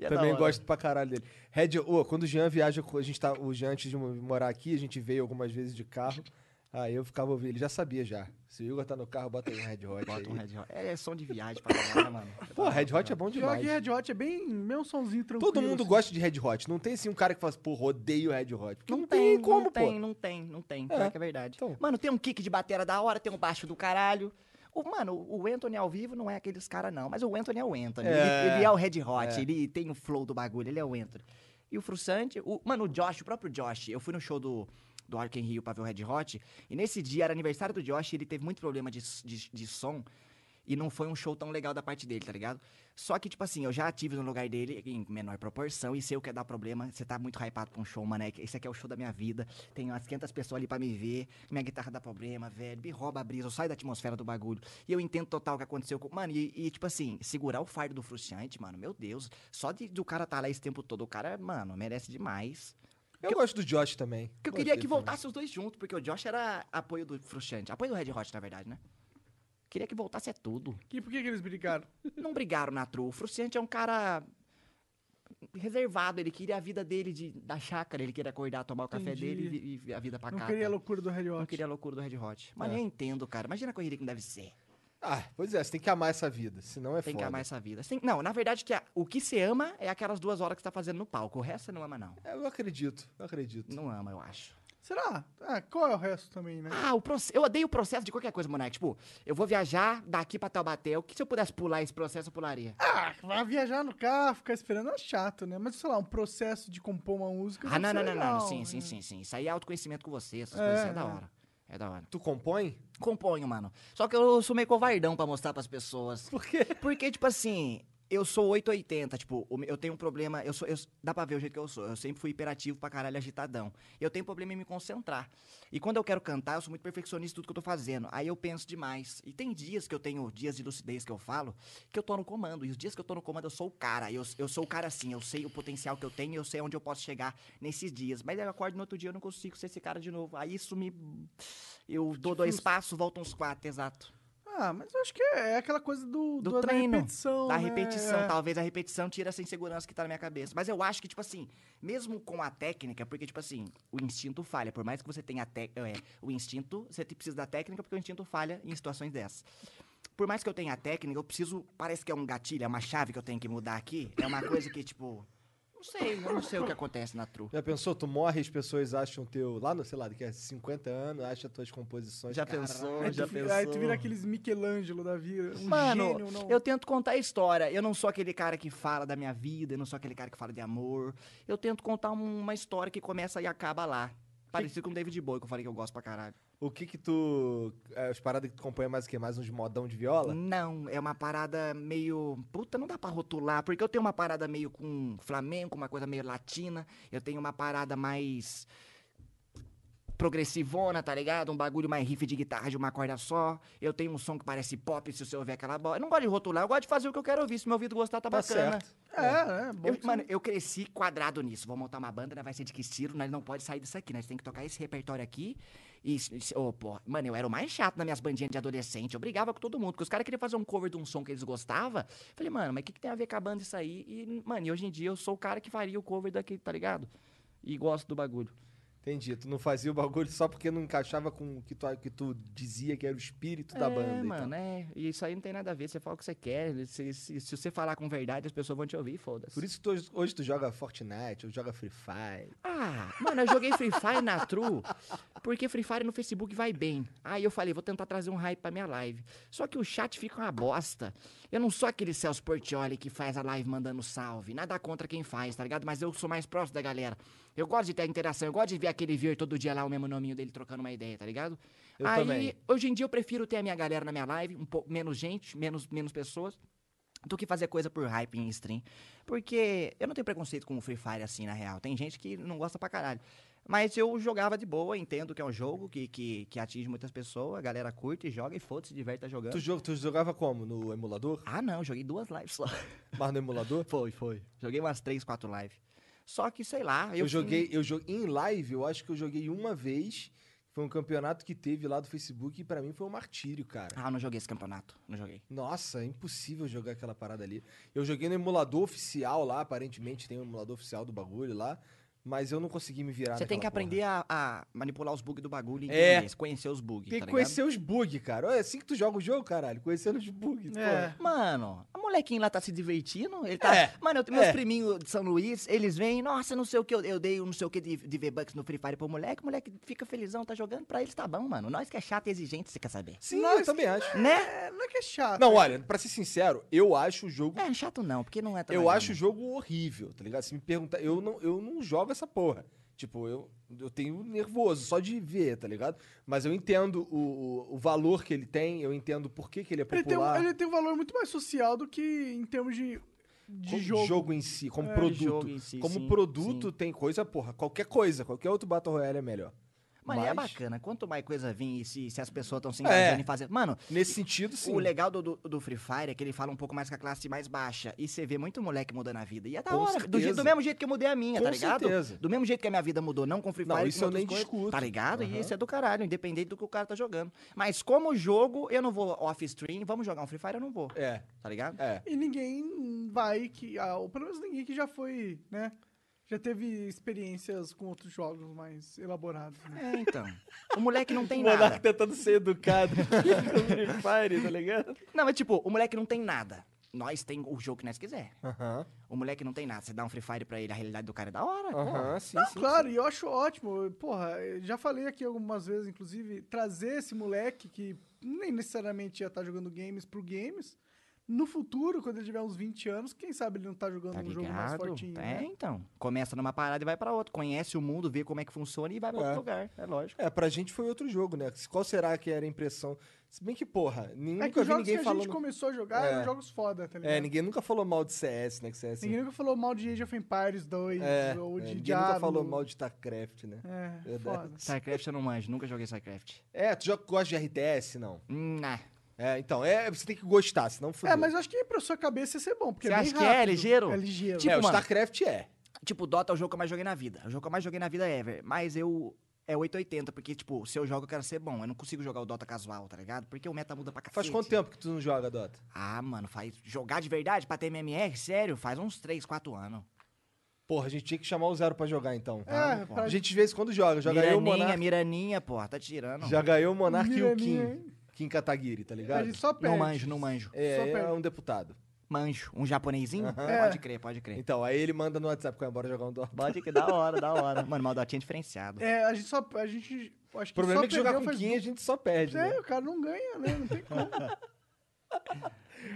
E: e é da
B: Também
E: hora.
B: gosto pra caralho dele. Red, ô, quando o Jean viaja, com- a gente tá, o Jean antes de mo- morar aqui, a gente veio algumas vezes de carro. Aí eu ficava ouvindo, ele já sabia já. Se o Igor tá no carro, bota aí um Red Hot.
E: Bota um
B: aí.
E: Red Hot. É, é som de viagem pra caralho, mano.
B: Pô, Red Hot é bom
A: Pior
B: demais.
A: que Red Hot é bem, meio um sonzinho tranquilo.
B: Todo mundo
A: assim.
B: gosta de Red Hot. Não tem assim um cara que fala assim, pô, rodeio Red Hot. Porque
E: Não,
B: não,
E: tem,
B: como,
E: não
B: pô.
E: tem, não tem, não tem. Pior
B: É.
E: que é verdade.
B: Então.
E: Mano, tem um kick de batera da hora, tem um baixo do caralho. O, mano, o Anthony ao vivo não é aqueles caras, não. Mas o Anthony é o Anthony.
B: É.
E: Ele, ele é o Red Hot,
B: É.
E: ele tem o flow do bagulho, ele é o Anthony. E o Frustrante, o, mano, o Josh, o próprio Josh, eu fui no show do, do Rock in Rio pra ver o Red Hot, e nesse dia era aniversário do Josh, e ele teve muito problema de, s- de, de som, e não foi um show tão legal da parte dele, tá ligado? Só que, tipo assim, eu já tive no lugar dele em menor proporção e sei o que é dar problema. Você tá muito hypado com um show, mano. é que Esse aqui é o show da minha vida. Tem umas 500 pessoas ali pra me ver. Minha guitarra dá problema, velho. Me rouba a brisa. Eu saio da atmosfera do bagulho. E eu entendo total o que aconteceu com. Mano, e, e, tipo assim, segurar o fardo do frustrante, mano, meu Deus. Só de, do cara tá lá esse tempo todo, o cara, mano, merece demais.
B: Eu gosto do Josh também.
E: Porque eu
B: Gosto
E: queria
B: dele
E: que
A: né?
B: também.
E: voltasse os dois juntos, porque o Josh era apoio do frustrante. Apoio do Red Hot, na verdade, né? Queria que voltasse é tudo
A: E por que, que eles brigaram?
E: não brigaram na tru. O Fruciante é um cara reservado, ele queria a vida dele de, da chácara, ele queria acordar, tomar o café
A: Entendi.
E: dele e vi- e vi- a vida pacata.
A: Não queria a loucura do Red Hot.
E: tá. Não queria a loucura do Red Hot. Mas
B: É.
E: eu entendo, cara. Imagina a corrida que não deve ser.
B: Ah, pois é, você tem que amar essa vida, senão é
E: tem
B: foda.
E: que amar essa vida. Você tem- não, na verdade, que a- o que você ama é aquelas duas horas que você tá fazendo no palco. O resto você não ama, não.
B: É, Eu acredito, eu acredito.
E: Não ama, eu acho.
A: Será? Ah, qual é o resto também, né?
E: Ah, o proce- eu odeio o processo de qualquer coisa, Monark. Tipo, eu vou viajar daqui pra Taubaté. O que se eu pudesse pular esse processo, eu pularia?
A: Ah, vai viajar no carro, ficar esperando é chato, né? Mas sei lá, um processo de compor uma música.
E: Ah,
A: deve
E: não,
A: ser
E: não, não, não,
A: legal,
E: não. Sim, sim,
A: né?
E: sim, sim. Isso aí é autoconhecimento com você, essas
A: É,
E: coisas é da
A: é.
E: hora. É da hora.
B: Tu compõe?
E: Componho, mano. Só que eu sou meio covardão pra mostrar pras pessoas.
B: Por quê?
E: Porque, tipo assim, eu sou 880, tipo, o me- eu tenho um problema, eu sou, eu- dá pra ver o jeito que eu sou, eu sempre fui hiperativo pra caralho, agitadão. Eu tenho problema em me concentrar. E quando eu quero cantar, eu sou muito perfeccionista em tudo que eu tô fazendo, aí eu penso demais. E tem dias que eu tenho, dias de lucidez que eu falo, que eu tô no comando, e os dias que eu tô no comando eu sou o cara, eu, eu sou o cara assim, eu sei o potencial que eu tenho, eu sei onde eu posso chegar nesses dias. Mas aí eu acordo no outro dia, eu não consigo ser esse cara de novo, aí isso me... Eu dou dois passos, volto uns quatro, exato.
A: Ah, mas eu acho que é aquela coisa do,
E: Do
A: do-
E: treino,
A: da repetição.
E: Da
A: né?
E: repetição,
A: É.
E: talvez a repetição tira essa insegurança que tá na minha cabeça. Mas eu acho que, tipo assim, mesmo com a técnica, porque, tipo assim, o instinto falha. Por mais que você tenha a tec- é, o instinto, você te- precisa da técnica porque o instinto falha em situações dessas. Por mais que eu tenha a técnica, eu preciso. Parece que é um gatilho, é uma chave que eu tenho que mudar aqui. É uma coisa que, tipo. Não sei, eu não sei o que é. acontece na tru.
B: Já pensou? Tu morre, as pessoas acham teu. Lá no, sei lá, daqui a 50 anos, acham tuas composições.
I: Já
B: Caralho.
I: pensou,
A: É, Aí
I: já
A: tu, vira- aí tu
I: pensou.
A: vira aqueles Michelangelo da vida. Um
E: Mano,
A: gênio, não.
E: eu tento contar a história. Eu não sou aquele cara que fala da minha vida, eu não sou aquele cara que fala de amor. Eu tento contar um- uma história que começa e acaba lá. Parecido com o David Bowie, que eu falei que eu gosto pra caralho.
B: O que que tu. é, As paradas que tu acompanha mais o quê? Mais uns modão de viola?
E: Não, é uma parada meio. Puta, não dá pra rotular, porque eu tenho uma parada meio com flamenco, uma coisa meio latina. Eu tenho uma parada mais. Progressivona, tá ligado? Um bagulho mais riff de guitarra de uma corda só. Eu tenho um som que parece pop se você ouvir aquela bola. Eu não gosto de rotular, eu gosto de fazer o que eu quero ouvir. Se meu ouvido gostar, tá, bacana.
A: É, é, bom.
E: Eu-
A: que
E: mano, eu cresci quadrado nisso. Vou montar uma banda, né? vai ser de que estilo, nós não pode sair disso aqui, nós tem que tocar esse repertório aqui. E, e- ô, pô, mano, eu era o mais chato nas minhas bandinhas de adolescente. Eu brigava com todo mundo, porque os caras queriam fazer um cover de um som que eles gostavam. Falei, mano, mas o que, que tem a ver com a banda isso aí? E, mano, e hoje em dia eu sou o cara que faria o cover daqui, tá ligado? E gosto do bagulho.
B: Entendi. Tu não fazia o bagulho só porque não encaixava com o que tu, o que tu dizia que era o espírito da
E: é,
B: banda. então.
E: mano, é. E isso aí não tem nada a ver. Você fala o que você quer. Se, se, se você falar com verdade, as pessoas vão te ouvir, foda-se.
B: Por isso que tu hoje, hoje tu joga Fortnite ou joga Free Fire.
E: Ah, mano, eu joguei Free Fire na True porque Free Fire no Facebook vai bem. Aí eu falei, vou tentar trazer um hype pra minha live. Só que o chat fica uma bosta. Eu não sou aquele Celso Portioli que faz a live mandando salve. Nada contra quem faz, tá ligado? Mas eu sou mais próximo da galera. Eu gosto de ter interação, eu gosto de ver aquele vir todo dia lá o mesmo nominho dele trocando uma ideia, tá ligado?
B: Eu
E: Aí,
B: também.
E: hoje em dia eu prefiro ter a minha galera na minha live, um pouco menos gente, menos, menos pessoas do que fazer coisa por hype em stream. Porque eu não tenho preconceito com o Free Fire assim, na real. Tem gente que não gosta pra caralho. Mas eu jogava de boa, entendo que é um jogo que, que, que atinge muitas pessoas, a galera curte, joga e foda, se diverte, tá jogando.
B: Tu, jo- tu jogava como? No emulador?
E: Ah, não, joguei duas lives só.
B: Mas no emulador?
E: Foi, foi. Joguei umas três, quatro lives. Só que, sei lá, eu.
B: Eu, joguei, eu joguei em live, eu acho que eu joguei uma vez. Foi um campeonato que teve lá do Facebook e pra mim foi um martírio, cara.
E: Ah, não joguei esse campeonato. Não joguei.
B: Nossa, é impossível jogar aquela parada ali. Eu joguei no emulador oficial lá, aparentemente tem um emulador oficial do bagulho lá, mas eu não consegui me virar
E: Você tem que
B: naquela porra.
E: aprender a, a manipular os bugs do bagulho e
B: É.
E: entender, conhecer os bugs.
B: Tem
E: tá
B: que
E: ligado?
B: conhecer os bugs, cara. É assim que tu joga o jogo, caralho. Conhecendo os bugs.
A: É.
B: pô.
E: Mano, a molequinha lá tá se divertindo. Ele tá.
B: É,
E: Mano, eu, meus
B: é.
E: priminhos de São Luís, eles vêm, nossa, não sei o que, eu, eu dei um não sei o que de, de V-Bucks no Free Fire pro moleque, o moleque fica felizão, tá jogando, pra eles tá bom, mano. Nós que é chato e exigente, você quer saber.
B: Sim,
A: Nossa,
B: eu também acho.
E: Né?
A: É, não é que é chato.
B: Não, olha, pra ser sincero, eu acho o jogo.
E: É, chato não, porque não é tão
B: eu
E: legal,
B: acho o
E: né?
B: jogo horrível, tá ligado? Se me perguntar, eu não, eu não jogo essa porra. Tipo, eu, eu tenho nervoso só de ver, tá ligado? Mas eu entendo o, o- o valor que ele tem, eu entendo por que, que ele é
A: Ele tem, um,
B: popular.
A: ele tem um valor muito mais social do que em termos de, de
B: como
A: jogo.
B: em si, como
A: É,
B: produto.
E: jogo em si,
B: como
E: sim,
B: produto tem coisa, porra, qualquer coisa, qualquer outro Battle Royale é melhor.
E: Mano, e é
B: Mas,
E: bacana. Quanto mais coisa vir e se, se as pessoas estão se
B: É.
E: engajando em fazer. Mano,
B: Nesse sentido, sim.
E: o legal do, do, do Free Fire é que ele fala um pouco mais com a classe mais baixa. E você vê muito moleque mudando a vida. E é da
B: Com
E: hora. Do, je-
B: certeza.
E: do mesmo jeito que eu mudei a minha,
B: Com
E: tá ligado?
B: certeza.
E: Do mesmo jeito que a minha vida mudou, não com Free
B: Não,
E: Fire. com
B: isso eu
E: outras
B: nem discuto.
E: Tá ligado?
B: Aham.
E: E isso é do caralho, independente do que o cara tá jogando. Mas como jogo, eu não vou off-stream, vamos jogar um Free Fire, eu não vou,
B: É,
E: tá ligado?
B: é.
A: E ninguém vai que. Ah, ou pelo menos ninguém que já foi, né? Já teve experiências com outros jogos mais elaborados. Né?
E: É, então. O moleque não tem
B: O
E: nada.
B: Monark tentando ser educado com Free Fire, tá ligado?
E: Não, mas tipo, o moleque não tem nada. Nós tem o jogo que nós quiser.
B: Aham,
E: O moleque não tem nada. Você dá um Free Fire pra ele, a realidade do cara é da hora.
B: aham,
E: porra.
B: sim,
A: Não,
B: sim.
A: claro, e eu acho ótimo. Porra, eu já falei aqui algumas vezes, inclusive, trazer esse moleque que nem necessariamente ia estar jogando games pro games. No futuro, quando ele tiver uns 20 anos, quem sabe ele não tá jogando
E: Tá
A: um jogo mais
E: ligado?
A: fortinho.
E: é,
A: né?
E: então. Começa numa parada e vai pra outra. Conhece o mundo, vê como é que funciona e vai pra
B: É.
E: outro lugar. É lógico.
B: É, pra gente foi outro jogo, né? Qual será que era a impressão? Se bem que, porra, nunca
A: É que os
B: vi
A: jogos que
B: ninguém
A: a gente
B: falando.
A: começou a jogar
B: É.
A: eram jogos foda, tá
E: né?
A: ligado?
B: É, ninguém nunca falou mal de CS, né? Que CS.
A: Ninguém nunca falou mal de Age of Empires 2
B: É,
A: ou
B: é,
A: de
B: ninguém nunca
A: Diablo.
B: falou mal de StarCraft, né?
A: É,
B: Verdade.
A: foda.
E: StarCraft eu não manjo, nunca joguei StarCraft.
B: É, tu já gosta de RTS, não?
E: Hum, ah.
B: É, então, é, você tem que gostar, senão fudeu.
A: É, mas eu acho que pra sua cabeça ia ser bom, porque
E: Você
A: é bem
E: acha que é
A: rápido.
E: ligeiro?
A: É ligeiro.
E: Tipo,
B: é, o
E: mano-
B: StarCraft é.
E: Tipo, Dota é o jogo que eu mais joguei na vida. É O jogo que eu mais joguei na vida ever. Mas eu. É 880, porque, tipo, se eu jogo, eu quero ser bom. Eu não consigo jogar o Dota casual, tá ligado? Porque o meta muda pra cacete.
B: Faz quanto tempo que tu não joga Dota?
E: Ah, mano, faz. Jogar de verdade pra ter MMR, sério, faz uns 3, 4 anos.
B: Porra, a gente tinha que chamar o Zero pra jogar então.
A: É,
B: A
A: pra...
B: gente de vez em quando joga. Joga eu, o
E: miraninha,
B: Monark.
E: miraninha, pô, tá tirando.
B: Joga eu, o Monark e o
A: Miraninha,
B: Kim. Kim Kataguiri,
A: Tipo,
B: tá
A: a
B: ligado?
A: gente só perde.
E: Não manjo, não manjo.
A: só
B: É, é
A: perde.
B: um deputado.
E: Manjo. Um japonesinho?
A: É.
E: Pode crer, pode crer.
B: Então, aí ele manda no WhatsApp, cara, bora jogar um Dota.
E: Pode que da hora, da hora. Mano, maldotinha é diferenciado.
A: É, a gente só... A gente... Acho que
B: O problema
A: só
B: é que jogar
A: perdeu
B: com
A: faz
B: Kim a gente só perde,
A: duas-
B: né?
A: É, o cara não ganha, né? Não tem como.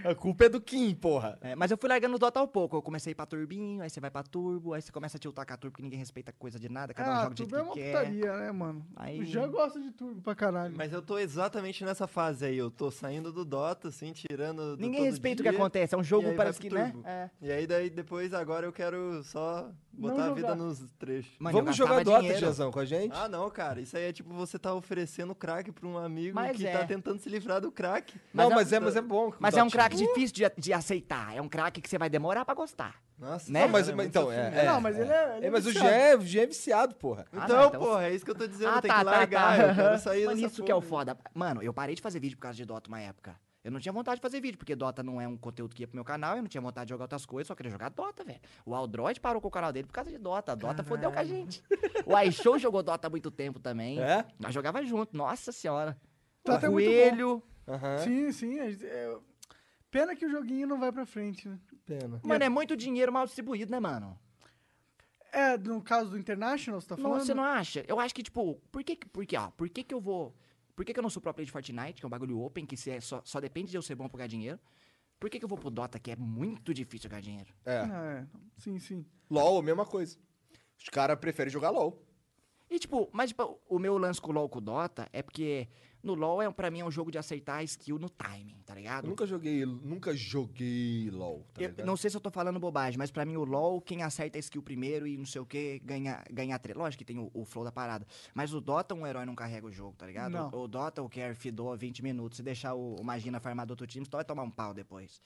B: A culpa é do Kim, porra.
E: É, mas eu fui largando o Dota ao pouco. Eu comecei pra turbinho, aí você vai pra turbo, aí você começa a tiltar com a turbo que ninguém respeita coisa de nada, cada um
A: ah,
E: joga do jeito
A: turbo é uma
E: que quer.
A: putaria, né, mano?
E: Aí-
A: O Jean gosta de turbo pra caralho.
C: Mas eu tô exatamente nessa fase aí. Eu tô saindo do Dota, assim, tirando. do
E: Ninguém
C: todo
E: respeita o que
C: dia.
E: acontece, é um
C: e
E: jogo
C: aí
E: parece
C: vai
E: que,
C: pro
E: né?
C: turbo.
E: É.
C: E aí, daí, depois, agora eu quero só
A: Não
C: botar a
A: jogar.
C: vida nos trechos.
E: Mano, eu
B: Vamos
E: gastava
B: jogar Dota,
E: dinheiro.
B: Jezão, com a gente?
C: Ah, não, cara. Isso aí é tipo você tá oferecendo crack pra um amigo
E: Mas
C: que
E: é.
C: tá tentando se livrar do crack.
B: não,
E: mas é-
B: mas é, mas é bom. que o
E: Mas é um
B: Dota-
E: craque difícil de, a- de aceitar. É um craque que você vai demorar pra gostar.
C: Nossa,
E: Né?
B: Não, mas,
C: cara,
B: mas
C: muito
B: então,
C: sofrimento.
B: é.
A: não, mas ele é... ele
B: É, mas o Jean
A: viciado.
B: é, o Jean é viciado, porra.
E: Ah,
C: Então,
E: não, então-
C: porra, é isso que eu tô dizendo.
E: Ah,
C: tem
E: tá,
C: que
E: tá,
C: largar.
E: tá.
C: Eu quero sair
E: Mano,
C: dessa
E: isso que é o
C: porra.
E: foda. Mano, eu parei de fazer vídeo por causa de Dota uma época.
C: Eu não tinha vontade de fazer vídeo, porque Dota não é um conteúdo que ia pro meu canal, eu não tinha vontade de jogar outras coisas, só queria jogar Dota, velho. O Aldroid parou com o canal dele por causa de Dota. A Dota fodeu com a gente. O iShow jogou Dota há muito tempo também.
B: É?
C: Nós jogava junto, nossa senhora.
A: Dota é muito bom.
C: Coelho.
B: Aham.
A: Sim, sim. a gente- é, Pena que o joguinho não vai pra frente, né?
B: Pena.
C: Mano, é muito dinheiro mal distribuído, né, mano?
A: É, no caso do International, você tá
C: Não,
A: falando?
C: você não acha? Eu acho que, tipo, por que, que- por que, ó, por que que eu vou... Por que que eu não sou pro player de Fortnite, que é um bagulho open, que se é só, só depende de eu ser bom pra ganhar dinheiro? Por que que eu vou pro Dota, que é muito difícil ganhar dinheiro?
B: É.
A: Ah, é. Sim, sim.
B: LOL, mesma coisa. Os caras preferem jogar LOL.
C: E, tipo, mas tipo, o meu lance com o LoL com o Dota é porque no LoL, é, pra mim, é um jogo de acertar a skill no timing, tá
B: Eu
C: ligado?
B: nunca joguei, nunca joguei LOL, tá
C: Eu-
B: ligado?
C: não sei se eu tô falando bobagem, mas pra mim o LoL, quem acerta a skill primeiro e não sei o que, ganha, ganha a treta. Lógico que tem o, o flow da parada. Mas o Dota, um herói não carrega o jogo, tá ligado?
A: Não.
C: O, o Dota, o Care fidou 20 minutos. Se deixar o, o Magina farmar do outro time, só vai tomar um pau depois.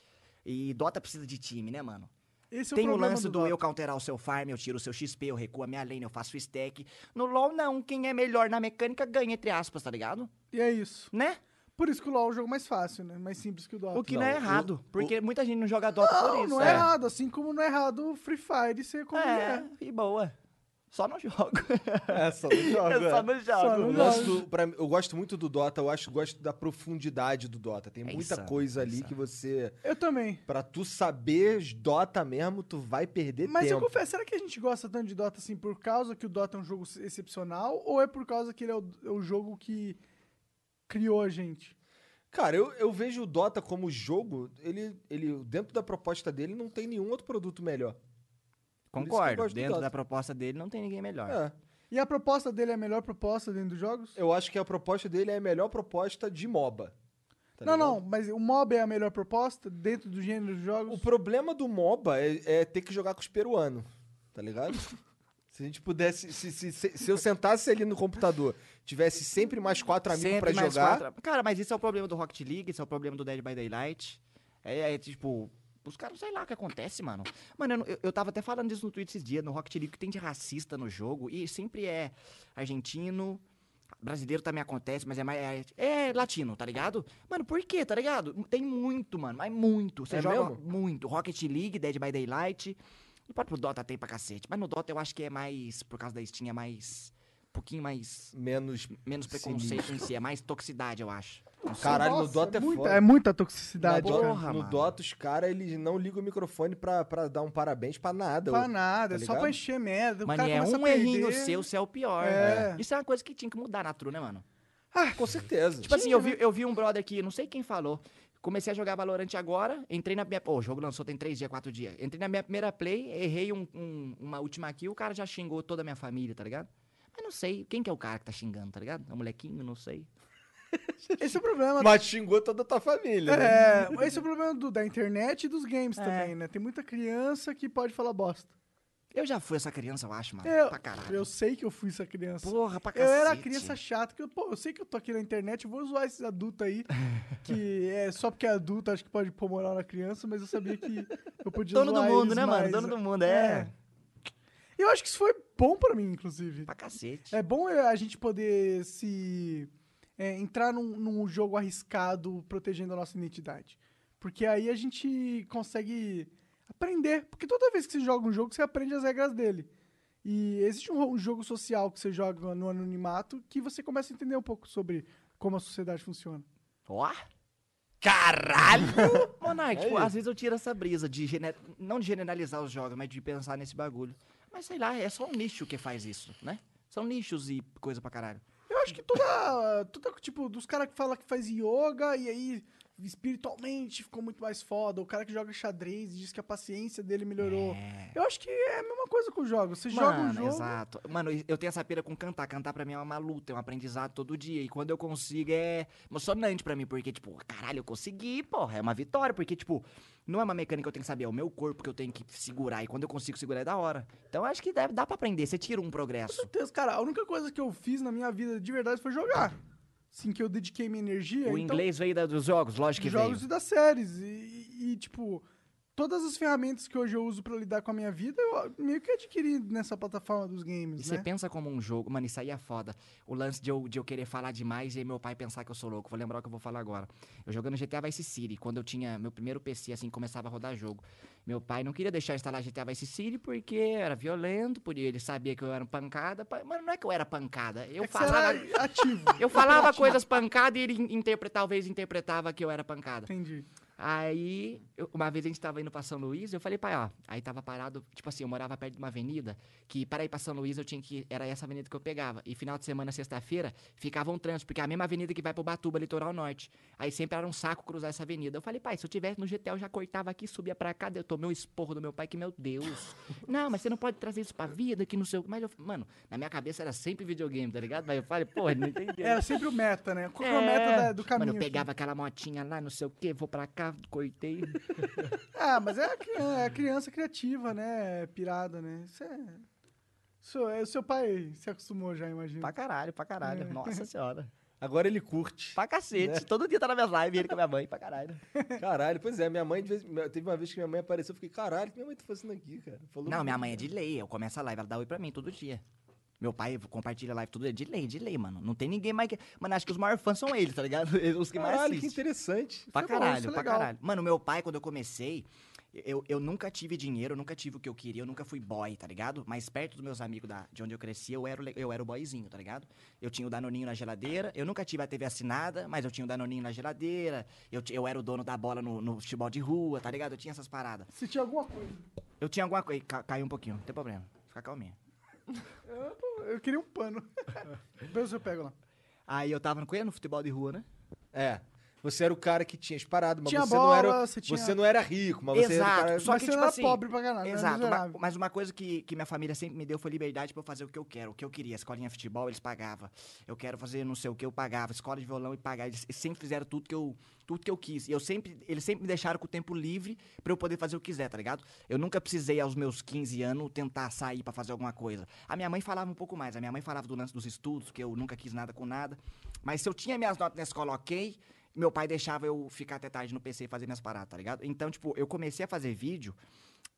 C: E Dota precisa de time, né, mano?
A: Esse é
C: tem
A: o
C: o
A: problema
C: lance do,
A: Dota.
C: eu counterar o seu farm, eu tiro o seu XP, eu recuo a minha lane, eu faço stack. No LoL, não. Quem é melhor na mecânica ganha, entre aspas, tá ligado?
A: E é isso.
C: Né?
A: Por isso que o LoL é o jogo mais fácil, né? Mais simples que o Dota.
C: O que não,
B: Não,
C: é
B: o-
C: errado. porque muita gente não joga Dota por
A: Não,
C: isso.
A: não é, errado, assim como não é errado o Free Fire ser como é.
C: É, e boa. Só não jogo.
B: É, só não joga.
C: Eu só não jogo.
A: Só não
B: Eu
A: jogo.
B: gosto, pra- eu gosto muito do Dota, eu acho gosto da profundidade do Dota. Tem
C: É
B: muita
C: insano,
B: coisa
C: é
B: ali
C: insano.
B: que você.
A: é. Eu também.
B: Pra tu saber Dota mesmo, tu vai perder
A: Mas eu
B: tempo.
A: confesso, será que a gente gosta tanto de Dota assim por causa que o Dota é um jogo excepcional ou é por causa que ele é o, é o jogo que criou a gente?
B: Cara, eu, eu vejo o Dota como jogo, ele, ele, dentro da proposta dele, não tem nenhum outro produto melhor. Por isso que eu
C: Concordo.
B: gosto do
C: Dentro
B: Dota.
C: da proposta dele não tem ninguém melhor.
B: É.
A: E a proposta dele é a melhor proposta dentro dos jogos?
B: Eu acho que a proposta dele é a melhor proposta de MOBA. tá
A: não,
B: ligado?
A: não, mas o MOB é a melhor proposta dentro do gênero de jogos?
B: O problema do MOBA é, é ter que jogar com os peruanos, tá ligado? Se a gente pudesse. Se, se, se- se eu sentasse ali no computador, tivesse sempre mais quatro amigos
C: Sempre
B: pra
C: mais
B: jogar.
C: quatro- Cara, mas isso é o problema do Rocket League, isso é o problema do Dead by Daylight. É, é, tipo, os caras, sei lá o que acontece, mano. Mano, eu, não- eu, eu tava até falando disso no Twitter esses dias, no Rocket League que tem de racista no jogo, e sempre é argentino, brasileiro também acontece, mas é mais. É, é latino, tá ligado? Mano, por quê, tá ligado? Tem muito, mano, mas muito. Você
B: É
C: joga
B: mesmo?
C: muito. Rocket League, Dead by Daylight. E o próprio Dota tem pra cacete. Mas no Dota eu acho que é mais. Por causa da Steam, é mais. Um pouquinho mais
B: Menos.
C: menos preconceito em si, é mais toxicidade, eu acho.
B: Caralho, no
A: Nossa,
B: Dota é,
A: muita,
B: foda.
A: É muita
B: No,
A: toxicidade,
B: Dota-
A: cara.
C: Porra,
B: no
C: mano.
B: Dota, os caras, eles não ligam o microfone pra, pra dar um parabéns pra nada.
A: Pra nada,
B: tá
A: é só pra
B: ligado?
A: encher merda. o
C: Mano,
A: cara
C: e é
A: começa
C: um
A: a perder.
C: errinho seu, você é o pior.
A: É.
C: né? Isso é uma coisa que tinha que mudar na True, né, mano?
B: Com certeza.
C: Tipo assim, eu
B: né?
C: vi, eu vi um brother aqui, não sei quem falou. Comecei a jogar Valorant agora, entrei na minha. Pô, o jogo lançou tem três dias, quatro dias. Entrei na minha primeira play, errei um- um- uma última kill, o cara já xingou toda a minha família, tá ligado? Mas não sei, quem que é o cara que tá xingando, tá ligado? É um molequinho, não sei.
A: Esse é o problema.
B: Mas xingou toda a tua família. né?
A: É, esse é o problema do- da internet e dos games
C: É.
A: também, né? Tem muita criança que pode falar bosta.
C: Eu já fui essa criança, eu acho, mano.
A: Eu,
C: pra caralho.
A: eu sei que eu fui essa criança.
C: Porra, pra
A: Eu
C: cacete.
A: era criança chata, que eu, pô, eu sei que eu tô aqui na internet, eu vou zoar esses adultos aí, que é só porque é adulto, acho que pode pôr moral na criança, mas eu sabia que eu podia
C: Dono do
A: zoar
C: mundo,
A: eles
C: né, mano?
A: mais.
C: Dono do mundo, é.
A: E Eu acho que isso foi bom pra mim, inclusive.
C: Pra cacete.
A: É bom eh, a gente poder se. eh, entrar num, num jogo arriscado protegendo a nossa identidade. Porque aí a gente consegue aprender. Porque toda vez que você joga um jogo, você aprende as regras dele. E existe um, ro- um jogo social que você joga no anonimato que você começa a entender um pouco sobre como a sociedade funciona.
C: Ó! Caralho! Monark, tipo,
B: Aí.
C: às vezes eu tiro essa brisa de gene- não de generalizar os jogos, mas de pensar nesse bagulho. Mas sei lá, é só um nicho que faz isso, né? São nichos e coisa pra caralho.
A: Eu acho que toda. toda tipo, dos caras que falam que faz yoga e aí espiritualmente ficou muito mais foda. O cara que joga xadrez e diz que a paciência dele melhorou. Eu acho que é a mesma coisa com o jogo. Você joga um
C: Mano,
A: jogo.
C: exato. Mano, eu tenho essa pira com cantar. Cantar pra mim é uma luta, é um aprendizado todo dia. E quando eu consigo é emocionante pra mim, porque, tipo, caralho, eu consegui, porra, é uma vitória. Porque, tipo, não é uma mecânica que eu tenho que saber, é o meu corpo que eu tenho que segurar. E quando eu consigo segurar é da hora. Então eu acho que dá, dá pra aprender, você tira um progresso.
A: Com certeza, cara, a única coisa que eu fiz na minha vida de verdade foi jogar. Assim, que eu dediquei minha energia. então,
C: O inglês veio da- dos jogos, lógico
A: dos
C: que
A: jogos e
C: veio.
A: das séries. E, e, tipo, todas as ferramentas que hoje eu uso pra lidar com a minha vida, eu meio que adquiri nessa plataforma dos
C: E
A: games,
C: você
A: né?
C: pensa como um jogo. Mano, isso aí é foda. O lance de eu, de eu querer falar demais e aí meu pai pensar que eu sou louco. Vou lembrar o que eu vou falar agora. Eu jogando GTA Vice City, quando eu tinha meu primeiro PC, assim, começava a rodar jogo. Meu pai não queria deixar eu instalar GTA Vice City porque era violento, podia, ele sabia que eu era um pancada. Pa- Mano, não é que eu era pancada. Eu
A: É que você
C: falava.
A: era ativo.
C: Eu falava coisas pancadas e ele in- interpre- talvez interpretava que eu era pancada.
A: Entendi.
C: Aí, eu- uma vez a gente tava indo pra São Luís, eu falei, pai, ó. Aí tava parado, tipo assim, eu morava perto de uma avenida, que para ir pra São Luís eu tinha que. Era essa avenida que eu pegava. E final de semana, sexta-feira, ficava um trânsito, porque é a mesma avenida que vai pro Batuba, litoral norte. Aí sempre era um saco cruzar essa avenida. Eu falei, pai, se eu tivesse no GTA, eu já cortava aqui, subia pra cá, eu tomei o esporro do meu pai, que meu Deus. não, mas você não pode trazer isso pra vida, que não sei o que. Mas eu, mano, na minha cabeça era sempre videogame, tá ligado? Mas eu falei, porra, não entendi.
A: Era sempre o meta, né? Qual que é o meta da- do caminho? assim.
C: Mano, eu
A: aqui?
C: pegava aquela motinha lá, não sei o quê, vou pra cá, cortei.
A: é Ah, mas é a criança, é a criança criativa, né? Pirada, né? Isso é... Isso é... O seu pai se acostumou já, imagino.
D: Pra caralho, pra
C: É.
D: caralho. Nossa senhora.
E: Agora ele curte.
D: Pra cacete. Todo dia tá na minha live, ele com a minha mãe, pra caralho.
E: Caralho, pois é, minha mãe, de vez- teve uma vez que minha mãe apareceu, eu fiquei, caralho, o que minha mãe tá fazendo aqui, cara? Falou
C: Não, minha mãe é de lei, eu começo a live, ela dá oi pra mim todo dia. Meu pai compartilha live todo dia, é de lei, de lei, mano. Não tem ninguém mais que... Mano, acho que os maiores fãs são eles, tá ligado? Eles- Os que mais
E: Caralho, que
C: assistem.
E: interessante.
C: Pra
A: Isso é bom,
C: caralho,
A: isso é
C: pra
A: legal.
C: caralho. Mano, meu pai, quando eu comecei, eu, eu nunca tive dinheiro, eu nunca tive o que eu queria, eu nunca fui boy, tá ligado? Mas perto dos meus amigos da, de onde eu cresci, eu era, o le- eu era o boyzinho, tá ligado? Eu tinha o Danoninho na geladeira, eu nunca tive a TV assinada, mas eu tinha o Danoninho na geladeira, eu, ti- eu era o dono da bola no, no futebol de rua, tá ligado? Eu tinha essas paradas.
A: Se tinha alguma coisa.
C: Eu tinha alguma coisa. Ca, caiu um pouquinho, não tem problema. Fica calminha.
A: Eu queria um pano. Depois eu pego lá.
C: Aí eu tava no, quê? no futebol de rua, né?
E: É. Você era o cara que tinha as paradas, mas
A: Tinha
E: você, não era,
A: bola, você tinha-
E: você não era rico, mas você era o
C: Exato,
E: cara...
C: Só
A: mas
C: que,
A: você
C: tipo
A: era
C: assim,
A: pobre pra caralho,
C: Exato,
A: Era
C: uma-
A: miserável.
C: mas uma coisa que, que minha família sempre me deu foi liberdade pra eu fazer o que eu quero, o que eu queria. Escolinha de futebol, eles pagavam. Eu quero fazer não sei o que, eu pagava. Escola de violão, e pagava. Eles sempre fizeram tudo que eu, tudo que eu quis. E eu sempre, eles sempre me deixaram com o tempo livre pra eu poder fazer o que quiser, tá ligado? Eu nunca precisei, aos meus 15 anos, tentar sair pra fazer alguma coisa. A minha mãe falava um pouco mais. A minha mãe falava do lance dos estudos, que eu nunca quis nada com nada. Mas se eu tinha minhas notas na escola ok, meu pai deixava eu ficar até tarde no PC e fazer minhas paradas, tá ligado? Então, tipo, eu comecei a fazer vídeo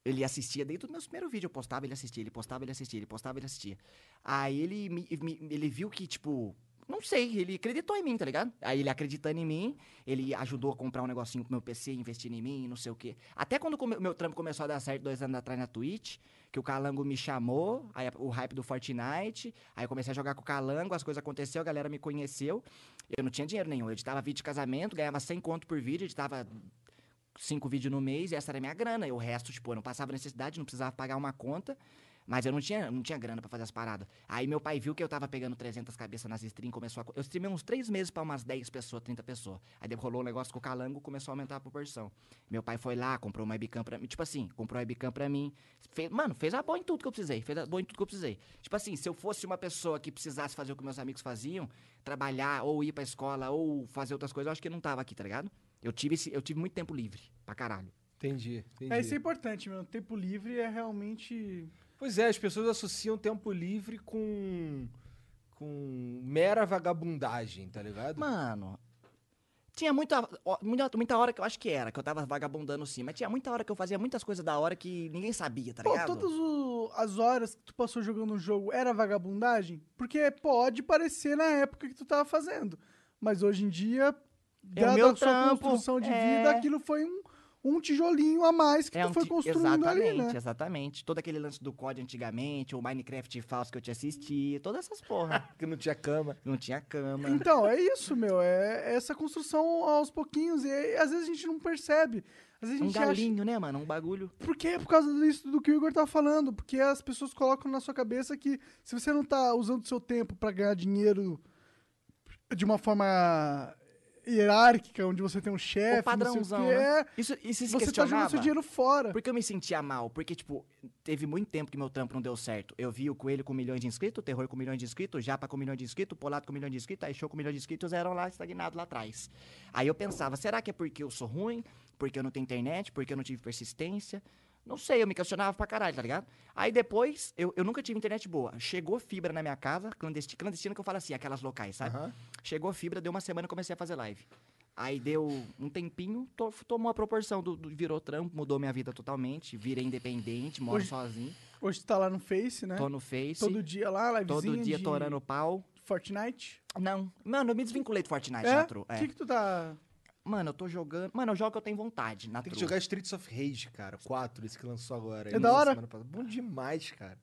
C: ele assistia, desde os meus primeiros vídeos eu postava, ele assistia, ele postava, ele assistia, ele postava, ele assistia. Aí ele, me- me- ele viu que, tipo, não sei, ele acreditou em mim, tá ligado? Aí ele acreditando em mim, ele ajudou a comprar um negocinho pro meu PC, investindo em mim, não sei o quê. Até quando o come- meu trampo começou a dar certo dois anos atrás na Twitch, que o Calango me chamou, aí a- o hype do Fortnite, aí eu comecei a jogar com o Calango, as coisas aconteceram, a galera me conheceu. Eu não tinha dinheiro nenhum, eu editava vídeo de casamento, ganhava 100 conto por vídeo, editava cinco vídeos no mês, essa era a minha grana. E o resto, tipo, eu não passava necessidade, não precisava pagar uma conta. Mas eu não tinha, não tinha grana pra fazer as paradas. Aí meu pai viu que eu tava pegando 300 cabeças nas streams, começou a... co- Eu streamei uns três meses pra umas 10 pessoas, 30 pessoas. Aí daí rolou um negócio com o Calango, começou a aumentar a proporção. Meu pai foi lá, comprou uma webcam pra mim. Tipo assim, comprou uma webcam pra mim. Fez, mano, fez a boa em tudo que eu precisei. Fez a boa em tudo que eu precisei. Tipo assim, se eu fosse uma pessoa que precisasse fazer o que meus amigos faziam, trabalhar, ou ir pra escola, ou fazer outras coisas, eu acho que eu não tava aqui, tá ligado? Eu tive, esse- eu tive muito tempo livre, pra caralho.
E: Entendi, entendi.
A: É, isso é importante, meu. Tempo livre é realmente...
E: Pois é, as pessoas associam tempo livre com... com mera vagabundagem, tá ligado?
C: Mano, tinha muita, ó, muita, muita hora que eu acho que era, que eu tava vagabundando sim, mas tinha muita hora que eu fazia muitas coisas da hora que ninguém sabia, tá
A: Pô,
C: ligado?
A: todas o- as horas que tu passou jogando um jogo era vagabundagem? Porque pode parecer na época que tu tava fazendo. Mas hoje em dia,
C: É o
A: dada
C: meu
A: a sua
C: trampo,
A: construção de
C: é.
A: vida, aquilo foi um, um tijolinho a mais que
C: É
A: tu
C: um
A: foi
C: ti-
A: construindo
C: exatamente,
A: ali, né?
C: Exatamente, Todo aquele lance do COD antigamente, o Minecraft falso que eu te assisti, todas essas porra.
E: Porque não tinha cama.
C: Não tinha cama.
A: Então, é isso, meu. É essa construção aos pouquinhos. E aí, às vezes a gente não percebe. Às vezes a
C: Um
A: gente acha.
C: galinho, né, mano? Um bagulho.
A: Porque é por causa disso do que o Igor tá falando. Porque as pessoas colocam na sua cabeça que se você não tá usando seu tempo pra ganhar dinheiro de uma forma hierárquica, onde você tem um chefe, não sei o
C: padrãozão,
A: quê, é,
C: Isso, isso se
A: você tá
C: questionava.
A: jogando seu dinheiro fora.
C: Porque eu me sentia mal, porque, tipo, teve muito tempo que meu trampo não deu certo. Eu vi o Coelho com milhões de inscritos, o Terror com milhões de inscritos, o Japa com milhões de inscritos, o Polato com milhões de inscritos, aí Show com milhões de inscritos, eram lá estagnados lá atrás. Aí eu pensava, será que é porque eu sou ruim? Porque eu não tenho internet? Porque eu não tive persistência? Não sei, eu me questionava pra caralho, tá ligado? Aí depois, eu, eu nunca tive internet boa. Chegou fibra na minha casa, clandestina, clandestina que eu falo assim, aquelas locais, sabe?
E: Aham.
C: Chegou fibra, deu uma semana e comecei a fazer live. Aí deu um tempinho, to- tomou a proporção do, do- virou trampo, mudou minha vida totalmente, virei independente, moro
A: Hoje-
C: sozinho,
A: Hoje tu tá lá no Face, né?
C: tô no Face,
A: Todo
C: todo,
A: dia lá, livezinha
C: dia
A: de
C: torando pau.
A: Fortnite.
C: Não, mano, eu me desvinculei do Fortnite
A: é?
C: na
A: O
C: Tru. é.
A: que que tu tá...
C: Mano, eu tô jogando, mano, eu jogo que eu tenho vontade na
B: Tem que
C: Tru.
B: jogar Streets of Rage, cara. 4, esse que lançou agora.
A: É
B: Ele
A: da
B: lançou
A: hora?
B: semana passada. Bom demais, cara.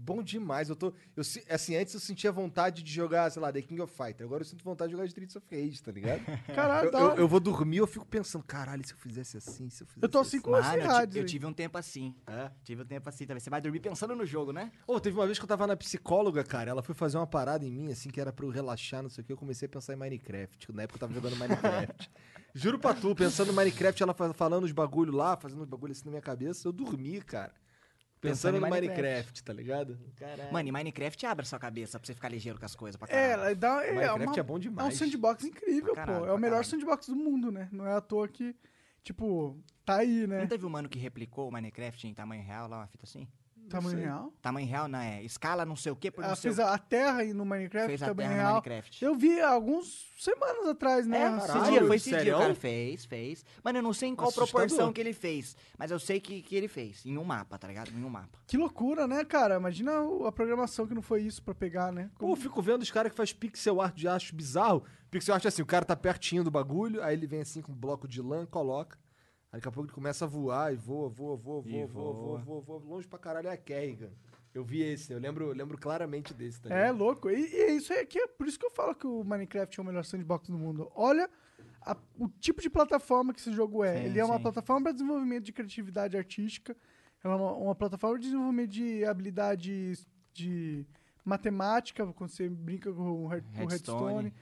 B: Bom demais. Eu tô. Eu, se- assim, antes eu sentia vontade de jogar, sei lá, The King of Fighter. Agora eu sinto vontade de jogar Streets of Rage, tá ligado?
A: Caralho,
B: eu,
A: Ah, da
B: eu-
A: hora.
B: eu vou dormir, eu fico pensando, caralho, se eu fizesse assim, se eu fizesse
A: Eu tô assim
B: assim.
A: com uma
C: Mano, eu ti-
A: ansiedade.
C: eu,
A: hein?
C: tive um tempo assim.
B: É?
C: Tive um tempo assim também. Você vai dormir pensando no jogo, né?
B: Ô, teve uma vez que eu tava na psicóloga, cara, ela foi fazer uma parada em mim, assim, que era pra eu relaxar, não sei o que, eu comecei a pensar em Minecraft. Na época eu tava jogando Minecraft. Juro pra tu, pensando em Minecraft, ela fa- falando os bagulho lá, fazendo uns bagulho assim na minha cabeça, eu dormi, cara. Pensando,
C: Pensando em
B: no Minecraft.
C: Minecraft.
B: tá ligado?
E: Caralho.
C: Mano, e Minecraft abre a sua cabeça pra você ficar ligeiro com as coisas pra
A: É,
C: caralho.
A: ela dá, é,
B: Minecraft
A: uma-
B: é bom
A: é um
B: demais.
A: sandbox incrível,
C: Pra caralho,
A: pô. É
C: pra
A: o melhor
C: caralho.
A: sandbox do mundo, né? Não é à toa que, tipo, tá aí, né?
C: Não teve um mano que replicou o Minecraft em tamanho real lá, uma fita assim?
A: Tamanho real.
C: Tamanho real, não é? Escala não sei o que por não
A: Ela
C: sei o
A: fez Ah, a, a terra aí no
C: que.
A: Minecraft,
C: Fez a
A: tamanho
C: terra no
A: real.
C: Minecraft.
A: Eu vi alguns semanas atrás, né?
C: É,
A: Assim,
C: esse dia, foi esse dia,
B: Sério?
C: o cara fez, fez. Mano, eu não sei em qual
B: Assustador.
C: proporção que ele fez, mas eu sei que, que ele fez, em um mapa, tá ligado? Em um mapa.
A: Que loucura, né, cara? Imagina o- a programação que não foi isso pra pegar, né?
B: Pô, eu fico vendo os caras que faz pixel art de acho bizarro. Pixel art é assim, o cara tá pertinho do bagulho, aí ele vem assim com um bloco de lã, coloca. Aí daqui a pouco ele começa a voar e voa, voa, voa,
C: E
B: voa, voa, voa,
C: voa.
B: voa, voa. Longe pra caralho é a Kerrigan. Eu vi esse, eu lembro, eu lembro claramente desse, tá
A: É
B: ligado?
A: louco. E, e isso é que é por isso que eu falo que o Minecraft é o melhor sandbox do mundo. Olha a- o tipo de plataforma que esse jogo é.
C: Sim,
A: Ele é uma
C: sim.
A: plataforma para desenvolvimento de criatividade artística. Ela é uma, uma plataforma de desenvolvimento de habilidade de matemática, quando você brinca com o Red- com o Redstone.
C: Redstone.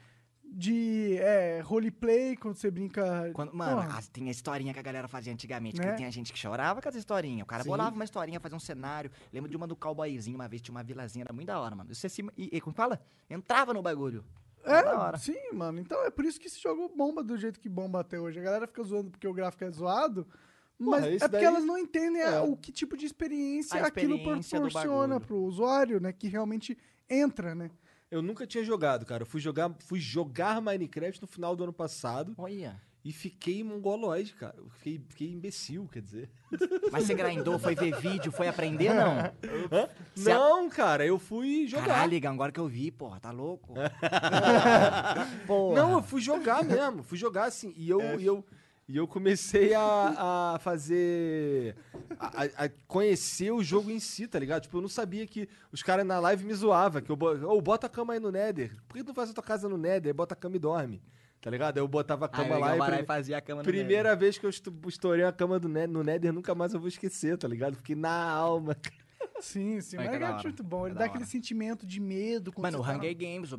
A: De é, roleplay, quando você brinca.
C: Quando- mano,
A: Porra,
C: as- tem a historinha que a galera fazia antigamente,
A: Né?
C: que tinha gente que chorava com as historinha. O cara
B: Sim.
C: bolava uma historinha, fazia um cenário. Lembro de uma do cowboyzinho, uma vez tinha uma vilazinha, era muito da hora, mano. é assim. Você se, e, e, como fala? Entrava no bagulho. Era da
A: É,
C: hora.
A: sim, mano. Então é por isso que esse jogo bomba do jeito que bomba até hoje. A galera fica zoando porque o gráfico é zoado, mas
B: Porra,
A: é
B: esse
A: porque
B: daí-
A: elas não entendem a-
B: é.
A: o que tipo de experiência
C: A
A: aquilo
C: experiência do
A: proporciona
C: bagulho.
A: pro usuário, né? Que realmente entra, né?
B: Eu nunca tinha jogado, cara. Eu fui jogar, fui jogar Minecraft no final do ano passado
C: Olha.
B: e fiquei mongoloide, cara. Eu fiquei, fiquei imbecil, quer dizer.
C: Mas você grindou, foi ver vídeo, foi aprender, não? Se a-
B: Não, cara, eu fui jogar.
C: Caralho, Igão, agora que eu vi, porra, tá louco? porra.
B: Não, eu fui jogar mesmo. Fui jogar assim. E eu, e eu, e eu comecei a, a fazer. A, a- a conhecer o jogo em si, tá ligado? Tipo, eu não sabia que os caras na live me zoavam. Que eu bo- Ô, bota a cama aí no Nether. Por que tu não faz a tua casa no Nether? Aí Bota a cama e dorme. Tá ligado? Aí eu botava a
C: Aí o
B: cama
C: Igão
B: lá e.
C: vai lá
B: prime-
C: e fazia a cama no
B: Primeira vez que eu estu- estourei a cama do Nether, no Nether, nunca mais eu vou esquecer, tá ligado? Fiquei na alma.
A: Sim, sim.
C: Mas
A: Mas
C: que é da
A: é
C: hora.
A: muito bom. Ele
C: É da
A: dá
C: hora.
A: aquele sentimento de medo. quando
C: Mano,
A: você
C: o
A: tá na-
C: Hunger Games, o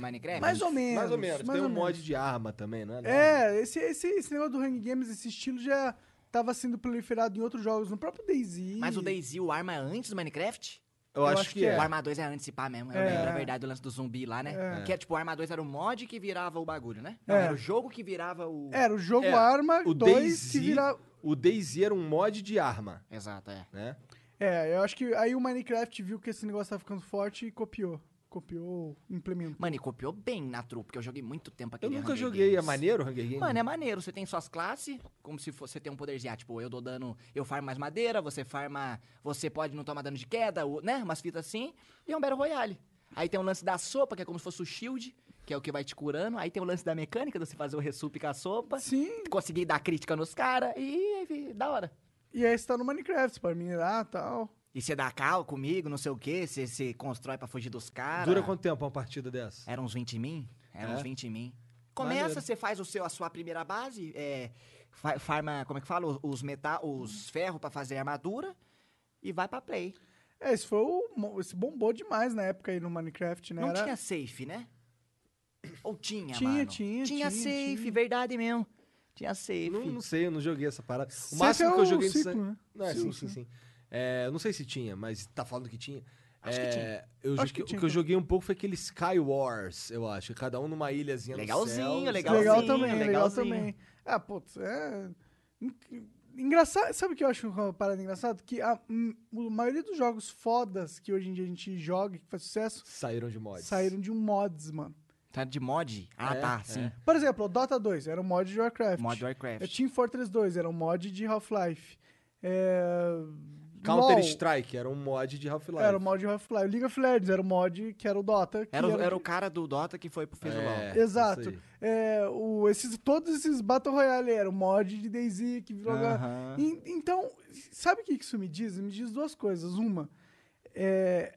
C: Minecraft.
A: Mais ou menos.
B: mais ou menos.
A: mais
B: Tem um
A: ou
B: mod de arma também, né?
A: É, esse, esse, esse negócio do Hunger Games, esse estilo já tava sendo proliferado em outros jogos, no próprio DayZ.
C: Mas o DayZ, o Arma é antes do Minecraft?
B: Eu, acho, que, é.
C: O Arma 2 é antes, pá, mesmo. Eu
A: É.
C: lembro, na verdade, do lance do zumbi lá, né? Que é tipo, o Arma 2 era o mod que virava o bagulho, né? Não,
A: É.
C: era o jogo que virava o...
A: Era o jogo
B: É,
A: Arma
B: o
A: 2
B: DayZ
A: que vira
B: O DayZ era um mod de arma,
C: Exato, é.
B: né?
A: É, eu acho que aí o Minecraft viu que esse negócio tava ficando forte e copiou. Copiou, implementou.
C: Mano, e copiou bem na trupe, porque eu joguei muito tempo
B: Eu
C: aquele
B: nunca
C: Hunger
B: joguei. É
C: Games.
B: maneiro o Hunger Games?
C: Mano, é maneiro. Você tem suas classes, como se fosse, você tem um poderzinho. Ah, tipo, eu dou dano, eu farmo mais madeira, você farma. Você pode não tomar dano de queda, ou- né? Umas fitas assim. E é um Battle Royale. Aí tem o lance da sopa, que é como se fosse o shield, que é o que vai te curando. Aí tem o lance da mecânica, de você fazer o ressup com a sopa.
A: Sim,
C: Conseguir dar crítica nos caras. E, enfim, da hora.
A: e aí você tá no Minecraft, você pode minerar e tal.
C: E você dá cal comigo, não sei o quê. Você se constrói pra fugir dos caras.
B: Dura quanto tempo uma partida dessa?
C: Era uns 20 mil? Era
B: É?
C: uns 20 mil. Começa,
B: Maneiro.
C: você faz o seu, a sua primeira base, é, fa- farma, como é que fala? Os- Os, meta, os ferros pra fazer armadura e vai pra play.
A: É, isso foi o. mo- Esse bombou demais na época aí no Minecraft, né?
C: Não
A: Era-
C: tinha safe, né? Ou tinha,
A: Tinha,
C: mano?
A: tinha, tinha,
C: Tinha safe,
A: tinha.
C: verdade mesmo. Tinha safe.
B: Não, não sei, eu não joguei essa parada. O
A: Safe
B: máximo
A: é
B: que eu
A: o
B: joguei de
A: ciclo,
B: san-
A: né?
B: Não, é,
A: Sim,
B: sim, sim, sim. É, eu não sei se tinha, mas tá falando que tinha.
C: Acho que
B: É,
C: tinha.
B: Eu
A: Acho
B: joguei-
A: que tinha,
B: O que eu
A: então.
B: joguei um pouco foi aquele Sky Wars, eu acho. Cada um numa ilhazinha no céu,
C: Legalzinho,
B: sabe?
C: legalzinho.
A: Legal também, legal
C: legalzinho.
A: também. Ah, putz, é. en- Engraçado. Sabe o que eu acho uma parada engraçada? Que a, hum, a maioria dos jogos fodas que hoje em dia a gente joga, e que faz sucesso,
B: Saíram de mods.
A: saíram de um mods, mano.
E: Tá de mod? Ah,
C: É,
E: tá,
C: é.
E: sim.
A: Por exemplo, o Dota 2 era um mod de Warcraft.
E: Mod de
A: É,
E: Warcraft.
A: Team Fortress 2 era um mod de Half-Life. É, LoL
B: Counter-Strike, era um mod de Half-Life.
A: Era o mod de Half-Life. League of Legends era o mod que era o Dota. que
E: Era, o-
A: era-
E: era o cara do Dota que foi pro fez um o LoL.
B: É,
A: Exato.
B: isso aí.
A: É, o, esses, todos esses Battle Royale eram mod de DayZ que virou...
E: Aham.
A: E- então, sabe o que que isso me diz? Me diz duas coisas. Uma, é,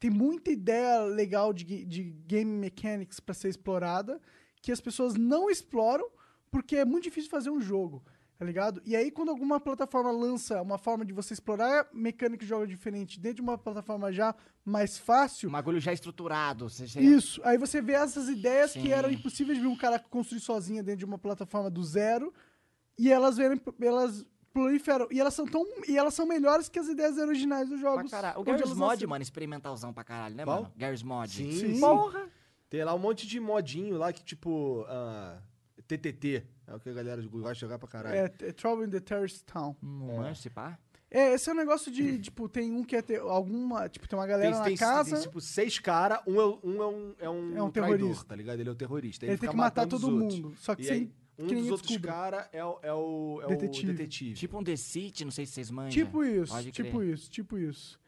A: tem muita ideia legal de, ga- de game mechanics para ser explorada que as pessoas não exploram porque é muito difícil fazer um jogo, tá ligado? E aí, quando alguma plataforma lança uma forma de você explorar mecânica de jogo diferente dentro de uma plataforma já mais fácil,
E: Um bagulho já estruturado. Você, você-
A: isso. Aí você vê essas ideias que
E: Sim.
A: eram impossíveis de um cara construir sozinha dentro de uma plataforma do zero. E elas verem, elas proliferam. E elas são tão. E elas são melhores que as ideias originais dos
E: Pra
A: jogos.
E: caralho. O
A: onde
E: Garry's
A: elas
E: Mod,
A: nasceram.
E: mano, experimentalzão pra caralho, né,
B: Qual?
E: mano? Garry's Mod.
B: Sim,
A: Sim.
B: sim.
A: Porra!
B: Tem lá um monte de modinho lá que, tipo, ah, TTT. É o que a galera gosta de jogar pra caralho.
A: É, t- Trouble in the Terrorist Town.
E: Não manjo, se pá.
A: É, esse é um negócio de, tipo, tem um que é ter alguma. Tipo, tem uma
B: Tem,
A: galera na
B: tem-
A: casa.
B: tem, tipo, seis caras, um, é, um, é um, é um,
A: É um
B: traidor,
A: terrorista.
B: tá ligado? Ele é o terrorista.
A: ele
B: fica
A: tem que matar
B: matando os
A: todo
B: outros.
A: mundo. Só que
B: E
A: sem.
B: aí, um
A: que
B: dos
A: ninguém
B: outros
A: descubra.
B: caras é, o- é, o, é
A: Detetive.
B: o detetive.
E: Tipo um The City, não sei se vocês
B: é,
E: manjam.
A: tipo isso,
E: Pode
A: tipo
E: crer.
A: isso, tipo isso.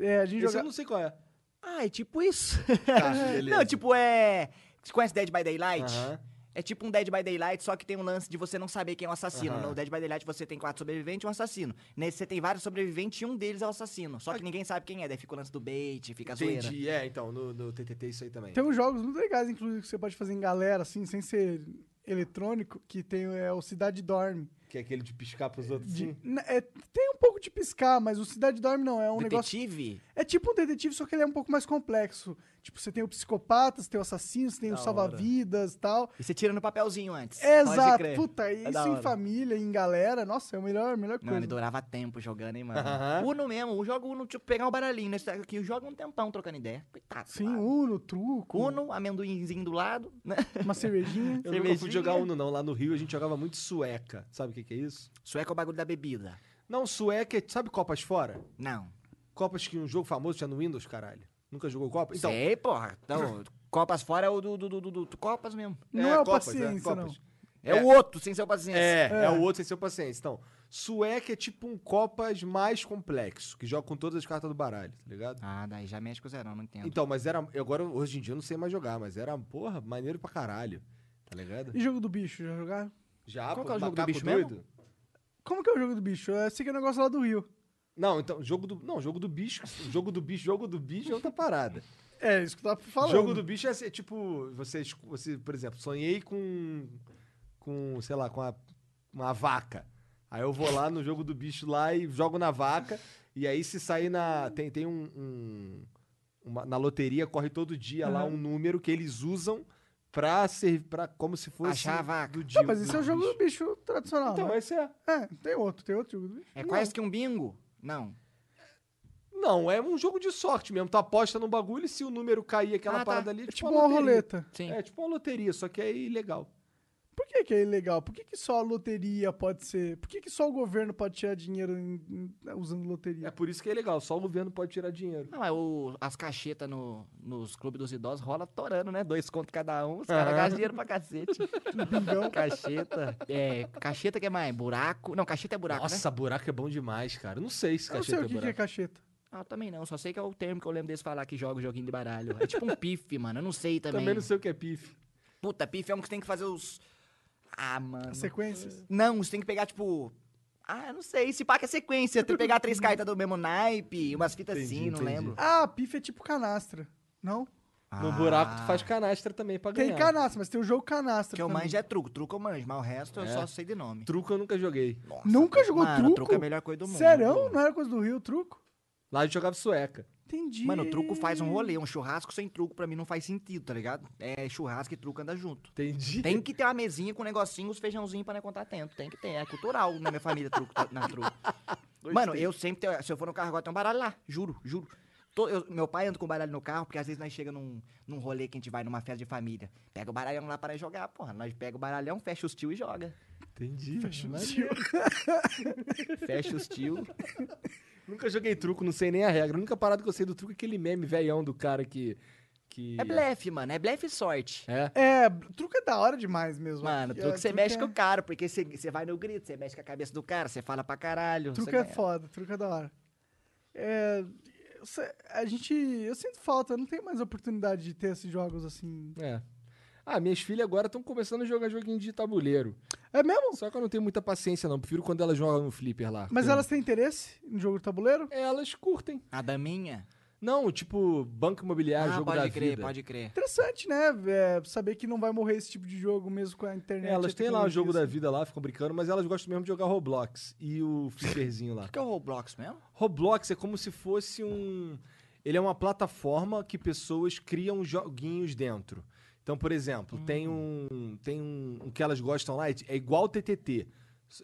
A: É, a gente
B: Esse
A: joga.
B: eu não sei qual é.
E: Ah, é tipo isso.
B: Tá, beleza.
E: não, tipo, é... Você conhece Dead by Daylight?
B: Aham.
E: É tipo um Dead by Daylight, só que tem um lance de você não saber quem é o assassino.
B: Aham.
E: No Dead by Daylight você tem quatro sobreviventes e um assassino. Nesse você tem vários sobreviventes e um deles é o assassino. Só que ninguém sabe quem é, daí fica o lance do bait, fica a zoeira.
B: Entendi. É, então, no, no TTT isso aí também.
A: Tem uns jogos muito legais, inclusive, que você pode fazer em galera, assim, sem ser eletrônico, que tem é, o Cidade Dorme.
B: Que é aquele de piscar pros outros.
A: De-
B: assim.
A: na- é, tem um pouco de piscar, mas o Cidade Dorme não, é um
B: Então-
A: negócio...
E: Detetive?
A: É tipo um detetive, só que ele é um pouco mais complexo. Tipo, você tem o psicopata, você tem o assassino, você tem o
C: Da
A: salva-vidas e tal.
E: E você tira no papelzinho antes.
A: É,
C: Pode
A: exato.
C: crer.
A: Puta,
C: É da
A: isso em
C: hora.
A: família, em galera, nossa, é a melhor, a melhor
E: Mano,
A: coisa.
E: ele durava tempo jogando, hein, mano.
B: Aham.
E: Uno mesmo, o jogo Uno, tipo, pegar um baralhinho nesse aqui, joga um tempão trocando ideia. Coitado.
A: Sim,
E: lá.
A: Uno, truco,
E: Uno, amendoinzinho do lado, né?
A: uma cervejinha.
B: Eu nunca fui
C: Cervejinha.
B: jogar Uno, não. Lá no Rio a gente jogava muito sueca. Sabe o que, que é isso?
E: Sueca é o bagulho da bebida.
B: Não, sueca é. Sabe Copas Fora?
E: Não.
B: Copas que um jogo famoso tinha no Windows, caralho. Nunca jogou Copa? Então,
E: Sei, porra. Então, Copas fora é o do, do, do, do, do Copas mesmo.
A: não é, o
B: Copas,
A: paciência, não.
B: Copas.
E: É,
B: É.
E: o outro, sem ser o paciência.
B: É, é,
A: É.
B: o outro sem ser o paciência. Então, sueca é tipo um Copas mais complexo, que joga com todas as cartas do baralho, tá ligado?
E: Ah, daí já mexe com o zerão, não entendo.
B: Então, mas era. Agora, hoje em dia, eu não sei mais jogar, mas era, porra, maneiro pra caralho. Tá ligado?
A: E jogo do bicho, já jogaram?
B: Já, pô,
E: Qual que é o jogo do
B: macaco
E: bicho mesmo?
A: Como que é o jogo do bicho? Eu sei que é o negócio lá do Rio.
B: Não, então, jogo do. Não, jogo do bicho. jogo do bicho, jogo do bicho é outra parada.
A: É, isso que eu tava falando.
B: Jogo do bicho é ser, tipo, você, esco- você, por exemplo, sonhei com, com sei lá, com a- uma vaca. Aí eu vou lá no jogo do bicho lá e jogo na vaca. E aí se sair na... Tem, tem um... um- uma- na loteria corre todo dia lá um número que eles usam pra ser... Pra, como se fosse...
E: Achar a vaca.
B: Do
A: Não,
B: dia,
A: mas esse é o jogo do bicho tradicional.
B: Então,
A: né?
B: esse é...
A: É, tem outro, tem outro jogo do bicho.
E: É quase que um bingo. Não.
B: Não, é um jogo de sorte mesmo. Tu aposta num bagulho e se o número cair aquela
E: Ah, tá.
B: parada ali...
A: É
B: É
A: tipo uma
B: loteria.
A: roleta.
E: Sim.
B: É tipo uma loteria, só que é ilegal.
A: Por que, que é ilegal? Por que, que só a loteria pode ser. Por que, que só o governo pode tirar dinheiro em- em- usando
B: É
A: loteria?
B: por isso que é legal, só o governo pode tirar dinheiro.
E: Ah, mas o, as cachetas no, nos clubes dos idosos rola torando, né? Dois contos cada um, os caras gastam dinheiro pra cacete.
A: Bingão.
E: cacheta. É, cacheta que é mais? Buraco? Não, cacheta é buraco, né?
B: Nossa, buraco é bom demais, cara. Eu Não sei se
A: Eu não sei
B: cacheta
A: o
B: é
A: que, que é
B: buraco.
A: cacheta.
E: Ah, eu também não. Só sei que é o termo que eu lembro deles falar que joga o joguinho de baralho. É tipo um pife, mano. Eu não sei também.
B: Também. não sei o que é pife.
E: Puta, pife é um que tem que fazer os... Ah, mano.
A: As sequências.
E: Não, você tem que pegar, tipo... Ah, eu não sei. Se pá que é sequência. Tem que pegar três cartas do mesmo naipe, umas fitas
B: Entendi,
E: assim, não
B: entendi.
E: lembro.
A: Ah, pife é tipo canastra. Não?
B: No
E: Ah,
B: buraco tu faz canastra também pra ganhar.
A: Tem canastra, mas tem o jogo canastra.
E: Que eu
A: também.
E: manjo é truco. Truco eu manjo, mas o resto eu
B: É.
E: só sei de nome.
B: Truco eu nunca joguei.
E: Nossa,
A: Nunca jogou
E: mano,
A: truco?
E: truco é a melhor coisa do mundo.
A: Serão? Não era coisa do Rio, truco?
B: Lá eu jogava sueca.
A: Entendi.
E: Mano, o truco faz um rolê, um churrasco sem truco pra mim não faz sentido, tá ligado? É churrasco e truco anda junto.
B: Entendi.
E: Tem que ter uma mesinha com um negocinho, os feijãozinhos pra não contar tempo. Tem que ter, é cultural na minha família truco, tá- na truco. Mano, eu sempre, tenho- se eu for no carro agora, tem um baralho lá, juro, juro. Tô- eu- meu pai anda com baralho no carro, porque às vezes nós chega num, num rolê que a gente vai numa festa de família. Pega o baralhão lá para jogar, porra. Nós pega o baralhão, fecha os tio e joga.
B: Entendi.
A: Tio,
E: Fecha os tio.
B: Nunca joguei truco, não sei nem a regra. A única parada que eu sei do truco é aquele meme velhão do cara que que...
C: É blefe, mano. É blefe e sorte.
B: É.
A: É, truco é da hora demais mesmo.
C: Mano,
A: Aqui,
C: truque
A: é,
C: você mexe
A: é-
C: com o cara, porque você, você vai no grito, você mexe com a cabeça do cara, você fala pra caralho.
A: Truque
C: você
A: é
C: ganha.
A: foda, truque é da hora. É, eu se- a gente. Eu sinto falta, não tem mais oportunidade de ter esses jogos assim.
B: É. Ah, minhas filhas agora estão começando a jogar joguinho de tabuleiro.
A: É mesmo?
B: Só que eu não tenho muita paciência, não. Prefiro quando elas jogam no flipper lá.
A: Mas
B: Tem-
A: elas têm interesse em jogo de tabuleiro?
B: Elas curtem.
C: A daminha?
B: Não, tipo, banco imobiliário, jogo
C: Ah, pode
B: da
C: crer,
B: vida.
C: pode crer.
A: Interessante, né? É, saber que não vai morrer esse tipo de jogo mesmo com a internet.
B: É, elas
A: a
B: têm lá o jogo da
A: tecnologia,
B: vida lá, ficam brincando, mas elas gostam mesmo de jogar Roblox e o flipperzinho lá.
C: O que é o Roblox mesmo?
B: Roblox é como se fosse um. Ele é uma plataforma que pessoas criam joguinhos dentro. Então, por exemplo,
C: Hum.
B: tem um. Tem um, um que elas gostam lá, é é igual o TTT.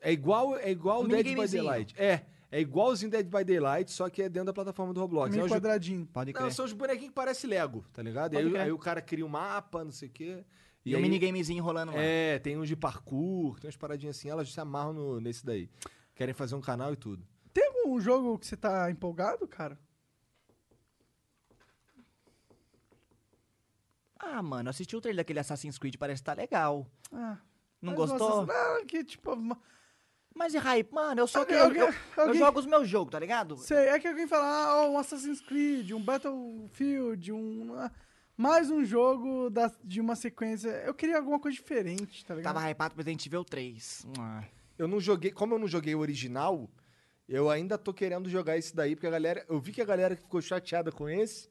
B: É igual, é igual
C: Um
B: o Dead by
C: minigamezinho.
B: Daylight. É, é igualzinho Dead by Daylight, só que é dentro da plataforma do Roblox.
A: Meio
B: é um jogo-
A: quadradinho.
J: Pode
B: Não,
J: crer.
B: são os bonequinhos que parecem Lego, tá ligado? E
C: Pode
B: aí,
C: crer.
B: aí o cara cria um mapa, não sei o quê.
C: E, um
B: aí-
C: minigamezinho rolando lá.
B: É, tem uns de parkour, tem umas paradinhas assim, elas se amarram no- nesse daí. Querem fazer um canal e tudo.
A: Tem algum jogo que você tá empolgado, cara?
C: Ah, mano, eu assisti o trailer daquele Assassin's Creed, parece que tá legal.
A: Ah,
C: Não
A: mas
C: gostou?
A: nossa, Não, que tipo. ma-
C: Mas e hype, mano, eu sou que eu,
A: Alguém-
C: eu, eu
A: alguém-
C: jogo os meus jogos, tá ligado?
A: Sei, é que alguém fala, ah, um Assassin's Creed, um Battlefield, um. ah, Mais um jogo da, de uma sequência. Eu queria alguma coisa diferente, tá ligado?
C: Tava hypado pro Resident Evil 3. Ah.
B: Eu não joguei, como eu não joguei o original, eu ainda tô querendo jogar esse daí, porque a galera, eu vi que a galera que ficou chateada com esse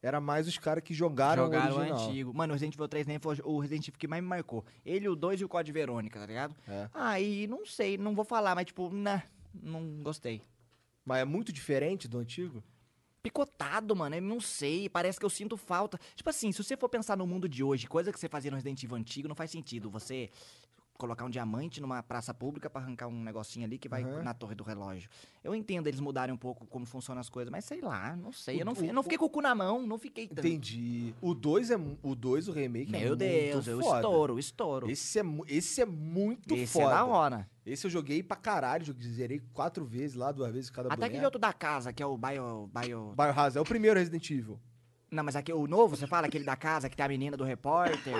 B: era mais os caras que jogaram, o
C: Jogaram o
B: original.
C: antigo. Tá Mano, o Resident Evil 3 nem foi o Resident Evil que mais me marcou. Ele, o 2 e o Code Verônica, tá ligado?
B: É.
C: Aí, não sei, não vou falar, mas tipo, nah, não gostei.
B: Mas é muito diferente do antigo?
C: Picotado, mano, eu não sei, parece que eu sinto falta. Tipo assim, se você for pensar no mundo de hoje, coisa que você fazia no Resident Evil antigo, não faz sentido. Você colocar um diamante numa praça pública pra arrancar um negocinho ali que vai
B: Aham.
C: na torre do relógio. Eu entendo eles mudarem um pouco como funcionam as coisas, mas sei lá, não sei. Eu não,
B: O-
C: fi-
B: o-
C: eu não fiquei com o cu na mão, não fiquei tanto.
B: Entendi. O 2 é mu- o 2 o remake é
C: Meu
B: muito
C: Deus, eu
B: foda.
C: estouro, eu estouro.
B: Esse é, mu- esse é muito
C: Esse
B: foda.
C: é da hora.
B: Esse eu joguei pra caralho, joguei- zerei quatro vezes lá, duas vezes cada
C: Até aquele
B: boneco.
C: outro da casa, que é o Bio. Bio...
B: Biohazard, é o primeiro Resident Evil.
C: Não, mas aqui, o novo, você fala aquele da casa que tem a menina do repórter.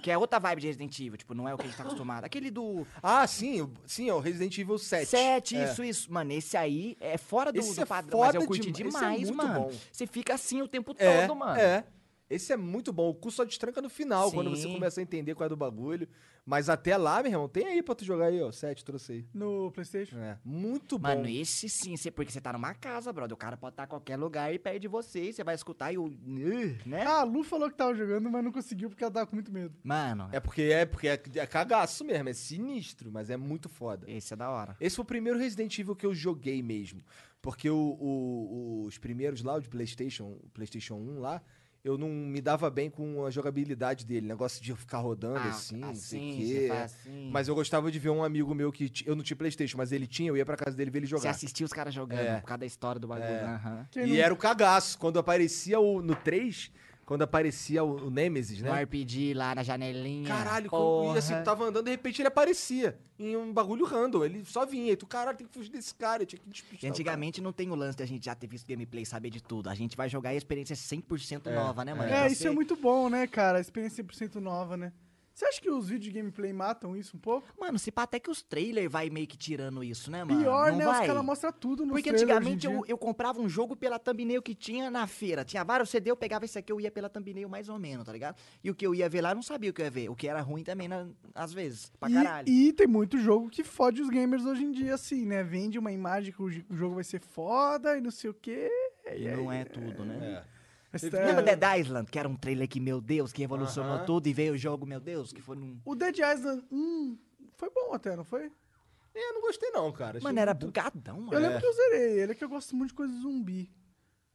C: Que é outra vibe de Resident Evil, tipo, não é o que a gente tá acostumado. Aquele do
B: Ah, sim, o- sim, é o Resident Evil 7.
C: 7,
B: É.
C: isso, isso. Mano, esse aí é fora do,
B: Esse
C: do
B: é
C: padrão, mas
B: foda
C: eu curti
B: dema- esse é
C: demais,
B: muito
C: mano.
B: bom.
C: Você fica assim o tempo
B: É,
C: todo, mano.
B: é. Esse é muito bom. O cu só destranca no final,
C: Sim.
B: quando você começa a entender qual é do bagulho. Mas até lá, meu irmão, tem aí pra tu jogar aí, ó. 7, trouxe aí.
A: No PlayStation?
B: É. Muito bom.
C: Mano, esse sim, você- porque você tá numa casa, brother. O cara pode estar em qualquer lugar e perde você, e você vai escutar e o. Ugh,
B: É?
C: Né?
A: Ah, a Lu falou que tava jogando, mas não conseguiu porque ela tava com muito medo.
C: Mano,
B: É porque é porque é, é cagaço mesmo, é sinistro, mas é muito foda.
C: esse é da hora.
B: Esse foi o primeiro Resident Evil que eu joguei mesmo. Porque o- o- os primeiros lá, o de Playstation, o Playstation 1 lá, eu não me dava bem com a jogabilidade dele. Negócio de eu ficar rodando
C: Ah,
B: assim, não sei o
C: assim,
B: quê.
C: você faz assim.
B: Mas eu gostava de ver um amigo meu que. ti- Eu não tinha Playstation, mas ele tinha, eu ia pra casa dele ver ele
C: Você
B: jogar.
C: assistiu os caras jogando,
B: É.
C: por causa da história do bagulho. aham.
A: Quem
B: e
A: não-
B: era o cagaço. Quando aparecia o. No 3, quando aparecia o, o Nemesis,
C: No
B: né?
C: RPG lá na janelinha.
B: Caralho, quando eu ia assim,
C: Porra.
B: eu tava andando, de repente ele aparecia. Em um bagulho random. Ele só vinha. E tu, caralho, tem que fugir desse cara, eu tinha que despistar.
C: E
B: o cara.
C: antigamente não tem o lance da gente já ter visto gameplay e saber de tudo. A gente vai jogar e a experiência é 100% nova, né, mano?
A: É,
C: Você-
A: isso é muito bom, né, cara? A experiência 100% nova, né? Você acha que os vídeos de gameplay matam isso um pouco?
C: Mano, se pá, até que os trailers vai meio que tirando isso, né, mano?
A: Pior,
C: não
A: né? Os
C: vai?
A: caras mostram tudo no
C: Porque antigamente eu, eu comprava um jogo pela thumbnail que tinha na feira. Tinha vários CD, eu pegava esse aqui, eu ia pela thumbnail mais ou menos, tá ligado? E o que eu ia ver lá, eu não sabia o que eu ia ver. O que era ruim também, na- às vezes, pra caralho.
A: E, e tem muito jogo que fode os gamers hoje em dia, assim, né? Vende uma imagem que o j- o jogo vai ser foda e não sei o quê.
C: E não é tudo, né?
A: Essa-
C: Lembra Dead Island, que era um trailer que, meu Deus, que revolucionou
B: Aham.
C: tudo e veio o jogo, meu Deus, que foi num.
A: O Dead Island, hum, foi bom até, não foi?
B: É, eu não gostei não, cara. Achei
C: Mano, era
B: muito-
C: bugadão, mano.
A: Eu lembro que eu zerei ele, é que eu gosto muito de coisa de zumbi.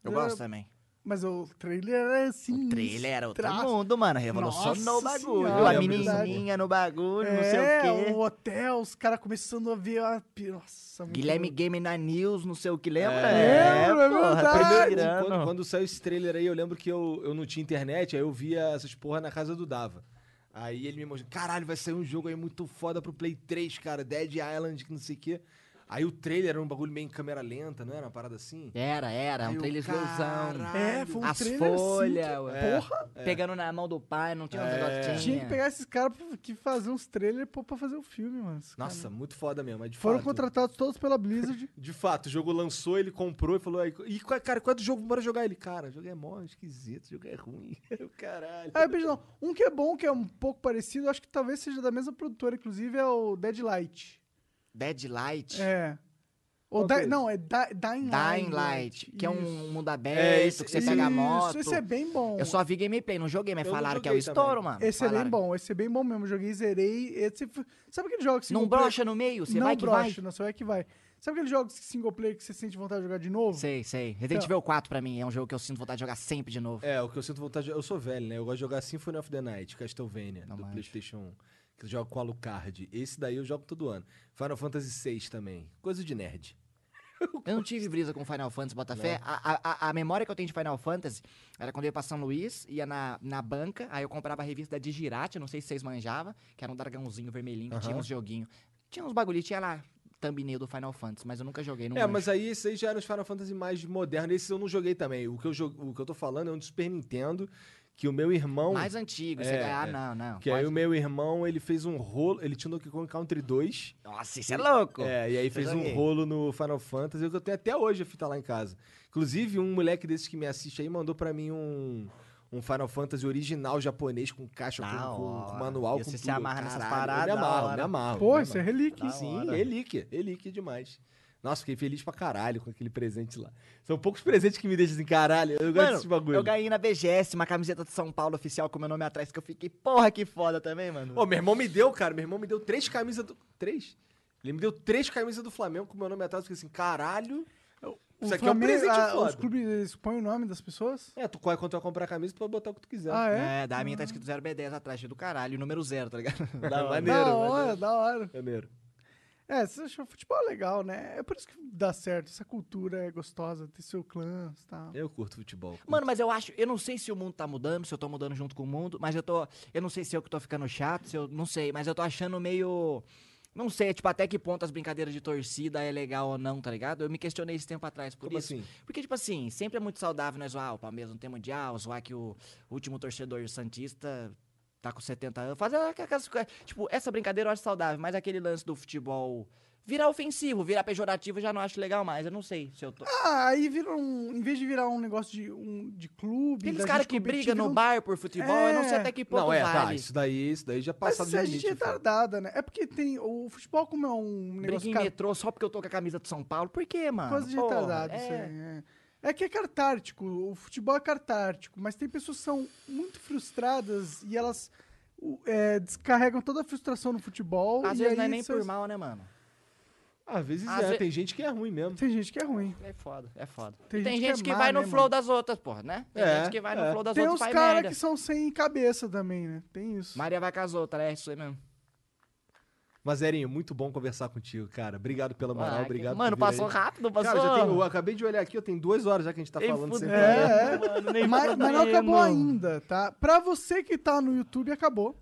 C: Eu
A: Era-
C: gosto também.
A: Mas o trailer era assim.
C: O trailer é era outro
A: traço.
C: mundo, mano. Revolucionou o
A: Nossa
C: bagulho.
A: senhora,
C: a
B: é
C: menininha no bagulho, não sei
A: É,
C: o quê.
A: o hotel, os caras começando a ver a. pi- Nossa, muito
C: Guilherme
A: bom.
C: Game na News, não sei o que,
A: Uhum.
C: lembra?
A: É, lembro, é
C: tá
A: verdade.
C: pirando.
B: Quando, quando saiu esse trailer aí, eu lembro que eu, eu não tinha internet, aí eu via essas porra na casa do Dava. Aí ele me mostrou, caralho, vai sair um jogo aí muito foda pro Play 3, cara, Dead Island, que não sei o quê. Aí o trailer era um bagulho meio em câmera lenta, não era uma parada assim?
C: Era, era,
B: Aí
C: um
B: eu,
C: trailer slowzão.
B: caralho.
A: É, foi um
C: As
A: trailer
C: folhas,
A: assim. que-
C: ué.
A: Porra! É.
C: pegando na mão do pai, não tinha uns negocinho.
A: Tinha que pegar esses caras pra- que faziam uns trailers pra, pra fazer o filme, mano. Esses caras-
B: Nossa, muito foda mesmo. mas de
A: Foram
B: fato,
A: contratados todos pela Blizzard.
B: De fato, o jogo lançou, ele comprou e falou: "Aí, e qual- cara, qual é do jogo? Bora jogar ele. Cara, o jogo é mó esquisito, o jogo é ruim. Eu, Caralho.
A: Ah, beijo não. Um que é bom, que é um pouco parecido, acho que talvez seja da mesma produtora, inclusive, é o Deadlight.
C: Deadlight.
A: É. Ou Di-
B: Qual que é esse?
A: não, é Di- Dying Light.
C: Dying Light, que é um
A: Isso.
C: mundo aberto,
B: esse-
C: que você pega a
A: Isso,
C: moto.
A: Esse é bem bom.
C: Eu só vi gameplay, não joguei, mas
B: Eu não
C: falaram que é o
B: joguei também.
C: estouro, mano.
A: Esse é bem
C: Falaram.
A: bom, esse é bem bom mesmo. Joguei, zerei. Esse... f- Sabe aquele jogo que
C: Não
A: single player-
C: brocha no meio? Você
A: é não
C: vai que
A: brocha,
C: vai?
A: Não, você vai que vai. Sabe aquele jogo single player que você sente vontade de jogar de novo?
C: Sei, sei.
A: Então
C: Resident Evil 4 pra mim é um jogo que eu sinto vontade de jogar sempre de novo.
B: É, o que eu sinto vontade de... Eu sou velho, né? Eu gosto de jogar Symphony of the Night, Castlevania,
C: Não
B: do
C: manjo.
B: PlayStation 1. Que eu jogo com Alucard. Esse daí eu jogo todo ano. Final Fantasy VI também. Coisa de nerd.
C: Eu não tive brisa com Final Fantasy
B: Né?
C: Botafé. A, a, a memória que eu tenho de Final Fantasy era quando eu ia pra São Luís, ia na, na banca, aí eu comprava a revista da Digirate, não sei se vocês manjavam, que era um dragãozinho vermelhinho que tinha
B: Aham.
C: uns joguinhos. Tinha uns bagulhinhos, tinha lá thumbnail do Final Fantasy, mas eu nunca joguei. Não
B: é,
C: manjo.
B: mas aí esse aí já era os Final Fantasy mais modernos. Esse eu não joguei também. O que eu, jogo, o que eu tô falando é um de Super Nintendo, que o meu irmão...
C: Mais antigo, você
B: É,
C: ganha. Ah,
B: é.
C: não, não.
B: Que aí o meu irmão, ele fez um rolo... Ele tinha o Donkey Kong Country 2...
C: Nossa, isso é louco!
B: É, e aí
C: Eu
B: fez
C: joguei.
B: um rolo no Final Fantasy, que eu tenho até hoje a fita lá em casa. Inclusive, um moleque desses que me assiste aí mandou pra mim um, um Final Fantasy original japonês com caixa,
C: Da
B: com, com- com
C: hora.
B: manual,
C: E
B: com
C: você se
B: tudo.
C: amarra nessas
B: Caralho,
C: paradas,
B: Eu me
C: da
B: amarro,
C: hora.
B: me amarro.
A: Pô,
B: me
A: isso é
B: amarro.
A: relíquia.
B: Sim, relíquia, relíquia demais. Nossa, fiquei feliz pra caralho com aquele presente lá. São poucos presentes que me deixam assim, caralho, eu gosto
C: Mano,
B: desse bagulho.
E: Eu ganhei na BGS uma camiseta de São Paulo oficial com meu nome atrás, que eu fiquei, porra, que foda também, mano.
B: Ô, meu irmão me deu, cara. Meu irmão me deu três camisas do. Três? Ele me deu três camisas do Flamengo com meu nome atrás. Eu fiquei assim, caralho.
A: O
B: Isso aqui
A: Flamengo-
B: é um presente
A: ah,
B: foda.
A: Os clubes eles põem o nome das pessoas?
B: É, tu corre quando tu vai comprar a camisa, tu pode botar o que tu quiser.
A: Ah, é?
C: É, da minha tá escrito 0B10 atrás, do caralho, número zero, tá ligado?
B: Da É,
A: Da
B: maneiro, maneiro.
A: hora, da hora.
B: Maneiro.
A: É, você achou futebol legal, né? É por isso que dá certo. Essa cultura é gostosa, ter seu clã e tal.
B: Eu curto futebol.
C: Mano, mas eu acho, eu não sei se o mundo tá mudando, se eu tô mudando junto com o mundo, mas eu tô, eu não sei se eu que tô ficando chato, se eu não sei, mas eu tô achando meio não sei, tipo, até que ponto as brincadeiras de torcida é legal ou não, tá ligado? Eu me questionei esse tempo atrás por
B: Como
C: isso.
B: assim?
C: Porque, tipo assim, sempre é muito saudável nós zoar, o Palmeiras não tem mundial, ah, zoar que o último torcedor santista tá com 70 anos. Fazer aquelas coisas. Tipo, essa brincadeira eu acho saudável, mas aquele lance do futebol virar ofensivo, virar pejorativo, eu já não acho legal mais. Eu não sei se eu tô.
A: Ah, aí vira um. Em vez de virar um negócio de, um, de clube.
C: Aqueles
A: da
C: caras
A: gente
C: que
A: competir,
C: brigam no
A: vira um-
C: bar por futebol, eu não sei
A: É.
C: até que ponto
B: Não, é, tá.
C: vale.
B: Isso daí, isso daí já
A: Mas
B: passado
A: se
B: do
A: a gente
B: limite.
A: é
B: eu falo.
A: retardada, né? É porque tem. O futebol, como é um
C: Briga
A: negócio.
C: em
A: caro,
C: metrô só porque eu tô com a camisa do São Paulo. Por quê, mano?
A: Coisa de
C: Porra,
A: retardado, isso aí,
C: é.
A: é. É que é cartártico, o futebol é cartártico, mas tem pessoas que são muito frustradas e elas o- é, descarregam toda a frustração no futebol.
C: Às
A: e
C: vezes
A: aí
C: não é nem
A: seus-
C: por mal, né, mano?
B: Às vezes
C: Às
B: é,
C: ve-
B: tem gente que é ruim mesmo.
A: Tem gente que é ruim.
C: É foda, é foda.
A: Tem
C: Tem, e tem
A: gente
C: gente,
A: que é
C: que
A: má,
C: vai
A: né,
C: no flow das outras, porra, né? Tem
B: É,
C: gente que vai
B: é.
C: no flow das
A: Tem
C: outras
A: uns
C: e faz
A: caras
C: merda.
A: que são sem cabeça também, né? Tem isso.
C: Maria vai com as outras, é isso aí mesmo.
B: Mas, Erinho, muito bom conversar contigo, cara. Obrigado pela moral,
C: Caraca.
B: obrigado.
C: Mano,
B: por vir
C: passou
B: aí.
C: rápido, passou.
B: Cara, já tem, eu acabei de olhar aqui, eu tenho duas horas já que a gente tá
C: Ei,
B: falando. sem
C: fudeu.
B: parar.
A: É, é. Mas, mas não acabou
C: mano.
A: ainda, tá? Pra você que tá no YouTube, acabou.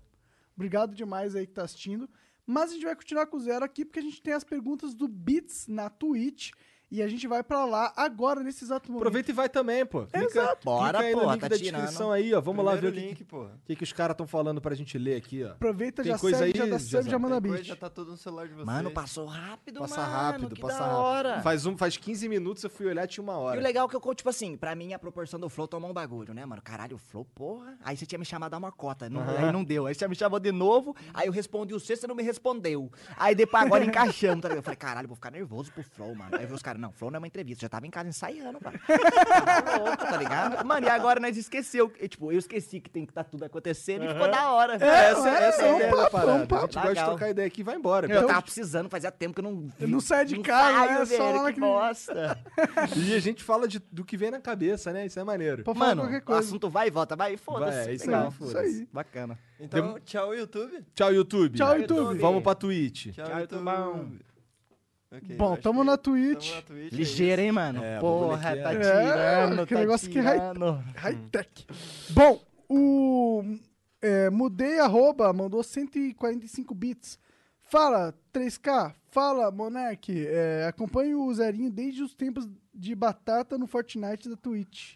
A: Obrigado demais aí que tá assistindo. Mas a gente vai continuar com o zero aqui, porque a gente tem as perguntas do Beats na Twitch. E a gente vai pra lá agora, nesse exato momento.
B: Aproveita e vai também, pô. Clica, clica
C: Bora,
B: aí no
C: pô,
B: link
C: tá
B: da
C: tirando.
B: descrição aí, ó. Vamos lá ver o
E: Primeiro
B: que,
E: link, porra.
B: o que que os caras estão falando pra gente ler aqui, ó.
A: Aproveita,
B: Tem
A: já
B: coisa
A: segue,
B: aí,
A: já dá
B: José?
A: sub, já manda
E: Tem coisa,
A: beat.
E: Já tá tudo no celular de vocês.
C: Mano, passou rápido,
B: Passa
C: mano.
B: rápido,
C: que
B: passa
C: da
B: rápido.
C: hora.
B: Faz, um, faz 15 minutos, eu fui olhar, tinha uma
C: Ah. E o
B: hora.
C: legal é que eu, co- tipo assim, pra mim a proporção do flow tomou um bagulho, né, mano? Caralho, o flow, porra. Aí você tinha me chamado a dar uma cota, não- aí não deu. Aí você me chamou de novo, aí eu respondi o sexto, você não me respondeu. Aí depois agora encaixamos, tá ligado? Eu falei, caralho, vou ficar nervoso pro flow, mano. Aí eu vi os caras, não, flow não é uma entrevista, já tava em casa ensaiando, mano. Tava louco, tá ligado? Mano, e agora nós esqueceu. E, tipo, eu esqueci que tem que tá tudo acontecendo e ficou da hora.
B: essa essa
A: é
B: é
A: um
B: a ideia da
A: papo,
B: parada.
A: é um
B: a gente
C: papo.
B: gosta de
C: Legal.
B: trocar ideia aqui e vai embora.
C: Eu tava precisando, fazia tempo que eu não.
A: Eu não saio de casa,
C: saio,
A: né? Só lá
C: velho, que
A: naquele-
C: bosta.
B: E a gente fala de- do que vem na cabeça, né? Isso é maneiro.
A: Pra falar
C: Mano,
A: qualquer
C: o
A: coisa.
C: assunto vai e volta, vai e foda-se.
B: Vai, é isso
C: Legal.
B: aí,
A: Isso aí.
C: Bacana. um
E: Então, tchau, YouTube.
B: Tchau, YouTube.
A: Tchau, YouTube.
B: Vamos pra Twitch.
E: Tchau,
C: Tchau,
E: YouTube.
C: Tubão.
E: Ok, eu
A: Bom,
E: acho
A: tamo
E: que-
A: na
E: Tamo
A: Twitch.
E: na Twitch. é
C: Ligeiro, hein, mano?
B: É,
C: Porra,
B: bagulho
C: tá
B: aqui
A: é-
C: tirando,
A: É, que
C: tá
A: negócio que hype-
C: tirando.
A: High-tech. Bom, o. é, mudei arroba, mandou 145 bits. Fala, 3K. Fala, Monark. É, acompanho o Zerinho desde os tempos de batata no Fortnite da Twitch.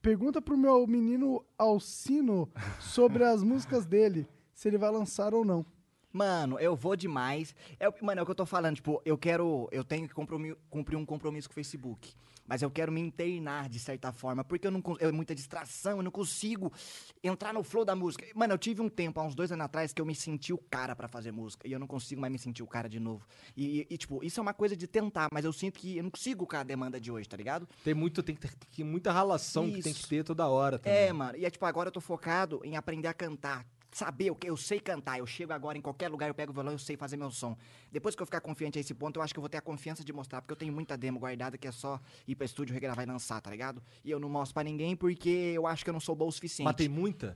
A: Pergunta pro meu menino Alcino sobre as músicas dele, se ele vai lançar ou não.
C: Mano, eu vou demais. É, o- mano, é o que eu tô falando. Tipo, eu quero. Eu tenho que compromi- cumprir um compromisso com o Facebook. Mas eu quero me internar de certa forma. Porque eu não con- é muita distração, eu não consigo entrar no flow da música. Mano, eu tive um tempo, há uns dois anos atrás, que eu me senti o cara pra fazer música. E eu não consigo mais me sentir o cara de novo. E, e, tipo, isso é uma coisa de tentar, mas eu sinto que eu não consigo com a demanda de hoje, tá ligado?
B: Tem, muito, tem, que ter- tem que- muita ralação que tem que
C: Isso.
B: ter toda hora também.
C: É, mano. E é tipo, agora eu tô focado em aprender a cantar. Saber o que eu sei cantar. Eu chego agora em qualquer lugar, eu pego o violão, eu sei fazer meu som. Depois que eu ficar confiante a esse ponto, eu acho que eu vou ter a confiança de mostrar, porque eu tenho muita demo guardada que é só ir pra estúdio, regravar e lançar, tá ligado? E eu não mostro pra ninguém porque eu acho que eu não sou bom o suficiente.
B: Mas tem muita?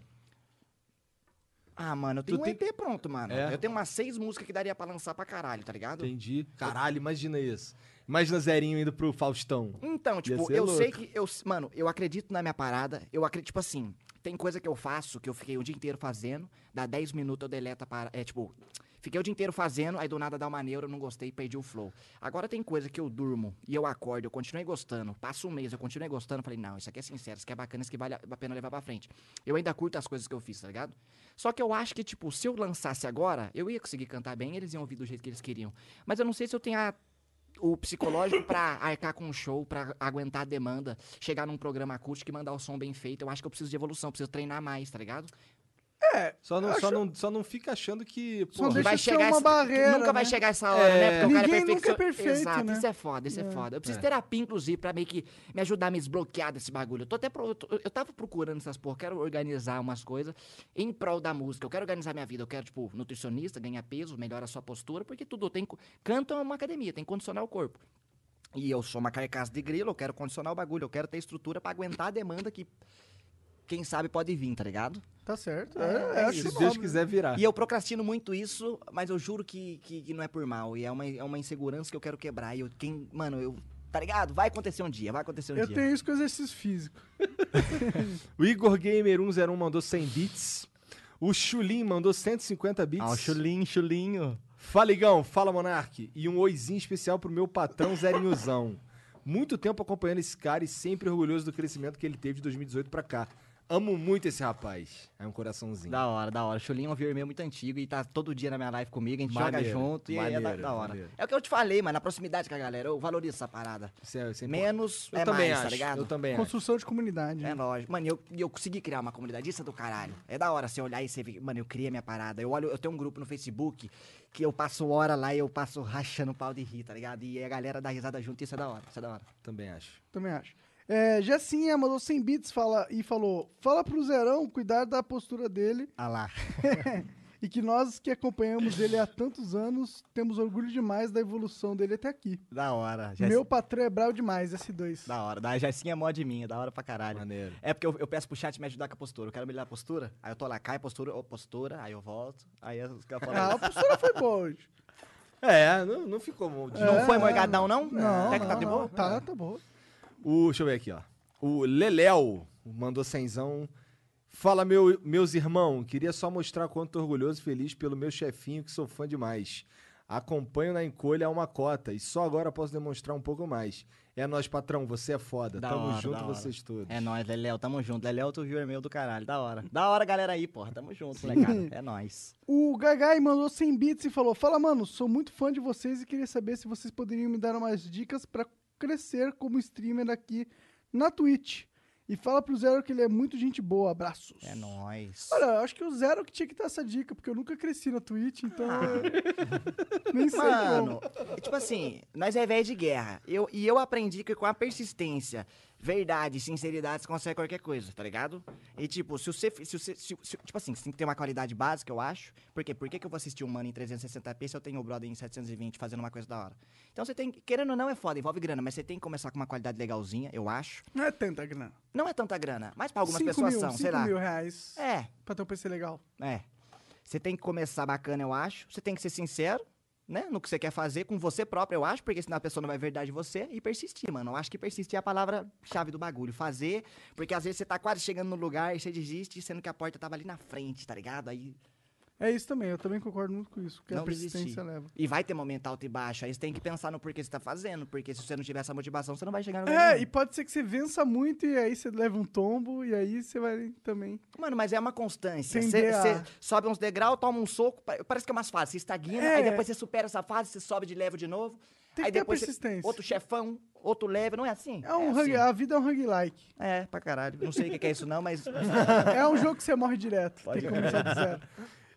C: Ah, mano, eu tenho
B: Tu
C: um
B: tem-
C: EP pronto, mano.
B: É.
C: Eu tenho umas seis músicas que daria pra lançar pra caralho, tá ligado?
B: Entendi. Caralho, imagina isso. Imagina Zerinho indo pro Faustão.
C: Então, tipo,
B: ser
C: eu
B: louco.
C: sei que. Eu, mano, eu acredito na minha parada. Eu acredito, tipo assim, tem coisa que eu faço que eu fiquei o dia inteiro fazendo. Dá 10 minutos eu deleto a parada. É, tipo, fiquei o dia inteiro fazendo, aí do nada dá uma neura, eu não gostei, perdi o flow. Agora tem coisa que eu durmo e eu acordo, eu continuei gostando. Passa um mês, eu continuei gostando. Falei, não, isso aqui é sincero, isso aqui é bacana, isso aqui vale a pena levar pra frente. Eu ainda curto as coisas que eu fiz, tá ligado? Só que eu acho que, tipo, se eu lançasse agora, eu ia conseguir cantar bem, eles iam ouvir do jeito que eles queriam. Mas eu não sei se eu tenho a o psicológico pra arcar com o show, pra aguentar a demanda, chegar num programa acústico e mandar o som bem feito. Eu acho que eu preciso de evolução, preciso treinar mais, tá ligado?
B: Só não, só, não, só não fica achando que.
A: Só
B: porra,
A: deixa
C: vai
A: ser
C: chegar
A: uma
C: esse-
A: barreira,
C: nunca vai
A: né?
C: chegar essa hora, né? Porque o cara é
A: Ninguém nunca é
C: perfeccionista.
A: perfeito,
C: Exato,
A: né?
C: isso é foda, isso é, foda. Eu preciso terapia, inclusive, pra meio que me ajudar a me desbloquear desse bagulho. Eu tô até pro- eu, tô- eu tava procurando essas porra, quero organizar umas coisas em prol da música. Eu quero organizar minha vida, eu quero, tipo, nutricionista, ganhar peso, melhorar a sua postura, porque tudo tem. co- Canto é uma academia, tem que condicionar o corpo. E eu sou uma carcaça de grilo, eu quero condicionar o bagulho, eu quero ter estrutura pra aguentar a demanda que, quem sabe, pode vir, tá ligado?
A: Tá certo.
C: É,
A: É, é,
C: é
A: acho
B: se
A: que
B: Deus
A: não.
B: quiser virar.
C: E eu procrastino muito isso, mas eu juro que, que, que não é por mal. E é uma, é uma insegurança que eu quero quebrar. E eu, quem, mano, eu. Tá ligado? Vai acontecer um dia, vai acontecer um
A: Eu
C: dia.
A: tenho isso com exercício físico.
B: O Igor Gamer 101 mandou 100 bits. O Chulin mandou 150 bits.
E: Ah, o chulinho, chulinho.
B: Fala, Igão. Fala, Monark. E um oizinho especial pro meu patrão Zerinhozão. Muito tempo acompanhando esse cara e sempre orgulhoso do crescimento que ele teve de 2018 pra cá. Amo muito esse rapaz. É um coraçãozinho.
C: Da hora, da hora. Chulinho é um viewer meu muito antigo e tá todo dia na minha live comigo, a gente joga
B: Maneiro,
C: junto e é da,
B: maneiro,
C: da hora.
B: maneiro.
C: É o que eu te falei, mano, na proximidade com a galera. Eu valorizo essa parada.
B: Isso é- isso é importante.
C: Menos
B: Eu
C: é
B: também
C: mais,
B: acho.
C: tá ligado?
B: Eu também acho.
A: Construção de comunidade. né?
C: É lógico. Mano, e eu, e eu consegui criar uma comunidade. Isso é do caralho. É da hora você olhar e você ver. Mano, eu criei minha parada. Eu olho, eu tenho um grupo no Facebook que eu passo hora lá e eu passo rachando o pau de rir, tá ligado? E a galera dá risada junto, isso é da hora. Isso é da hora.
B: Também acho.
A: Também acho. É, Jessinha mandou 100 bits fala, e falou: fala pro Zerão cuidar da postura dele
C: Ah lá.
A: e que nós que acompanhamos ele há tantos anos temos orgulho demais da evolução dele até aqui.
C: Da hora.
A: Meu patrão é bravo demais, S2.
C: Da hora. Da Jessinha é mod minha, da hora pra caralho.
B: Maneiro.
C: É porque eu, eu peço pro chat me ajudar com a postura. Eu quero melhorar a postura. Aí eu tô lá, cai a postura, ô, postura, aí eu volto. Aí os caras falam.
A: Ah, a postura foi boa hoje.
B: É, não, não ficou mal.
C: Não foi morgadão, não?
A: Não,
C: Até que tá
A: não,
C: de
A: não,
C: boa?
A: Tá, tá bom.
B: O, deixa eu ver aqui, ó. O Leléu mandou cenzão. Fala, meu, meus irmãos. Queria só mostrar quanto tô orgulhoso e feliz pelo meu chefinho, que sou fã demais. Acompanho na encolha a uma cota e só agora posso demonstrar um pouco mais. É nóis, patrão, você é foda.
C: Da
B: Tamo
C: hora, da
B: junto,
C: hora.
B: vocês todos.
C: É nóis, Leléo, tamo junto. Leléo, tu viu o e-mail do caralho, da hora. Da hora, galera aí, porra, tamo junto, molecada. É nóis.
A: O Gagai mandou 100 bits e falou: Fala, mano, sou muito fã de vocês e queria saber se vocês poderiam me dar umas dicas pra crescer como streamer aqui na Twitch. E fala pro Zero que ele é muito gente boa. Abraços.
C: É nóis.
A: Olha, eu acho que o Zero que tinha que dar essa dica, porque eu nunca cresci na Twitch, então. eu nem sei
C: Ah. Mano,
A: como.
C: é tipo assim, nós é velho de guerra. Eu, e eu aprendi que com a persistência, verdade, sinceridade, você consegue qualquer coisa, tá ligado? E tipo, se você. Se você se- se- tipo assim, você tem que ter uma qualidade básica, eu acho. Por quê? Por que, que eu vou assistir um mano em 360p se eu tenho o brother em 720 fazendo uma coisa da hora? Então você tem. Querendo ou não, é foda, envolve grana, mas você tem que começar com uma qualidade legalzinha, eu acho.
A: Não é tanta grana.
C: Não é tanta grana, mas pra algumas
A: Cinco
C: pessoas
A: mil,
C: são, sei
A: cinco
C: lá.
A: mil reais
C: É,
A: pra ter um PC legal.
C: é. Você tem que começar bacana, eu acho. Você tem que ser sincero, né? No que você quer fazer, com você próprio, eu acho, porque senão a pessoa não vai verdade em você e persistir, mano. Eu acho que persistir é a palavra-chave do bagulho. Fazer, porque às vezes você tá quase chegando no lugar e você desiste, sendo que a porta tava ali na frente, tá ligado? Aí
A: É isso também, eu também concordo muito com isso, que a
C: Não desistir.
A: persistência leva.
C: E vai ter momento alto e baixo. Aí você tem que pensar no porquê você tá fazendo. Porque se você não tiver essa motivação, você não vai chegar no lugar
A: É,
C: nenhum.
A: e pode ser que você vença muito e aí você leva um tombo e aí você vai também.
C: Mano, mas é uma constância.
A: Tem
C: Você
A: DA.
C: você sobe uns degraus, toma um soco, pa- parece que é umas fases. Você estagna,
A: É.
C: aí depois você supera essa fase, você sobe de level de novo.
A: Tem que
C: aí
A: ter a
C: depois você-
A: persistência.
C: outro chefão, outro level, não é assim?
A: É um
C: assim.
A: hang- A vida é um hang like.
C: É, pra caralho. Não sei o que que é isso não, mas...
A: é um jogo que você morre direto. Tem que começar do zero.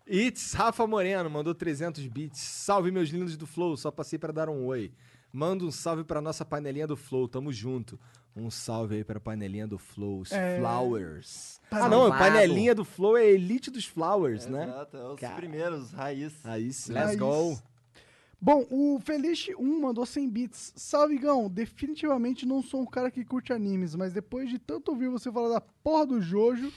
B: It's Rafa Moreno mandou 300 bits. Salve, meus lindos do Flow. Só passei pra dar um oi. Manda um salve pra nossa panelinha do Flow. Tamo junto. Um salve aí pra panelinha do Flow, os
A: É. tá
B: Flowers. Ah,
C: Salvado.
B: não, a panelinha do Flow é a elite dos Flowers, né?
E: Exato, é os
B: Cara.
E: primeiros, raiz.
B: Aí sim.
A: Let's Aí go. sim. Bom, o Felice1 mandou 100 bits. Salve, Gão. Definitivamente não sou um cara que curte animes, mas depois de tanto ouvir você falar da porra do Jojo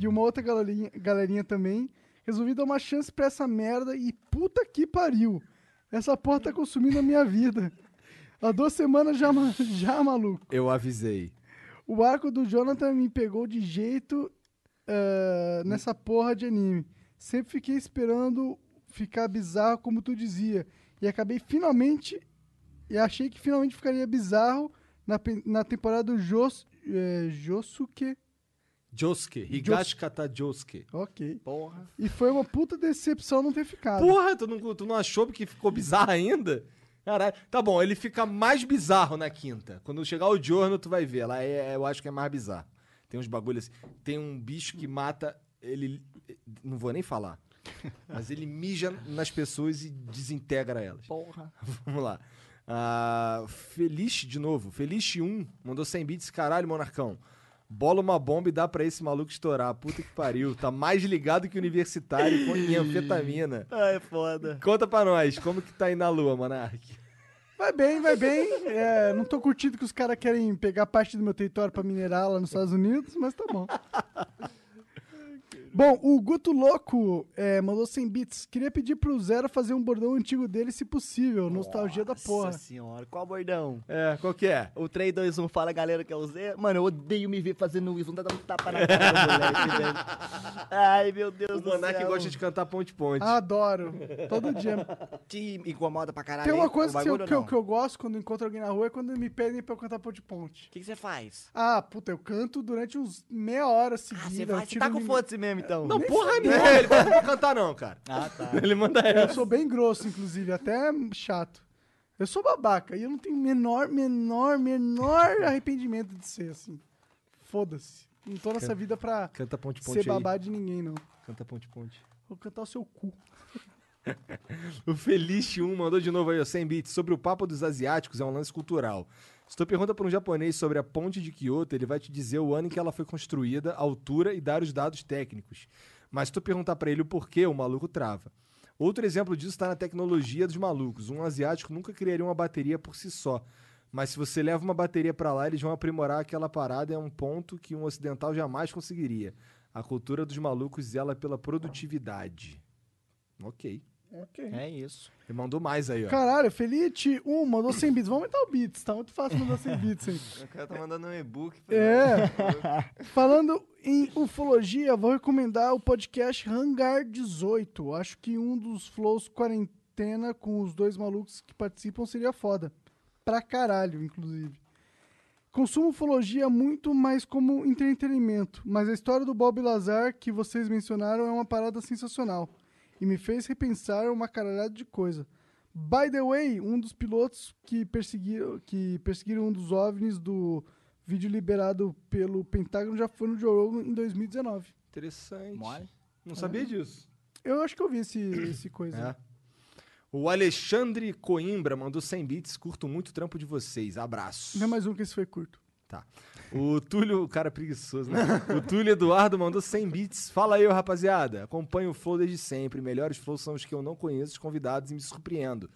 A: e uma outra galerinha, galerinha também, resolvi dar uma chance pra essa merda e puta que pariu. Essa porra tá consumindo a minha vida. Há duas semanas já, ma- já maluco.
B: Eu avisei.
A: O arco do Jonathan me pegou de jeito ah, nessa porra de anime. Sempre fiquei esperando ficar bizarro, como tu dizia. E acabei finalmente. E achei que finalmente ficaria bizarro na, pe- na temporada do Jos, eh, Josuke.
B: Josuke. Higashi Kata Josuke.
A: Ok.
C: Porra.
A: E foi uma puta decepção não ter ficado.
B: Porra, tu não, tu não achou porque ficou bizarro ainda? Caralho. Tá bom, ele fica mais bizarro na quinta. Quando chegar o Giorno, tu vai ver. Lá é, é- eu acho que é mais bizarro. Tem uns bagulhos assim. Tem um bicho que mata. Ele. Não vou nem falar. Mas ele mija nas pessoas e desintegra elas.
C: Porra.
B: Vamos lá. Ah, Feliz de novo. Feliz 1 mandou 100 bits. Caralho, monarcão. Bola uma bomba e dá pra esse maluco estourar. Puta que pariu. Tá mais ligado que universitário com em anfetamina.
E: Ai, é foda.
B: Conta pra nós, como que tá aí na lua, Monark?
A: Vai bem, vai bem. É, não tô curtindo que os caras querem pegar parte do meu território pra minerar lá nos Estados Unidos, mas tá bom. Bom, o Guto Louco é, mandou 100 bits. Queria pedir pro Zero fazer um bordão antigo dele, se possível. Nostalgia da porra.
E: Nossa senhora, qual bordão?
B: É, qual que é?
E: O 3, 2, 1, fala galera que é o Z. Mano, eu odeio me ver fazendo isso. Não dá pra dar um tapa na cara do moleque, velho. Ai, meu Deus
B: O
E: do céu.
B: Monark gosta de cantar ponte-ponte.
A: Adoro. Todo dia.
C: Te incomoda pra caralho.
A: Tem
C: hein?
A: uma
C: O
A: coisa que eu,
C: bagulho
A: que, eu,
C: não?
A: que eu gosto quando encontro alguém na rua é quando me pedem pra eu cantar ponte-ponte.
C: O que que você faz?
A: Ah, puta, eu canto durante uns meia hora seguida.
C: Ah, você
A: eu
C: vai, você
A: tiro
C: tá
A: um
C: com
A: limite.
C: foda-se mesmo, então.
B: Não, porra nenhuma, ele não vai cantar não, cara.
E: Ah, tá.
B: Ele manda
A: Eu
B: essa.
A: sou bem grosso, inclusive, até chato. Eu sou babaca e eu não tenho menor, menor, menor arrependimento de ser assim. Foda-se. Não tô nessa vida pra
B: Canta
A: ser
B: ponte-ponte aí.
A: babá de ninguém, não.
B: Canta ponte-ponte.
A: Vou cantar o seu cu.
B: O Feliz 1 mandou de novo aí, ó, 100 bits. Sobre o papo dos asiáticos, é um lance cultural. Se tu pergunta pra um japonês sobre a ponte de Kyoto, ele vai te dizer o ano em que ela foi construída, a altura e dar os dados técnicos. Mas se tu perguntar pra ele o porquê, o maluco trava. Outro exemplo disso está na tecnologia dos malucos. Um asiático nunca criaria uma bateria por si só. Mas se você leva uma bateria pra lá, eles vão aprimorar aquela parada, é um ponto que um ocidental jamais conseguiria. A cultura dos malucos zela pela produtividade. Ok.
A: Ok.
C: É isso.
B: Ele mandou mais aí, ó.
A: Caralho, Felite, um, mandou 100 bits. Vamos aumentar o bits, tá muito fácil mandar 100 bits aí.
E: O cara tá mandando um e-book. pra né?
A: É. Falando em ufologia, vou recomendar o podcast Hangar 18. Acho que um dos flows quarentena com os dois malucos que participam seria foda. Pra caralho, inclusive. Consumo ufologia muito mais como entretenimento, mas a história do Bob Lazar que vocês mencionaram é uma parada sensacional e me fez repensar uma caralhada de coisa. By the way, um dos pilotos que perseguiram, que perseguiram um dos OVNIs do vídeo liberado pelo Pentágono já foi no Joe Rogan em 2019.
B: Interessante.
C: Mole.
B: Não sabia disso.
A: Eu acho que eu vi esse, esse coisa.
B: É. O Alexandre Coimbra mandou 100 bits. Curto muito o trampo de vocês. Abraço.
A: Não é mais um que esse foi curto.
B: O Túlio, o cara é preguiçoso, né? O Túlio Eduardo mandou 100 bits. Fala aí, ô rapaziada. Acompanho o Flow desde sempre. Melhores Flows são os que eu não conheço, os convidados, e me surpreendo.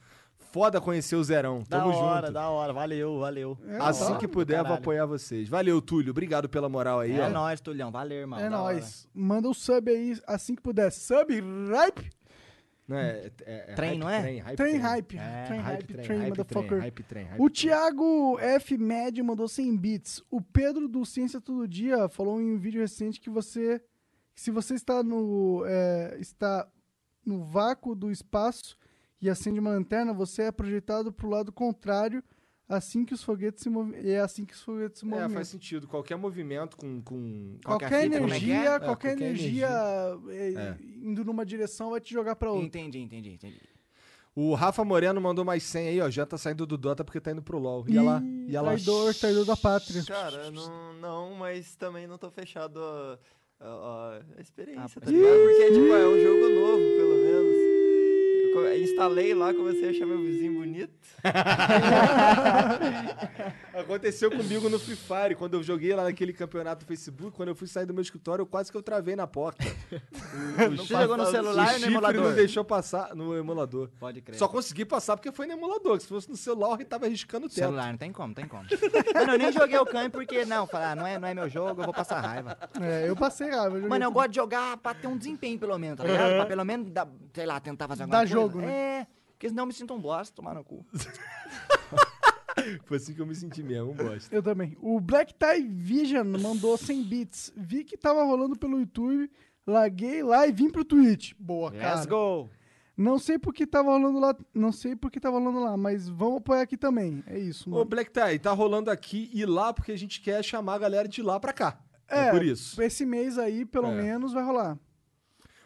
B: Foda conhecer o Zerão.
E: Da
B: Tamo
E: hora,
B: junto.
E: da hora. Valeu, valeu.
A: É,
B: Assim
A: tá.
B: que puder,
E: Caralho.
B: vou apoiar vocês. Valeu, Túlio. Obrigado pela moral aí. ó.
C: É nóis, Tulhão. Valeu, irmão.
A: é
C: da hora.
A: nóis. Manda um sub aí assim que puder. Sub, hype,
B: Não é- é- é
C: Trem,
B: hype,
C: não é?
B: Trem, hype,
A: train,
B: trem.
A: hype.
C: É,
A: train,
B: Hype,
A: hype,
B: trem,
A: train,
B: hype, trem,
A: motherfucker.
B: hype, trem, hype,
A: O Thiago F. Med mandou 100 bits. O Pedro do Ciência Todo Dia falou em um vídeo recente que você. que se você está no. é, está no vácuo do espaço e acende uma lanterna, você é projetado para o lado contrário assim que os foguetes se mov... é assim que os foguetes se
B: É,
A: movimentam.
B: faz sentido. Qualquer movimento com. com...
A: Qualquer,
E: fita, como é que é?
A: energia,
B: É,
A: qualquer,
B: qualquer
A: energia, é, indo numa direção vai te jogar para outra.
E: Entendi, entendi, entendi.
B: O Rafa Moreno mandou mais 100 aí, ó. Já tá saindo do Dota porque tá indo pro LoL. E ela. E ela...
A: Traidor, traidor da pátria.
C: Cara, não, não, mas também não tô fechado a, a- a experiência,
E: Ah,
C: tá ligado? Porque, tipo, é um jogo novo, pelo menos. Eu co- instalei lá, comecei a achar meu vizinho bonito.
B: Aconteceu comigo no Free Fire. Quando eu joguei lá naquele campeonato do Facebook, quando eu fui sair do meu escritório, eu quase que eu travei na porta.
E: Você jogou no
B: o
E: celular e no
B: chifre não
E: emulador?
B: deixou passar no emulador.
E: Pode crer.
B: Só consegui passar porque foi no emulador. que Se fosse no celular, eu tava arriscando o teto.
E: Celular, não tem como, tem como. Mano, eu nem joguei o Kami porque, não, falar, não é, não é meu jogo, eu vou passar raiva.
A: É, eu passei lá. Eu joguei
E: Mano, eu gosto de jogar pra ter um desempenho, pelo menos, tá ligado? Pra pelo menos, dar, sei lá, tentar fazer alguma
A: Dar
E: coisa.
A: jogo, né?
E: É, porque senão eu me sinto um bosta, tomar no cu.
B: Foi assim que eu me senti mesmo, um bosta.
A: Eu também. O Black Tie Vision mandou 100 bits. Vi que tava rolando pelo YouTube, laguei lá e vim pro Twitch. Boa, cara.
E: Let's go!
A: Não sei porque tava rolando lá, não sei porque tava rolando lá, mas vamos apoiar aqui também. É isso,
B: Ô,
A: mano.
B: Black Tie, tá rolando aqui e lá porque a gente quer chamar a galera de lá pra cá. É,
A: É.
B: por isso.
A: Esse mês aí, pelo
B: É.
A: menos, vai rolar.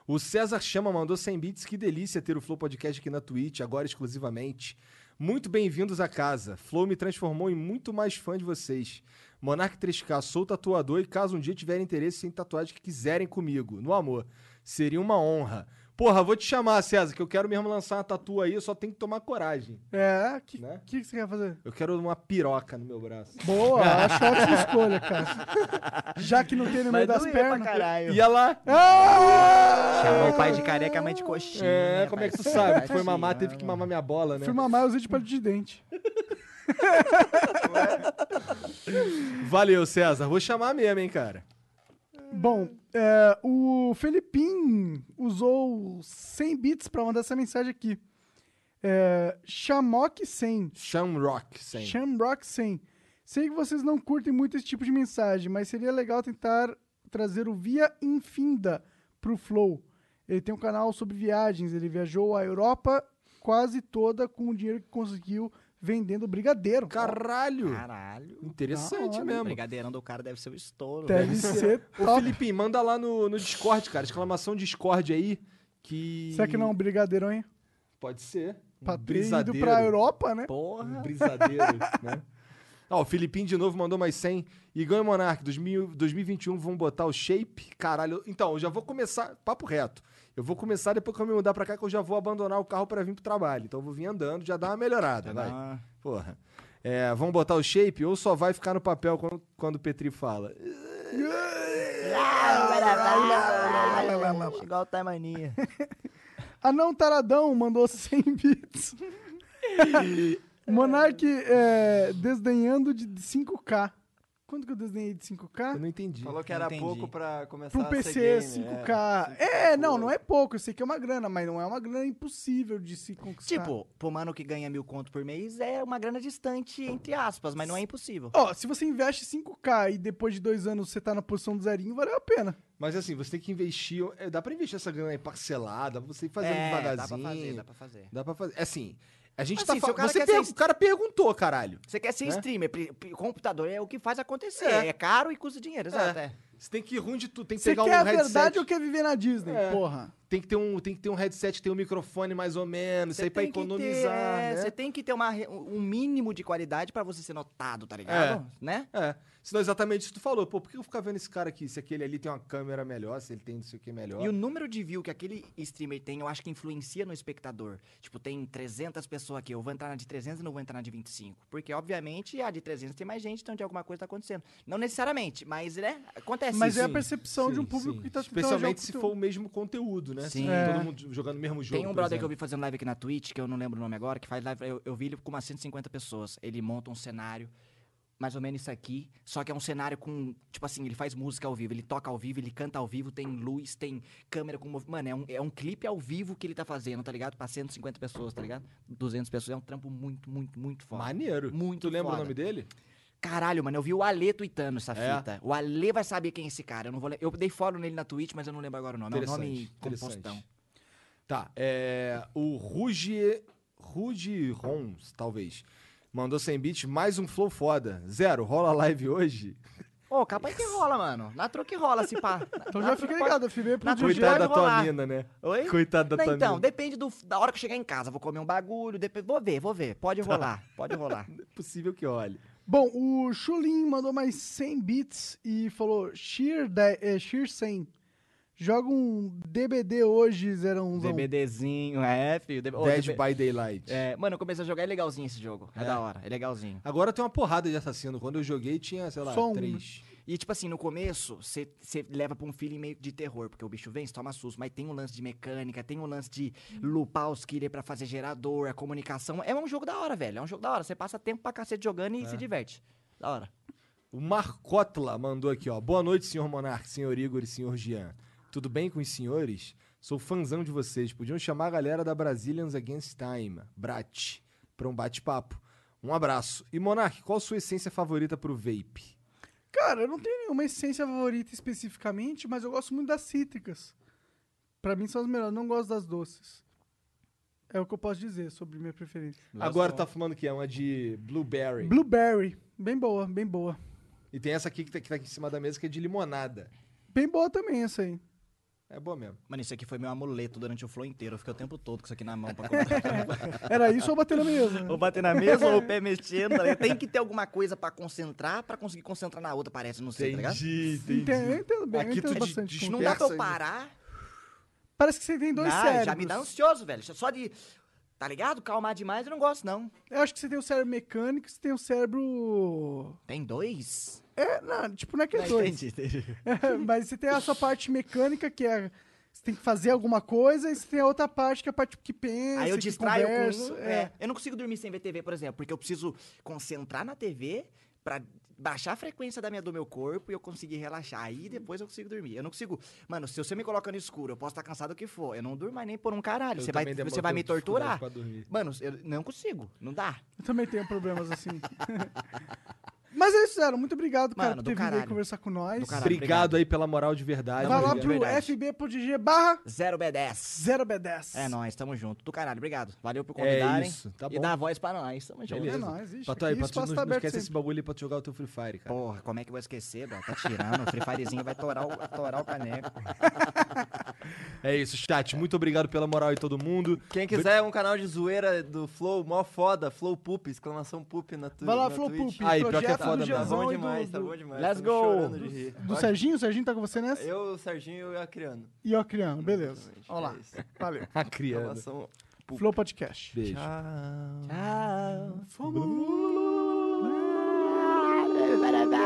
B: O César Chama mandou 100 bits. Que delícia ter o Flow Podcast aqui na Twitch, agora exclusivamente. Muito bem-vindos à casa. Flow me transformou em muito mais fã de vocês. Monark 3K, sou tatuador e caso um dia tiverem interesse em tatuagem que quiserem comigo, no amor, seria uma honra. Porra, vou te chamar, César, que eu quero mesmo lançar uma tatu aí, eu só tenho que tomar coragem,
A: É, o que,
B: né?
A: que, que você quer fazer?
B: Eu quero uma piroca no meu braço.
A: Boa, acho ótima escolha, cara. Já que não tem no meio das
E: doeu pra
A: pernas. Ah!
E: caralho.
B: E ela...
E: Chamou o pai de careca, a mãe de coxinha.
B: É,
E: né,
B: como é que tu
E: parceiro?
B: sabe? Tu foi
E: Parceiro,
B: mamar,
E: né,
B: teve que
E: mano?
B: mamar minha bola, né?
A: Fui mamar, eu usei de palito de dente.
B: Valeu, César. Vou chamar mesmo, hein, cara.
A: Bom, é, o Felipim usou 100 bits pra mandar essa mensagem aqui. É, Chamoque 100.
B: Shamrock, sim.
A: Shamrock 100. Sei que vocês não curtem muito esse tipo de mensagem, mas seria legal tentar trazer o Via Infinda pro Flow. Ele tem um canal sobre viagens, ele viajou a Europa quase toda com o dinheiro que conseguiu vendendo brigadeiro.
B: Caralho!
E: Caralho.
B: Interessante
A: Da hora,
E: O
B: mesmo.
E: brigadeirão do cara deve ser o estouro.
A: deve
E: velho.
A: ser
B: Ô,
A: top.
B: Felipe, manda lá no, no Discord, cara. Exclamação Discord aí. Que.
A: Será que não é um brigadeiro, hein?
B: Pode ser.
A: Pra ter ido
B: Um brisadeiro.
A: pra Europa, né?
B: Um
E: Porra.
B: brisadeiro, né? Ó, o Filipinho de novo mandou mais 100. Igão e Monark, 2000 2021 vão botar o shape. Caralho. Então, eu já vou começar. Papo reto. Eu vou começar depois que eu me mudar pra cá, que eu já vou abandonar o carro pra vir pro trabalho. Então eu vou vir andando, já dá uma melhorada, vai.
E: Ah,
B: Porra. É, vão botar o shape ou só vai ficar no papel quando, quando o Petri fala?
E: Igual o Taimania.
A: Anão Taradão mandou 100 bits. Monark é, desdenhando de 5K. Quando que eu desdenhei de 5K?
B: Eu não entendi.
C: Falou que era
E: Entendi.
C: pouco pra começar
A: Pra um
C: a ser
B: né?
A: PC,
C: game,
A: 5K. É, não, não é pouco. Eu sei que é uma grana, mas não é uma grana impossível de se conquistar.
E: Tipo, pro mano que ganha mil conto por mês é uma grana distante, entre aspas, mas não é impossível.
A: Ó, se você investe 5K e depois de dois anos você tá na posição do zerinho, valeu a pena.
B: Mas assim, você tem que investir. é, dá pra investir essa grana aí parcelada, você ir fazendo
E: é,
B: devagarzinho.
E: Dá pra fazer, dá pra fazer.
B: Dá pra fazer. É Assim, a gente
E: Assim,
B: tá
E: se
B: falando.
E: o cara
B: Você
E: quer
B: pergu-
E: ser-
B: O cara perguntou, caralho.
E: Você quer ser
B: Né?
E: streamer, pri- pri- computador é o que faz acontecer.
B: É.
E: É, caro e custa dinheiro, exato. é.
B: Você tem que ir ruim de tudo. Tem que
A: Você
B: pegar
A: quer
B: um
A: a
B: headset.
A: verdade ou quer viver na Disney?
B: É.
A: Porra.
B: tem, que ter um, tem que ter um headset, tem um microfone mais ou menos. Isso aí pra
E: tem que ter,
B: economizar.
E: é,
B: né?
E: Você tem que ter uma re- um mínimo de qualidade pra você ser notado, tá ligado? Né?
B: É. Senão é exatamente isso que tu falou. Pô, por que eu ficar vendo esse cara aqui? Se aquele ali tem uma câmera melhor, se ele tem não sei o que melhor.
E: E o número de view que aquele streamer tem, eu acho que influencia no espectador. Tipo, tem 300 pessoas aqui, eu vou entrar na de 300 e não vou entrar na de 25. Porque, obviamente, a de 300 tem mais gente, então de alguma coisa tá acontecendo. Não necessariamente, mas, né, acontece
A: mas
E: isso.
A: é a percepção de um público que tá tentando
B: Especialmente
A: jogar
B: se
A: com
B: for um o mesmo conteúdo, né? Se
E: Sim.
B: tá
A: É.
B: Todo mundo jogando o mesmo jogo.
E: Tem um
B: por
E: brother que
B: exemplo.
E: eu vi fazendo live aqui na Twitch, que eu não lembro o nome agora, que faz live, eu, eu vi ele com umas 150 pessoas. Ele monta um cenário, mais ou menos isso aqui, só que é um cenário com, tipo assim, ele faz música ao vivo, ele toca ao vivo, ele canta ao vivo, tem luz, tem câmera com movimento. Mano, é um, é um clipe ao vivo que ele tá fazendo, tá ligado? Pra 150 pessoas, tá ligado? 200 pessoas, é um trampo muito, muito, muito foda.
B: Maneiro.
E: Muito
B: Tu lembra
E: foda.
B: o nome dele?
E: Caralho, mano, eu vi o Ale tweetando essa
B: É?
E: fita. O Ale vai saber quem é esse cara, eu não vou lem- Eu dei follow nele na Twitch, mas eu não lembro agora o nome. É um
B: Interessante,
E: nome
B: interessante.
E: compostão.
B: Tá. É, o Ruge. Ruge Rons, talvez. Mandou 100 bits, mais um flow foda. Zero, rola live hoje.
C: Ô, capaz que rola, mano. Na troca que rola, se pá.
A: Então
C: Na
A: já
C: tru
A: fica
C: pode-
A: ligado, FB pro
C: na
A: DJ.
C: Coitado
B: Coitada da
C: vai rolar.
B: tua mina, né?
C: Oi?
B: Coitada da
C: Não,
B: tua
C: então,
B: mina.
C: depende do- da hora que eu chegar em casa. Vou comer um bagulho, depois, vou ver, vou ver. Pode rolar, pode rolar.
B: É possível que olhe.
A: Bom, o Chulin mandou mais 100 bits e falou: Sheer, de- eh, Sheer 100. Joga um DBD hoje, 01.
C: DBDzinho, é, filho. DB... ô,
B: Dead
C: DB
B: by Daylight.
C: É, mano, eu comecei a jogar, é legalzinho esse jogo. É,
B: É?
C: da hora, é legalzinho.
B: Agora tem uma porrada de assassino. Quando eu joguei tinha, sei lá,
A: Só um, né?
B: três.
C: E, tipo assim, no começo, você leva pra um feeling meio de terror, porque o bicho vem, você toma susto, mas tem um lance de mecânica, tem um lance de lupar os killer pra fazer gerador, a comunicação. É um jogo da hora, velho. É um jogo da hora. Você passa tempo pra cacete jogando e
B: É.
C: se diverte. Da hora.
B: O Marcotla mandou aqui, ó. Boa noite, senhor Monark, senhor Igor e senhor Jean. Tudo bem com os senhores? Sou fãzão de vocês. Podiam chamar a galera da Brazilians Against Time, Brat, pra um bate-papo. Um abraço. E Monark, qual sua essência favorita pro vape?
A: Cara, eu não tenho nenhuma essência favorita especificamente, mas eu gosto muito das cítricas. Pra mim são as melhores, não gosto das doces. É o que eu posso dizer sobre minha preferência.
B: Agora tá fumando o quê? Uma de blueberry.
A: Blueberry, bem boa, bem boa.
B: E tem essa aqui que tá, que tá aqui em cima da mesa que é de limonada.
A: Bem boa também essa aí.
B: É boa mesmo.
C: Mano, isso aqui foi meu amuleto durante o flow inteiro. Eu fiquei o tempo todo com isso aqui na mão pra comer.
A: Era isso ou bater na mesa? né?
C: ou bater na mesa ou o pé mexendo. tá ligado? Tem que ter alguma coisa pra concentrar, pra conseguir concentrar na outra, parece. Não sei, tá ligado?
A: Entendo, eu entendo bem, eu
B: Aqui Então,
A: entendo
B: tu de-
A: bastante. como
C: Não
A: que
C: dá
A: é.
C: pra eu
B: Dispersa,
C: parar.
A: Parece que você tem dois
C: Não,
A: cérebros.
C: já me dá um ansioso, velho. Só de. Tá ligado? Calmar demais eu não gosto, não.
A: Eu acho que você tem o cérebro mecânico e você tem o cérebro.
C: Tem dois?
A: É, não, tipo, não é que é dois. É, mas você tem a sua parte mecânica, que é. Você tem que fazer alguma coisa, e você tem a outra parte, que é a parte que pensa.
C: Aí eu
A: que
C: distraio
A: conversa,
C: com um, é. Eu não consigo dormir sem ver TV, por exemplo, porque eu preciso concentrar na TV pra baixar a frequência da minha, do meu corpo e eu conseguir relaxar.
B: Uhum.
C: Aí depois eu consigo dormir. Eu não consigo. Mano, se você me coloca no escuro, eu posso estar cansado o que for. Eu não durmo mais nem por um caralho.
B: Eu
C: Você vai,
B: também demoro-
C: você vai me
B: tenho dificuldade
C: torturar.
B: pra dormir.
C: Mano, eu não consigo. Não dá.
A: Eu também tenho problemas assim. mas é isso, Zero. Muito obrigado, cara, por
C: Mano, do
A: ter vindo aí
C: caralho.
A: conversar com nós.
C: Do caralho.
B: Obrigado aí pela moral de verdade.
A: Vai lá
B: Obrigado.
A: pro
C: verdade.
A: FB pro DG barra
C: Zero B10.
A: 0B10.
C: É nóis, tamo junto. Do caralho, obrigado. Valeu por
B: É
C: convidarem.
B: isso, tá
C: E
B: bom.
C: dá a voz pra nós. Tamo junto.
A: Beleza. É nóis, ixi,
B: Patoy,
A: aqui o
B: Patoy,
A: espaço tá
B: não, não
A: aberto
B: esquece
A: sempre.
B: esse bagulho aí pra tu jogar o teu Free Fire, cara.
C: Porra, como é que eu vou esquecer, bro? Tá tirando, o Free Firezinho vai torar o, torar o caneco.
B: É isso, chat. Muito obrigado pela moral aí, todo mundo.
D: Quem quiser um canal de zoeira do Flow, mó foda, Flow Poop, exclamação Poop na Twitch.
A: Vai lá,
D: na
A: Flow
D: Twitch.
A: Poop.
B: Aí, pior que é
A: projeto
B: foda
A: do
B: mesmo.
D: Tá
A: Gianzão
D: bom
A: e do-
D: demais, tá
A: do-
D: bom demais.
C: Let's
D: tô me
C: go.
D: chorando de rir.
A: do Serginho? O Serginho tá com você nessa?
D: Eu, o Serginho e a Criano.
A: E o Criano, beleza.
D: Exatamente,
A: Olha lá.
D: é isso.
A: Valeu.
B: A criança.
D: Exclamação Poop.
A: Flow Podcast.
B: Beijo.
D: Tchau.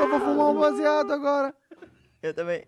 A: Eu vou fumar um baseado agora.
D: Eu também.